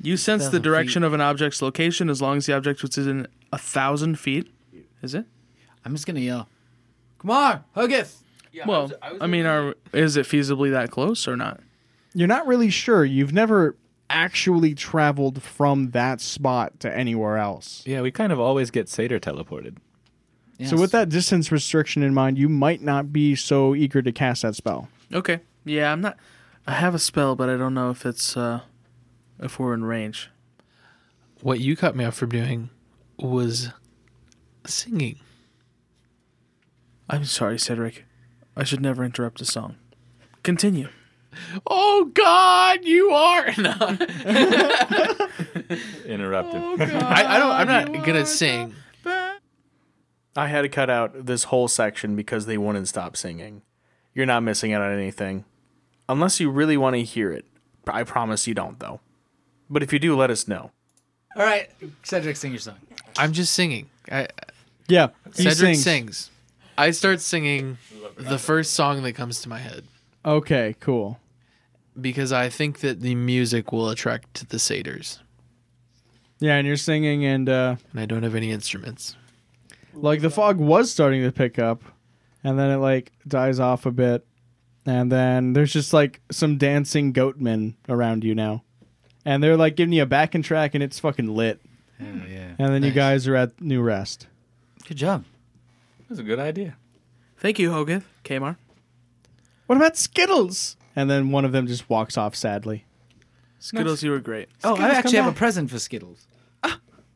S6: You sense the
S3: Thousand
S6: direction of an object's location as long as the object which is in a thousand feet. Is it?
S3: I'm just gonna yell. Come on, Huggeth.
S6: well, I, mean, are is it feasibly that close or not?
S2: you're not really sure. You've never actually traveled from that spot to anywhere else.
S4: Yeah, we kind of always get satyr teleported.
S2: So with that distance restriction in mind, you might not be so eager to cast that spell.
S6: Okay. Yeah, I'm not. I have a spell, but I don't know if it's uh if we're in range.
S5: What you cut me off from doing was singing.
S6: I'm sorry, Cedric. I should never interrupt a song. Continue.
S5: Oh God, you are. No.
S4: Interrupted.
S5: I, I don't. I'm not gonna sing.
S9: I had to cut out this whole section because they wouldn't stop singing. You're not missing out on anything. Unless you really want to hear it. I promise you don't, though. But if you do, let us know.
S3: All right, Cedric, sing your song.
S5: I'm just singing. I,
S2: Yeah,
S5: Cedric sings. I start singing the first song that comes to my head
S2: Okay, cool.
S5: because I think that the music will attract the satyrs,
S2: Yeah, and you're singing, and uh,
S5: and I don't have any instruments.
S2: like the fog was starting to pick up, and then it like dies off a bit, and then there's just like some dancing goatmen around you now, and they're like giving you a backing track, and it's fucking lit.
S4: yeah.
S2: And then you
S5: Nice.
S2: guys are at New Rest.
S3: Good job.
S4: That's a good idea.
S6: Thank you, Hogan. Kmart.
S2: What about Skittles? And then one of them just walks off sadly.
S6: Skittles, you were great.
S3: Oh, I
S9: Skittles,
S3: actually
S9: come
S3: have a
S9: back.
S3: present for Skittles.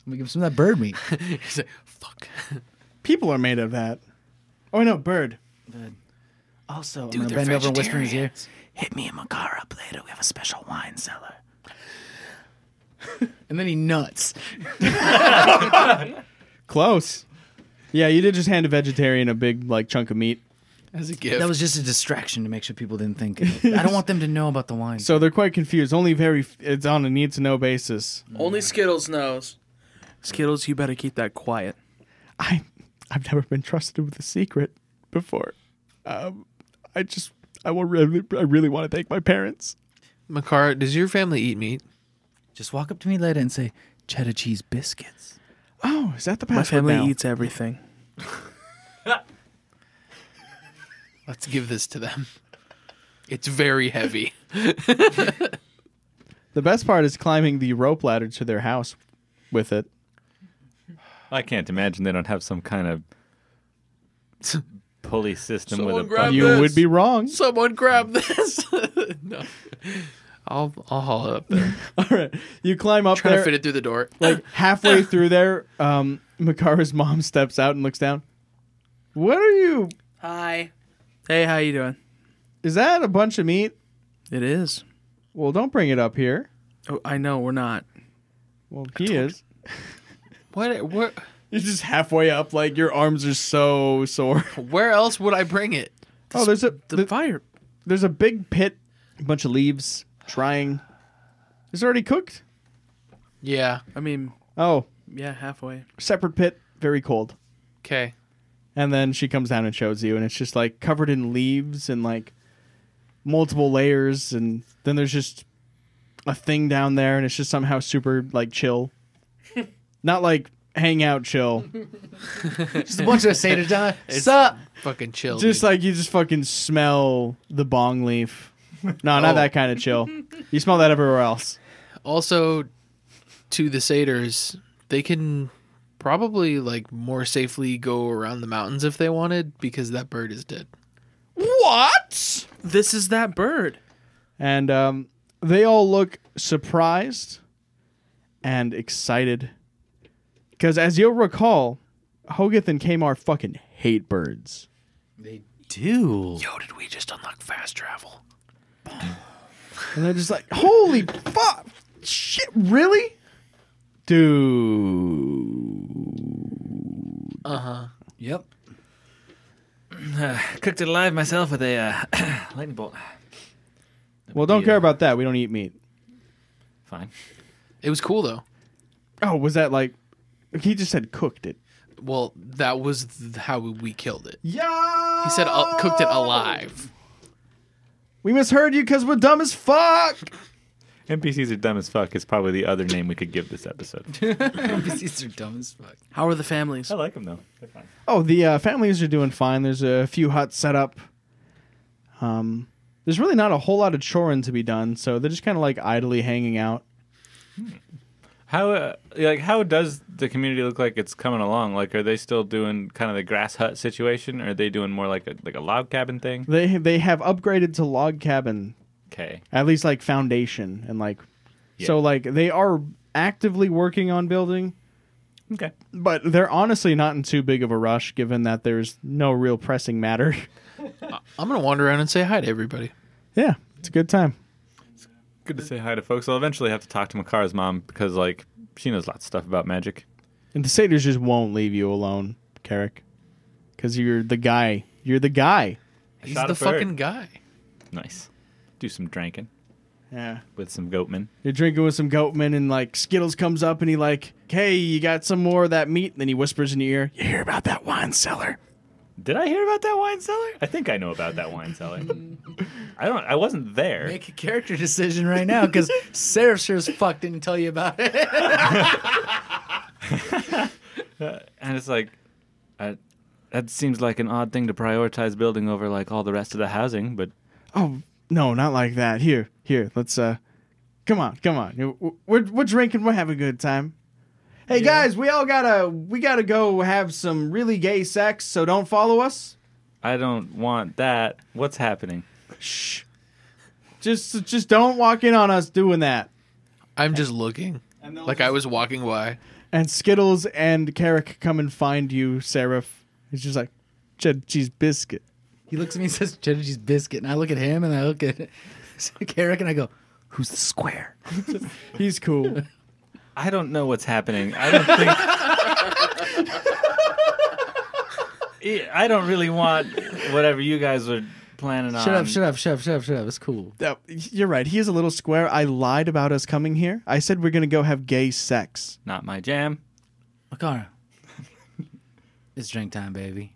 S10: me give some of that bird meat.
S5: He's like, fuck.
S2: People are made of that. Oh no, bird.
S10: Also, I'm
S3: Dude,
S10: gonna
S3: they're
S10: bend over and whisper in his ear.
S3: vegetarians.
S10: Hit me a Macara up later. We have a special wine cellar.
S3: And then he nuts.
S2: Close. Yeah, you did just hand a vegetarian a big like chunk of meat.
S5: As a gift.
S10: That was just a distraction to make sure people didn't think. I don't want them to know about the wine.
S2: So they're quite confused. Only very f- it's on a need to know basis.
S6: Mm. Only Skittles knows. Skittles, you better keep that quiet.
S2: I I've never been trusted with a secret before. Um, I just I will really I really want to thank my parents.
S5: Makara, does your family eat meat?
S10: Just walk up to me later and say, cheddar cheese biscuits.
S2: Oh, is that the
S6: My
S2: password
S6: family
S2: now?
S6: eats everything.
S5: Let's give this to them. It's very heavy.
S2: The best part is climbing the rope ladder to their house with it.
S4: I can't imagine they don't have some kind of pulley system
S5: Someone
S4: with a
S5: grab
S4: button.
S2: you
S5: this.
S2: would be wrong.
S5: Someone grab this. no. I'll I'll haul it up there.
S2: All right, you climb up
S5: Trying to
S2: there.
S5: fit it through the door.
S2: Like halfway through there, um, Makara's mom steps out and looks down. What are you?
S6: Hi. Hey, how you doing?
S2: Is that a bunch of meat?
S6: It is.
S2: Well, don't bring it up here.
S6: Oh, I know we're not.
S2: Well, he is.
S5: What where
S2: You're just halfway up, like your arms are so sore.
S5: where else would I bring it?
S2: Oh, there's a
S6: The
S2: th-
S6: fire.
S2: there's a big pit, a bunch of leaves, trying. It's already cooked.
S5: Yeah.
S6: I mean,
S2: Oh,
S6: yeah, halfway.
S2: separate pit, very cold.
S5: Okay.
S2: And then she comes down and shows you, and it's just like covered in leaves and like multiple layers, and then there's just a thing down there, and it's just somehow super like chill, not like hang out chill,
S10: Just a bunch of us at a time. Sup?
S5: Fucking chill.
S2: just
S5: dude.
S2: like you just fucking smell the bong leaf. No,
S5: Oh.
S2: not that kind of chill. You smell that everywhere else.
S5: also to the satyrs, they can probably like more safely go around the mountains if they wanted because that bird is dead.
S2: What?
S6: This is that bird.
S2: And um, they all look surprised and excited. Because as you'll recall, Hogeth and Kamar fucking hate birds.
S10: Dude.
S5: Yo, did we just unlock fast travel?
S2: And they're just like, holy fuck. Shit, really? Dude.
S5: Uh-huh.
S10: Yep.
S8: Cooked it alive myself with a uh, lightning bolt.
S2: Well, don't
S8: Yeah.
S2: care about that. We don't eat meat.
S4: Fine.
S5: It was cool though.
S2: Oh, was that like. He just said cooked it.
S5: Well, that was th- how we killed it.
S2: Yeah.
S5: He said uh, cooked it alive.
S2: We misheard you because we're dumb as fuck.
S4: NPCs are dumb as fuck is probably the other name we could give this episode.
S10: NPCs are dumb as fuck.
S6: How are the families?
S4: I like them though. They're fine.
S2: Oh, the uh, families are doing fine. There's a few huts set up. Um, there's really not a whole lot of choring to be done, so they're just kind of like idly hanging out.
S4: How uh, like how does the community look like it's coming along? Like, are they still doing kind of the grass hut situation, or are they doing more like a like a log cabin thing?
S2: They they have upgraded to log cabin,
S4: Okay,
S2: at least like foundation and like,
S4: Yeah.
S2: so like they are actively working on building,
S4: okay.
S2: but they're honestly not in too big of a rush given that there's no real pressing matter.
S5: I'm gonna wander around and say hi to everybody.
S2: yeah, it's a good time.
S4: Good to say hi to folks. I'll eventually have to talk to Makara's mom because like she knows lots of stuff about magic.
S2: And the satyrs just won't leave you alone, Carrick, because you're the guy. You're the guy.
S4: I
S5: He's
S4: shot
S5: the
S4: a bird.
S5: fucking guy.
S4: nice. Do some drinking
S2: Yeah.
S4: with some goatmen.
S2: You're drinking with some goatmen, and like Skittles comes up and he like, "Hey, you got some more of that meat?" And then he whispers in your ear, "You hear about that wine cellar?"
S4: Did I hear about that wine cellar? I think I know about that wine cellar. I don't. I wasn't there.
S10: Make a character decision right now because Sarah sure as fuck didn't tell you about it.
S4: and it's like uh, that seems like an odd thing to prioritize building over like all the rest of the housing but
S2: Oh no, not like that. Here, here, let's uh, come on, come on. We're- We're we're drinking. We're having a good time. Hey guys, we all gotta we gotta go have some really gay sex. So don't follow us.
S4: i don't want that what's happening
S2: Just just don't walk in on us doing that.
S5: I'm just looking. Like I was walking by.
S2: And Skittles and Carrick come and find you, Seraph. It's just like cheddar cheese biscuit.
S10: He looks at me and says, cheddar cheese biscuit. And I look at him and I look at Carrick and I go, who's the square?
S2: He's cool.
S4: I don't know what's happening. I don't think. Yeah, I don't really want whatever you guys were planning on.
S10: Shut up, shut up, shut up, shut up, shut up. It's cool.
S2: Uh, You're right. He is a little square. I lied about us coming here. I said we're gonna go have gay sex.
S4: Not my jam.
S10: Makara, it's drink time, baby.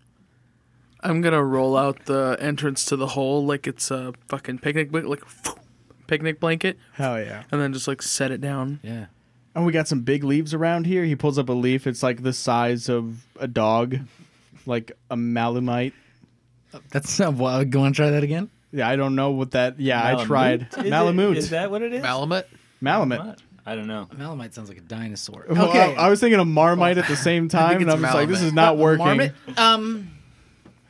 S6: I'm gonna roll out the entrance to the hole like it's a fucking picnic, blan- like picnic blanket,
S2: Hell yeah.
S6: and then just like set it down.
S10: Yeah.
S2: And we got some big leaves around here. He pulls up a leaf. It's like the size of a dog, like a Malamite.
S10: That's not wild. Go on, try that again.
S2: Yeah, I don't know what that. Yeah, I
S4: Malamute?
S2: tried
S4: Is it-
S2: Malamute.
S4: Is that what it is?
S5: Malamut.
S2: Malamute.
S4: I don't know.
S10: Malamite sounds like a dinosaur.
S2: Well, I- I, was thinking of Marmite at the same time, and
S5: it's
S2: I'm just like, this
S5: Malamute.
S2: is not working.
S10: Marmot. Um,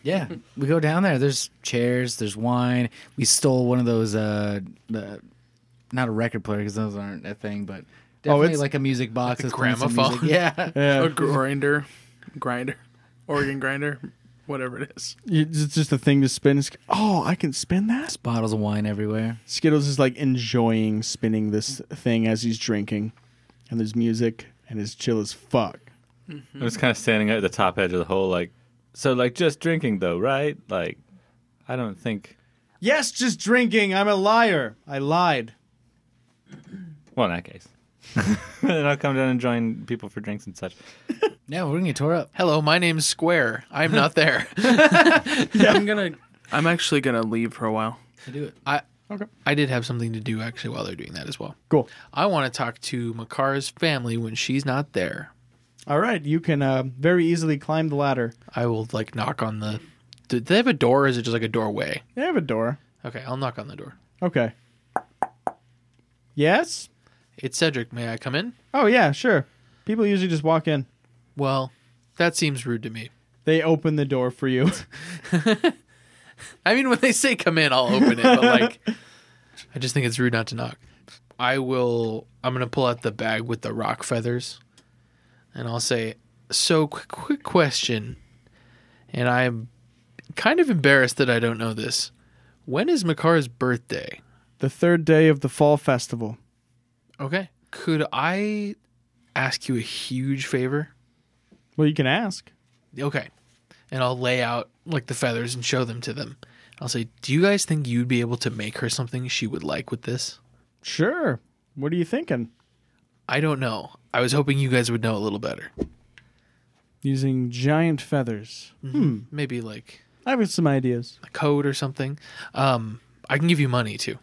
S10: yeah, we go down there. There's chairs. There's wine. We stole one of those. Uh, the, not a record player because those aren't a thing, but definitely
S2: Oh, it's-
S10: like a music box. that's playing some
S5: gramophone.
S10: music. Yeah.
S6: A
S2: Yeah,
S6: grinder, grinder, organ grinder, whatever it is.
S2: You- it's just a thing to spin. It's- Oh, I can spin that.
S10: Bottles of wine everywhere.
S2: Skittles is like enjoying spinning this thing as he's drinking, and there's music, and it's chill as fuck.
S4: I'm just kind of standing at the top edge of the hole, like, so, like, just drinking, though, right? Like, I don't think.
S2: Yes, just drinking. I'm a liar. I lied.
S4: Well, in that case. and I'll come down and join people for drinks and such.
S10: No, we're gonna get tore up.
S5: Hello, my name's Square. I'm not there.
S6: I'm gonna. I'm actually gonna leave for a while.
S10: To do it.
S5: I
S2: Okay.
S5: I did have something to do actually while they're doing that as well.
S2: Cool.
S5: I want to talk to Makara's family when she's not there.
S2: All right, you can uh, very easily climb the ladder.
S5: I will like knock on the. Do they have a door? or Is it just like a doorway?
S2: They have a door.
S5: Okay, I'll knock on the door.
S2: Okay. Yes.
S5: It's Cedric. May I come in?
S2: Oh yeah, sure. People usually just walk in.
S5: Well, that seems rude to me.
S2: They open the door for you.
S5: I mean, when they say come in, I'll open it, but like, I just think it's rude not to knock. I will. I'm gonna pull out the bag with the rock feathers, and I'll say, "So, quick, quick question," and I'm kind of embarrassed that I don't know this. When is Makara's birthday?
S2: the third day of the fall festival.
S5: Okay. Could I ask you a huge favor?
S2: Well, you can ask.
S5: Okay. And I'll lay out like the feathers and show them to them. I'll say, "Do you guys think you'd be able to make her something she would like with this?"
S2: Sure. What are you thinking?
S5: I don't know. I was hoping you guys would know a little better.
S2: Using giant feathers. Hmm.
S5: Maybe like
S2: I have some ideas.
S5: a code or something. Um, I can give you money too.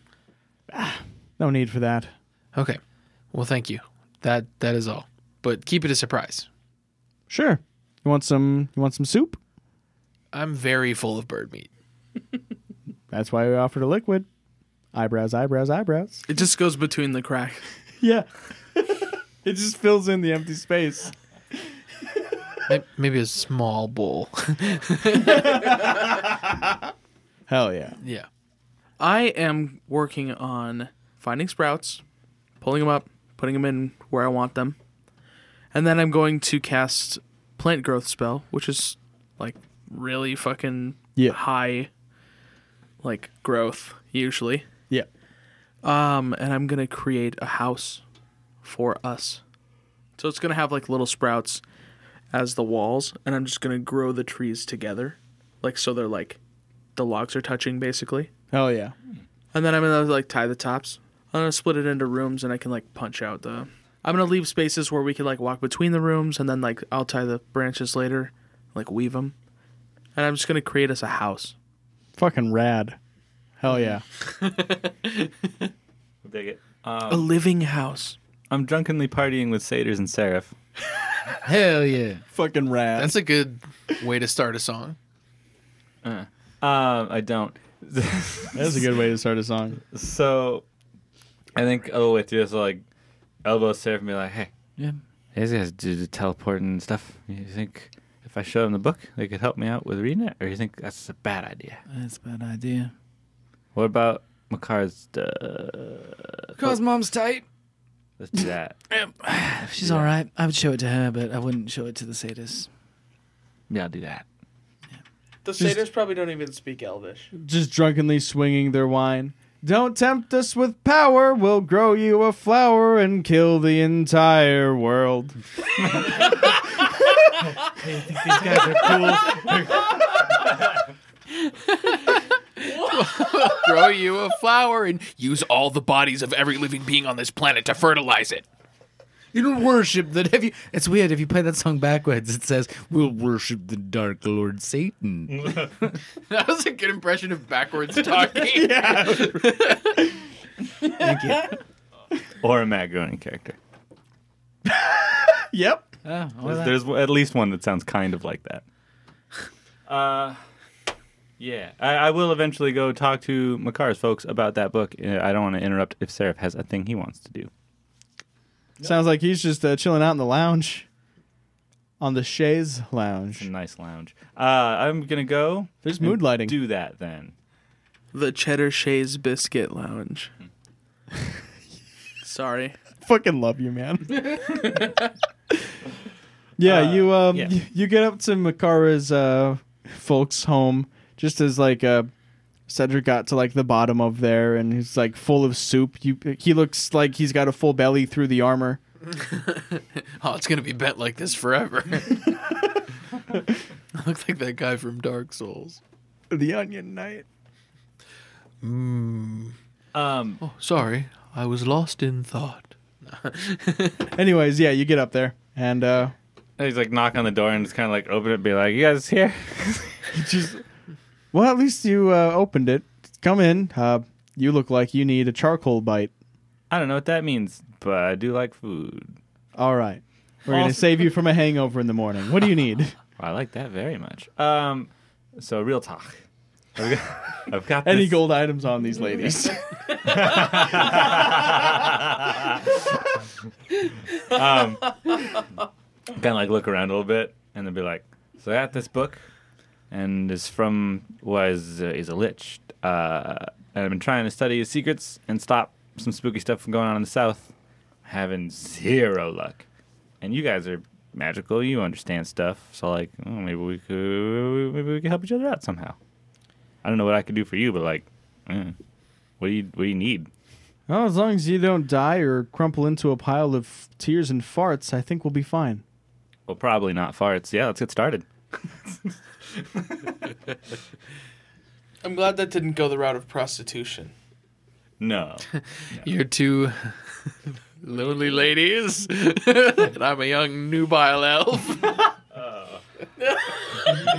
S2: No need for that.
S5: Okay. Well, thank you. That that is all. But keep it a surprise.
S2: Sure. You want some? You want some soup?
S5: I'm very full of bird meat.
S2: That's why we offered a liquid. Eyebrows, eyebrows, eyebrows.
S6: It just goes between the crack.
S2: Yeah. it just fills in the empty space.
S5: May- Maybe a small bowl.
S2: Hell yeah.
S5: yeah.
S6: I am working on finding sprouts, pulling them up, putting them in where I want them, and then I'm going to cast plant growth spell, which is like really fucking
S2: Yeah.
S6: high, like growth usually.
S2: Yeah.
S6: Um, and I'm gonna create a house for us. So it's gonna have like little sprouts as the walls, and I'm just gonna grow the trees together, like so they're like the logs are touching basically.
S2: Hell yeah.
S6: And then I'm gonna like tie the tops. I'm gonna split it into rooms, and I can like punch out the. I'm gonna leave spaces where we can like walk between the rooms, and then like I'll tie the branches later, like weave them, and I'm just gonna create us a house.
S2: Fucking rad. Hell yeah.
S4: Dig it.
S6: a living house.
S4: I'm drunkenly partying with satyrs and seraph.
S10: Hell yeah.
S2: Fucking rad.
S5: That's a good way to start a song.
S4: Uh, I don't.
S2: That's a good way to start a song.
S4: So, I think all the way through this, I'll, like, elbow seraph and be like, hey,
S10: Yeah.
S4: these guys do the teleporting and stuff. You think if I show them the book, they could help me out with reading it? Or you think that's a bad idea?
S10: That's a bad idea.
S4: What about Makar's. Uh,
S10: Cause mom's tight.
S4: Let's do that.
S3: She's all right. I would show it to her, but I wouldn't show it to the satyrs.
S4: Yeah, I'll do that.
S6: The
S2: Just-
S6: satyrs probably don't even speak Elvish.
S2: just drunkenly swinging their wine. Don't tempt us with power, we'll grow you a flower and kill the entire world.
S8: Hey, you think these guys are cool?
S5: Grow you a flower and use all the bodies of every living being on this planet to fertilize it.
S10: You don't worship that. Have you? It's weird. If you play that song backwards, it says, "We'll worship the Dark Lord
S2: Mm.
S10: Satan."
S5: That was a good impression of backwards talking.
S4: Or a Matt Groening character.
S2: Yep.
S10: oh,
S4: There's, there's at least one that sounds kind of like that. Uh, yeah, I, I will eventually go talk to Makar's folks about that book. Uh, I don't want to interrupt if Seraph has a thing he wants to do.
S2: Sounds like he's just uh, chilling out in the lounge. On the chaise lounge.
S4: Nice lounge. Uh, I'm gonna go.
S2: There's
S4: and
S2: mood lighting.
S4: Do that then.
S6: The Cheddar Shays Biscuit Lounge. Hmm. Sorry.
S2: Fucking love you, man. yeah, you um
S4: Uh, yeah.
S2: You, you get up to Makara's uh folks home just as like uh Cedric got to like the bottom of there and he's like full of soup. You he looks like he's got a full belly through the armor.
S5: Oh, it's gonna be bent like this forever. I look like that guy from Dark Souls.
S2: The Onion Knight.
S4: Um,
S5: Hmm. Oh, sorry, I was lost in thought.
S2: Anyways, yeah, you get up there and uh
S4: he's like knock on the door and just kind of like open it, be like, "You guys here?"
S2: just well, at least you uh, opened it. Come in. Uh, you look like you need a charcoal bite.
S4: I don't know what that means, but I do like food.
S2: All right, we're gonna
S4: Awesome.
S2: save you from a hangover in the morning. What do you need?
S4: I like that very much. Um, so real talk. I've got, I've got
S2: Any
S4: this-
S2: gold items on these ladies?
S4: um, kind of like look around a little bit and then be like, so I got this book, and it's from was uh, is a lich, uh, and I've been trying to study his secrets and stop some spooky stuff from going on in the south, having zero luck. And you guys are magical, you understand stuff, so like oh, maybe we could maybe we could help each other out somehow. I don't know what I could do for you, but like, eh, what do you what do you need?
S2: well, as long as you don't die or crumple into a pile of tears and farts, I think we'll be fine.
S4: Well, probably not farts. Yeah, let's get started.
S6: I'm glad that didn't go the route of prostitution.
S4: No.
S5: You're two lonely ladies, and I'm a young nubile elf.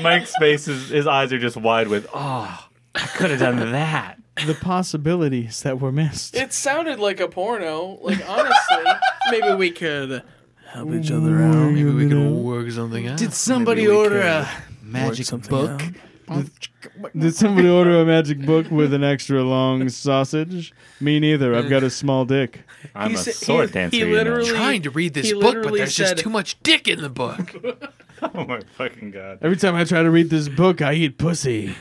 S4: Mike's face is his eyes are just wide with oh I could have done that.
S2: The possibilities that were missed.
S6: It sounded like a porno. Like honestly, maybe we could help each other out.
S5: Maybe we can work something out.
S10: Did somebody order a magic
S6: something
S10: book?
S6: out.
S2: Did somebody order a magic book with an extra long sausage? Me neither. I've got a small dick.
S4: I'm
S6: He
S4: a
S6: sa-
S4: sword
S6: he-
S4: dancer.
S6: he
S4: you know.
S6: literally-
S5: trying to read this
S6: He
S5: book, but
S6: literally
S5: there's
S6: said-
S5: just too much dick in the book.
S4: Oh my fucking god.
S2: Every time I try to read this book, I eat pussy.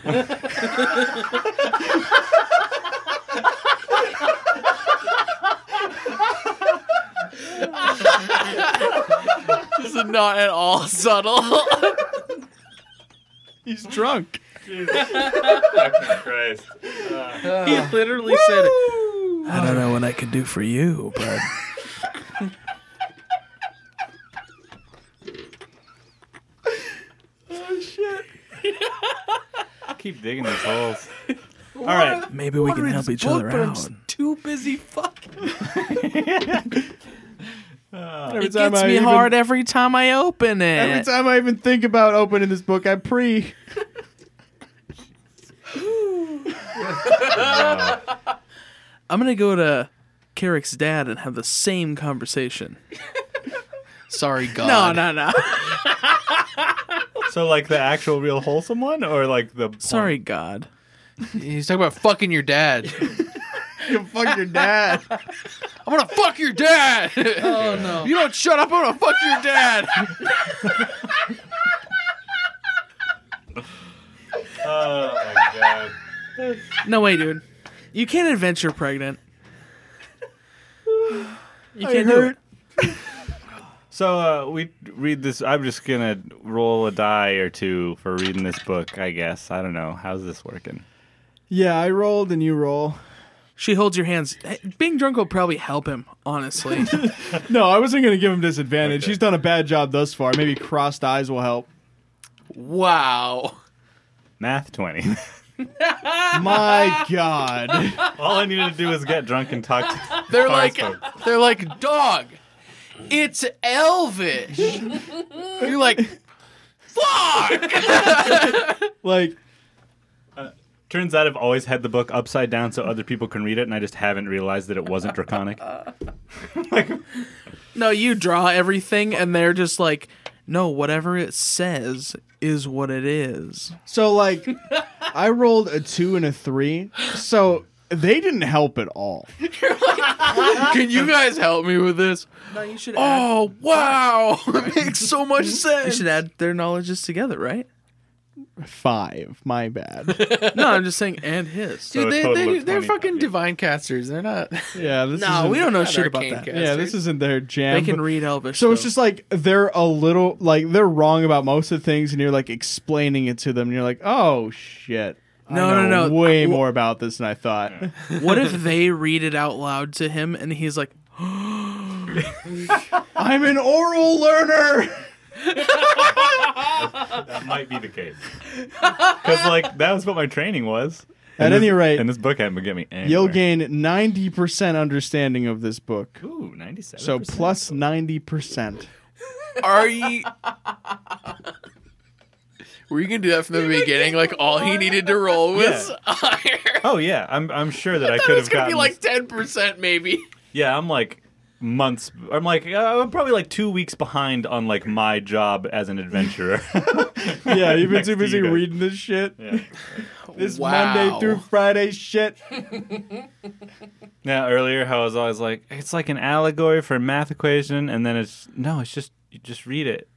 S5: this is not at all subtle.
S2: He's drunk.
S4: Christ.
S6: He literally said, "I don't know what I could do for you, but
S4: I keep digging these holes.
S6: all right, maybe we can help each other out."
S3: Too busy fucking.
S2: Every
S6: It gets me
S2: even-
S6: hard every time I open it.
S2: Every time I even think about opening this book, I pre.
S6: I'm gonna go to Carrick's dad and have the same conversation.
S5: Sorry, God.
S6: No, no, no.
S4: So like the actual real wholesome one or like the
S6: Sorry, God.
S5: He's talking about fucking your dad.
S2: You fuck your dad.
S5: I'm gonna fuck your dad. Oh no! You don't shut up. I'm gonna fuck your dad.
S4: Oh my god.
S6: No way, dude. You can't adventure pregnant. You can't do it.
S4: So uh, we read this. I'm just gonna roll a die or two for reading this book. I guess I don't know how's this working.
S2: Yeah, I rolled and you roll.
S6: She holds your hands. Hey, Being drunk will probably help him, honestly.
S2: No, I wasn't going to give him disadvantage. He's done a bad job thus far. Maybe crossed eyes will help.
S5: Wow.
S4: Math twenty.
S2: My God.
S4: All I needed to do was get drunk and talk. To
S5: They're
S4: Carl's
S5: like
S4: folks.
S5: they're like dog. It's elvish. You're like fuck.
S2: Like,
S4: Turns out I've always had the book upside down so other people can read it, and I just haven't realized that it wasn't draconic.
S6: no, you draw everything, and they're just like, no, whatever it says is what it is.
S2: so, like, I rolled a two and a three. So they didn't help at all.
S5: Can you guys help me with this?
S6: No, you should.
S5: Oh wow, it makes so much
S6: you
S5: sense.
S6: should add their knowledges together, right?
S2: Five. My bad.
S6: No, I'm just saying, and his.
S4: So a
S5: Dude, they,
S4: total
S5: they,
S4: of
S5: they're
S4: 20
S5: fucking
S4: copies.
S5: divine casters. They're not.
S2: Yeah, this
S6: No,
S2: isn't-
S6: we don't know
S5: not
S6: shit about
S5: arcane
S6: that.
S5: cast.
S2: Yeah, this isn't their jam.
S6: They can
S2: but-
S6: read Elvish.
S2: So it's
S6: though.
S2: just like they're a little like they're wrong about most of the things, and you're like explaining it to them, and you're like, "Oh shit, I
S6: No, no,
S2: know
S6: no.
S2: way
S6: I-
S2: more about this than I thought."
S6: what if they read it out loud to him, and he's like,
S2: I'm an oral learner.
S4: That might be the case. Because like that was what my training was.
S2: At
S4: And
S2: any
S4: this-
S2: rate,
S4: and this book hadn't get me. Anywhere.
S2: You'll gain ninety percent understanding of this book,
S4: Ooh, ninety-seven.
S2: so plus ninety percent.
S5: Are you? Were you gonna do that from the beginning? Like all he needed to roll was iron.
S4: Oh yeah, I'm I'm sure that I,
S5: That
S4: could
S5: was
S4: have
S5: gonna
S4: gotten.
S5: be
S4: this-
S5: like ten percent, maybe.
S4: Yeah, I'm like months. I'm like uh, I'm probably like two weeks behind on like my job as an adventurer.
S2: Yeah, you've been
S4: Next
S2: too
S4: to
S2: busy
S4: you guys.
S2: reading this shit.
S4: yeah.
S2: This
S5: Wow.
S2: Monday through Friday shit.
S4: Now earlier, how I was always like, it's like an allegory for a math equation, and then it's no, it's just you just read it.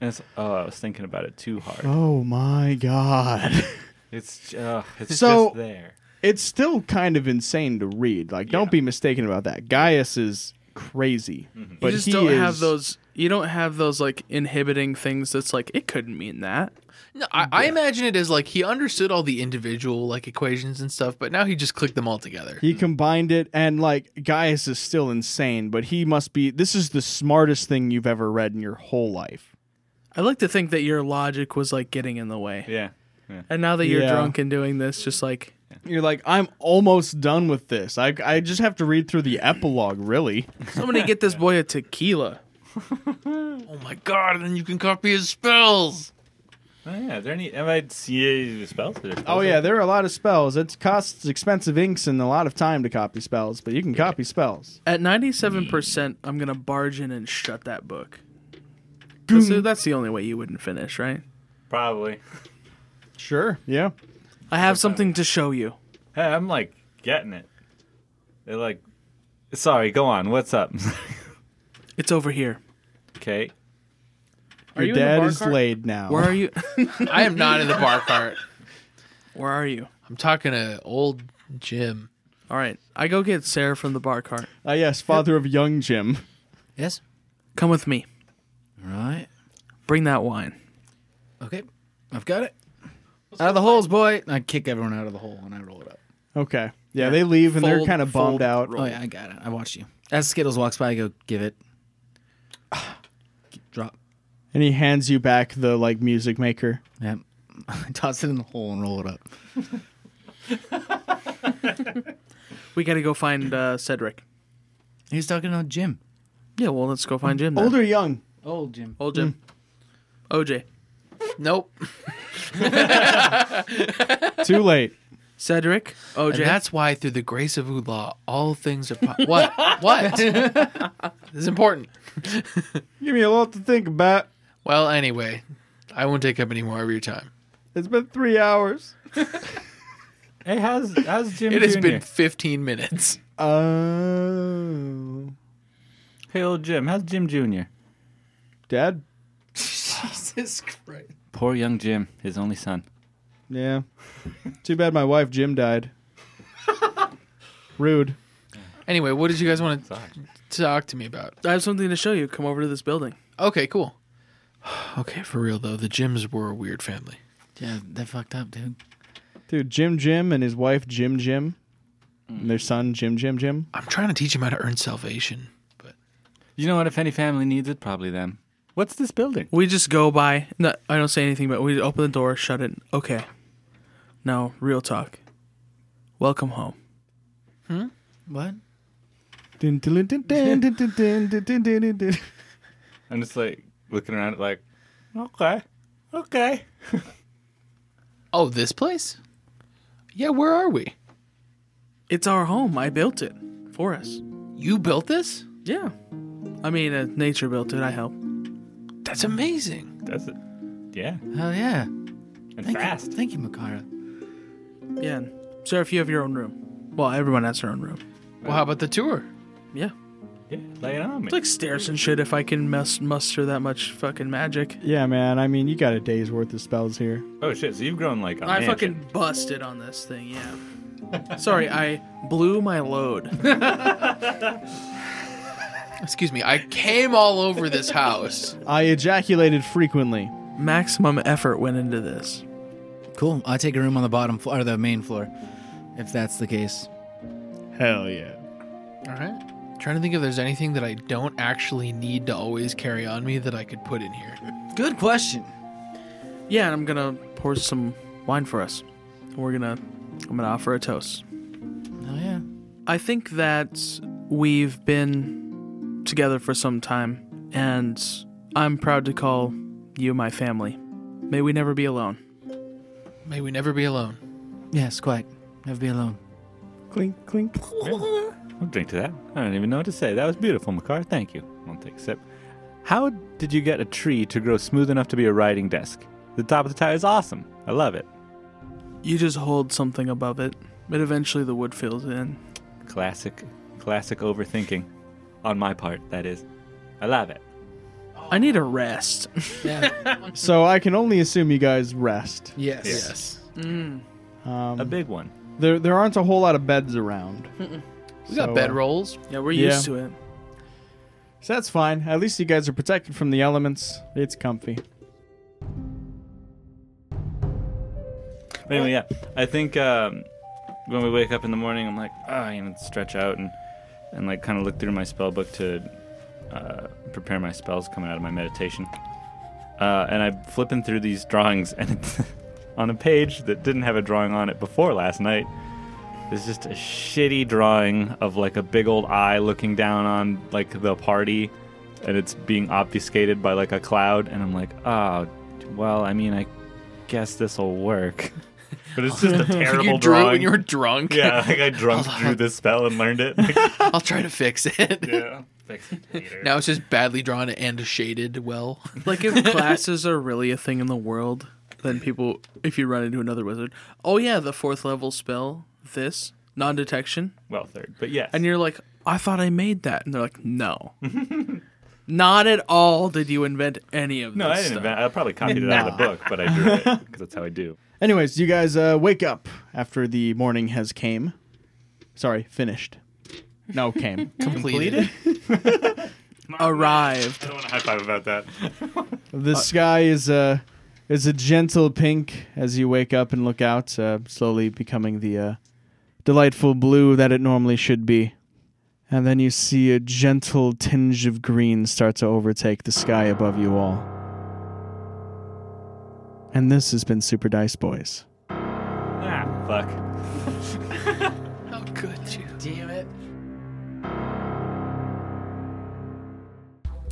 S4: And it's oh, I was thinking about it too hard.
S2: Oh my god.
S4: It's uh, it's
S2: So-
S4: just there.
S2: It's still kind of insane to read. Like, don't be mistaken about that. Gaius is crazy, but
S6: Mm-hmm. you just
S2: he
S6: don't
S2: is,
S6: have those. You don't have those like inhibiting things. That's like it couldn't mean that.
S5: No, I, I imagine it as like he understood all the individual like equations and stuff, but now he just clicked them all together.
S2: He combined it, and like Gaius is still insane, but he must be. This is the smartest thing you've ever read in your whole life.
S6: I like to think that your logic was like getting in the way.
S4: Yeah.
S6: And now that you're
S2: Yeah.
S6: drunk and doing this, just like
S2: You're like, I'm almost done with this. I, I just have to read through the epilogue, really.
S6: somebody get this boy a tequila.
S5: oh my god! And then you can copy his spells.
S4: Oh yeah. Are there any? Am I see spells? Are there spells
S2: Oh, yeah,
S4: there?
S2: there are a lot of spells. It costs expensive inks and a lot of time to copy spells, but you can copy spells.
S6: At ninety-seven percent, I'm gonna barge in and shut that book. 'Cause that's the only way you wouldn't finish, right?
S4: Probably.
S2: Sure. Yeah.
S6: I have something to show you.
S4: Hey, I'm like getting it. They're like, sorry, go on. What's up?
S6: It's over here.
S4: okay.
S6: Are
S2: Your
S6: you in the
S2: dad
S6: bar
S2: is
S6: cart?
S2: laid now.
S6: Where are you?
S5: I am not in the bar cart.
S6: Where are you?
S5: I'm talking to old Jim.
S6: All right, I go get Sarah from the bar cart.
S2: Ah, yes, father of young Jim.
S10: Yes.
S6: Come with me.
S10: Right.
S6: Bring that wine.
S10: Okay. I've got it. out of the holes, boy. And I kick everyone out of the hole and I roll it up.
S2: Okay. Yeah, they leave and they're
S6: Fold-
S2: kind of bummed
S6: fold,
S2: out.
S10: Oh yeah, I got it. I watched you. As Skittles walks by, I go give it. Drop.
S2: And he hands you back the like music maker.
S10: Yep. I toss it in the hole and roll it up.
S6: We gotta go find uh, Cedric.
S10: He's talking to Jim.
S6: Yeah, well, let's go find Jim. Then.
S2: Old or young?
S10: Old Jim.
S6: old Jim, OJ,
S5: Nope.
S2: Too late.
S6: Cedric,
S5: And
S6: OJ.
S5: that's why, through the grace of Ulah, all things are. Po- what? What? this is important.
S2: Give me a lot to think about.
S5: Well, anyway, I won't take up any more of your time.
S2: It's been three hours.
S4: Hey, how's how's Jim?
S5: It has
S4: Jr.?
S5: been 15 minutes.
S2: Oh,
S4: Hey, old Jim. How's Jim Junior?
S2: Dad.
S5: Jesus Christ.
S4: Poor young Jim, his only son.
S2: Yeah. Too bad my wife Jim died. Rude.
S5: Anyway, what did you guys want to talk to me about?
S6: I have something to show you. Come over to this building.
S5: Okay, cool. okay, for real though, the Jims were a weird family.
S10: Yeah, they fucked up, dude.
S2: Dude, Jim Jim and his wife Jim Jim, and their son Jim Jim Jim.
S5: I'm trying to teach him how to earn salvation.
S4: You know what? If any family needs it, probably them. What's this building?
S6: We just go by. No, I don't say anything, but we open the door, shut it. Okay. Now, real talk. Welcome home.
S3: Hmm? What?
S2: Dun, dun, dun, dun, dun, dun, dun, dun, dun, dun, dun, dun.
S4: I'm just like looking around, at like, okay, okay.
S5: Oh, this place? Yeah, where are we?
S6: It's our home. I built it for us.
S5: You built this?
S6: Yeah. I mean, uh, nature built it. I help.
S5: That's amazing.
S4: That's it. Yeah,
S10: Hell yeah.
S4: and
S10: Thank
S4: fast.
S10: you. Thank you, Makara.
S6: Yeah. Sir, if you have your own room. Well, everyone has their own room.
S5: Well, how about the tour?
S6: Yeah.
S4: Yeah, lay it on me.
S6: It's like stairs and shit if I can mus- muster that much fucking magic.
S2: Yeah, man. I mean, you got a day's worth of spells here.
S4: oh shit! So you've grown like a
S6: I
S4: mansion.
S6: fucking busted on this thing, yeah. Sorry, I blew my load.
S5: Excuse me, I came all over this house.
S2: I ejaculated frequently.
S6: Maximum effort went into this.
S10: Cool. I take a room on the bottom floor, or the main floor, if that's the case.
S2: Hell yeah.
S5: All right. Trying to think if there's anything that I don't actually need to always carry on me that I could put in here.
S10: Good question.
S6: Yeah, and I'm gonna pour some wine for us. We're gonna, I'm gonna offer a toast.
S10: Oh yeah.
S6: I think that we've been together for some time, and I'm proud to call you my family. May we never be alone.
S5: May we never be alone.
S10: Yes, quite. Never be alone.
S2: Clink, clink.
S4: I'll drink to that. I don't even know what to say. That was beautiful, Makar. Thank you. I'll take a sip. How did you get a tree to grow smooth enough to be a writing desk? The top of the tire is awesome. I love it.
S6: You just hold something above it, but eventually the wood fills in.
S4: Classic, classic overthinking. On my part, that is. I love it.
S6: I need a rest.
S2: So I can only assume you guys rest.
S5: Yes.
S4: Yes.
S2: Um,
S4: A big one.
S2: there, there aren't a whole lot of beds around.
S5: We
S2: So,
S5: got
S2: uh,
S5: bed rolls.
S6: yeah, we're
S2: Yeah.
S6: used to it.
S2: So that's fine. At least you guys are protected from the elements. It's comfy.
S4: But anyway, yeah, I think um, when we wake up in the morning, I'm like, ah, you know, stretch out and and like kind of look through my spell book to uh, prepare my spells coming out of my meditation. Uh, and I'm flipping through these drawings, and it's on a page that didn't have a drawing on it before last night. There's just a shitty drawing of like a big old eye looking down on like the party, and it's being obfuscated by like a cloud. And I'm like, oh, well, I mean, I guess this will work. But it's just a terrible
S5: you drew it
S4: drawing.
S5: when you were drunk.
S4: Yeah, like I drunk
S5: Hold
S4: drew
S5: on.
S4: this spell and learned it.
S5: I'll try to fix it.
S4: yeah. Fix it later.
S5: Now it's just badly drawn and shaded well.
S6: Like if classes are really a thing in the world, then people if you run into another wizard, oh yeah, the fourth level spell, this, non detection.
S4: Well, third, but yes.
S6: And you're like, I thought I made that. And they're like, No. Not at all did you invent any of
S4: no,
S6: this.
S4: I didn't
S6: stuff.
S4: invent. I probably copied it out of the book, but I drew it because that's how I do.
S2: Anyways, you guys uh, wake up after the morning has came. Sorry, finished. No, came.
S5: Completed.
S6: Arrived.
S4: I don't want to high five about that.
S2: The sky is a is a gentle pink as you wake up and look out, uh, slowly becoming the uh, delightful blue that it normally should be. And then you see a gentle tinge of green start to overtake the sky above you all. And this has been Super Dice Boys.
S4: Ah, fuck.
S5: How could you? Damn it.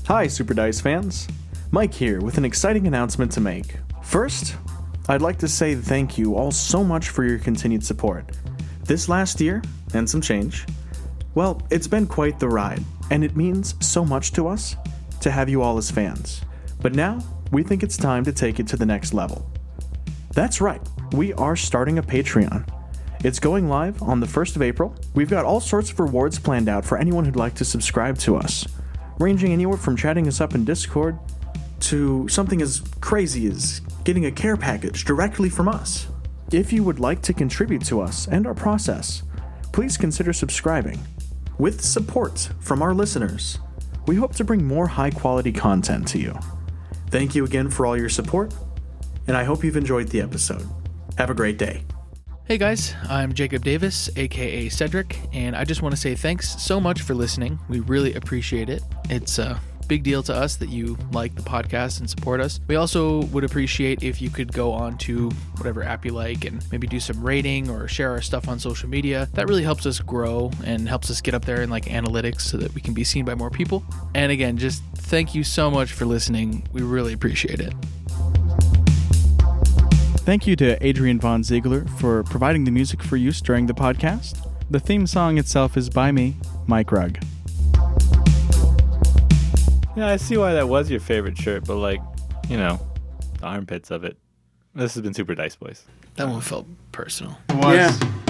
S9: Hi, Super Dice fans. Mike here with an exciting announcement to make. First, I'd like to say thank you all so much for your continued support. This last year, and some change, well, it's been quite the ride, and it means so much to us to have you all as fans. But now, we think it's time to take it to the next level. That's right, we are starting a Patreon. It's going live on the 1st of April. We've got all sorts of rewards planned out for anyone who'd like to subscribe to us, ranging anywhere from chatting us up in Discord to something as crazy as getting a care package directly from us. If you would like to contribute to us and our process, please consider subscribing. With support from our listeners, we hope to bring more high quality content to you. Thank you again for all your support, and I hope you've enjoyed the episode. Have a great day.
S5: Hey guys, I'm Jacob Davis, aka Cedric, and I just want to say thanks so much for listening. We really appreciate it. It's a big deal to us that you like the podcast and support us. We also would appreciate if you could go on to whatever app you like and maybe do some rating or share our stuff on social media. That really helps us grow and helps us get up there in like analytics so that we can be seen by more people. And again, just thank you so much for listening. We really appreciate it.
S2: Thank you to Adrian Von Ziegler for providing the music for use during the podcast. The theme song itself is by me, Mike Rugg.
S4: Yeah, I see why that was your favorite shirt, but like, you know, the armpits of it. This has been Super Dice Boys.
S5: That one felt personal.
S2: It was. Yeah.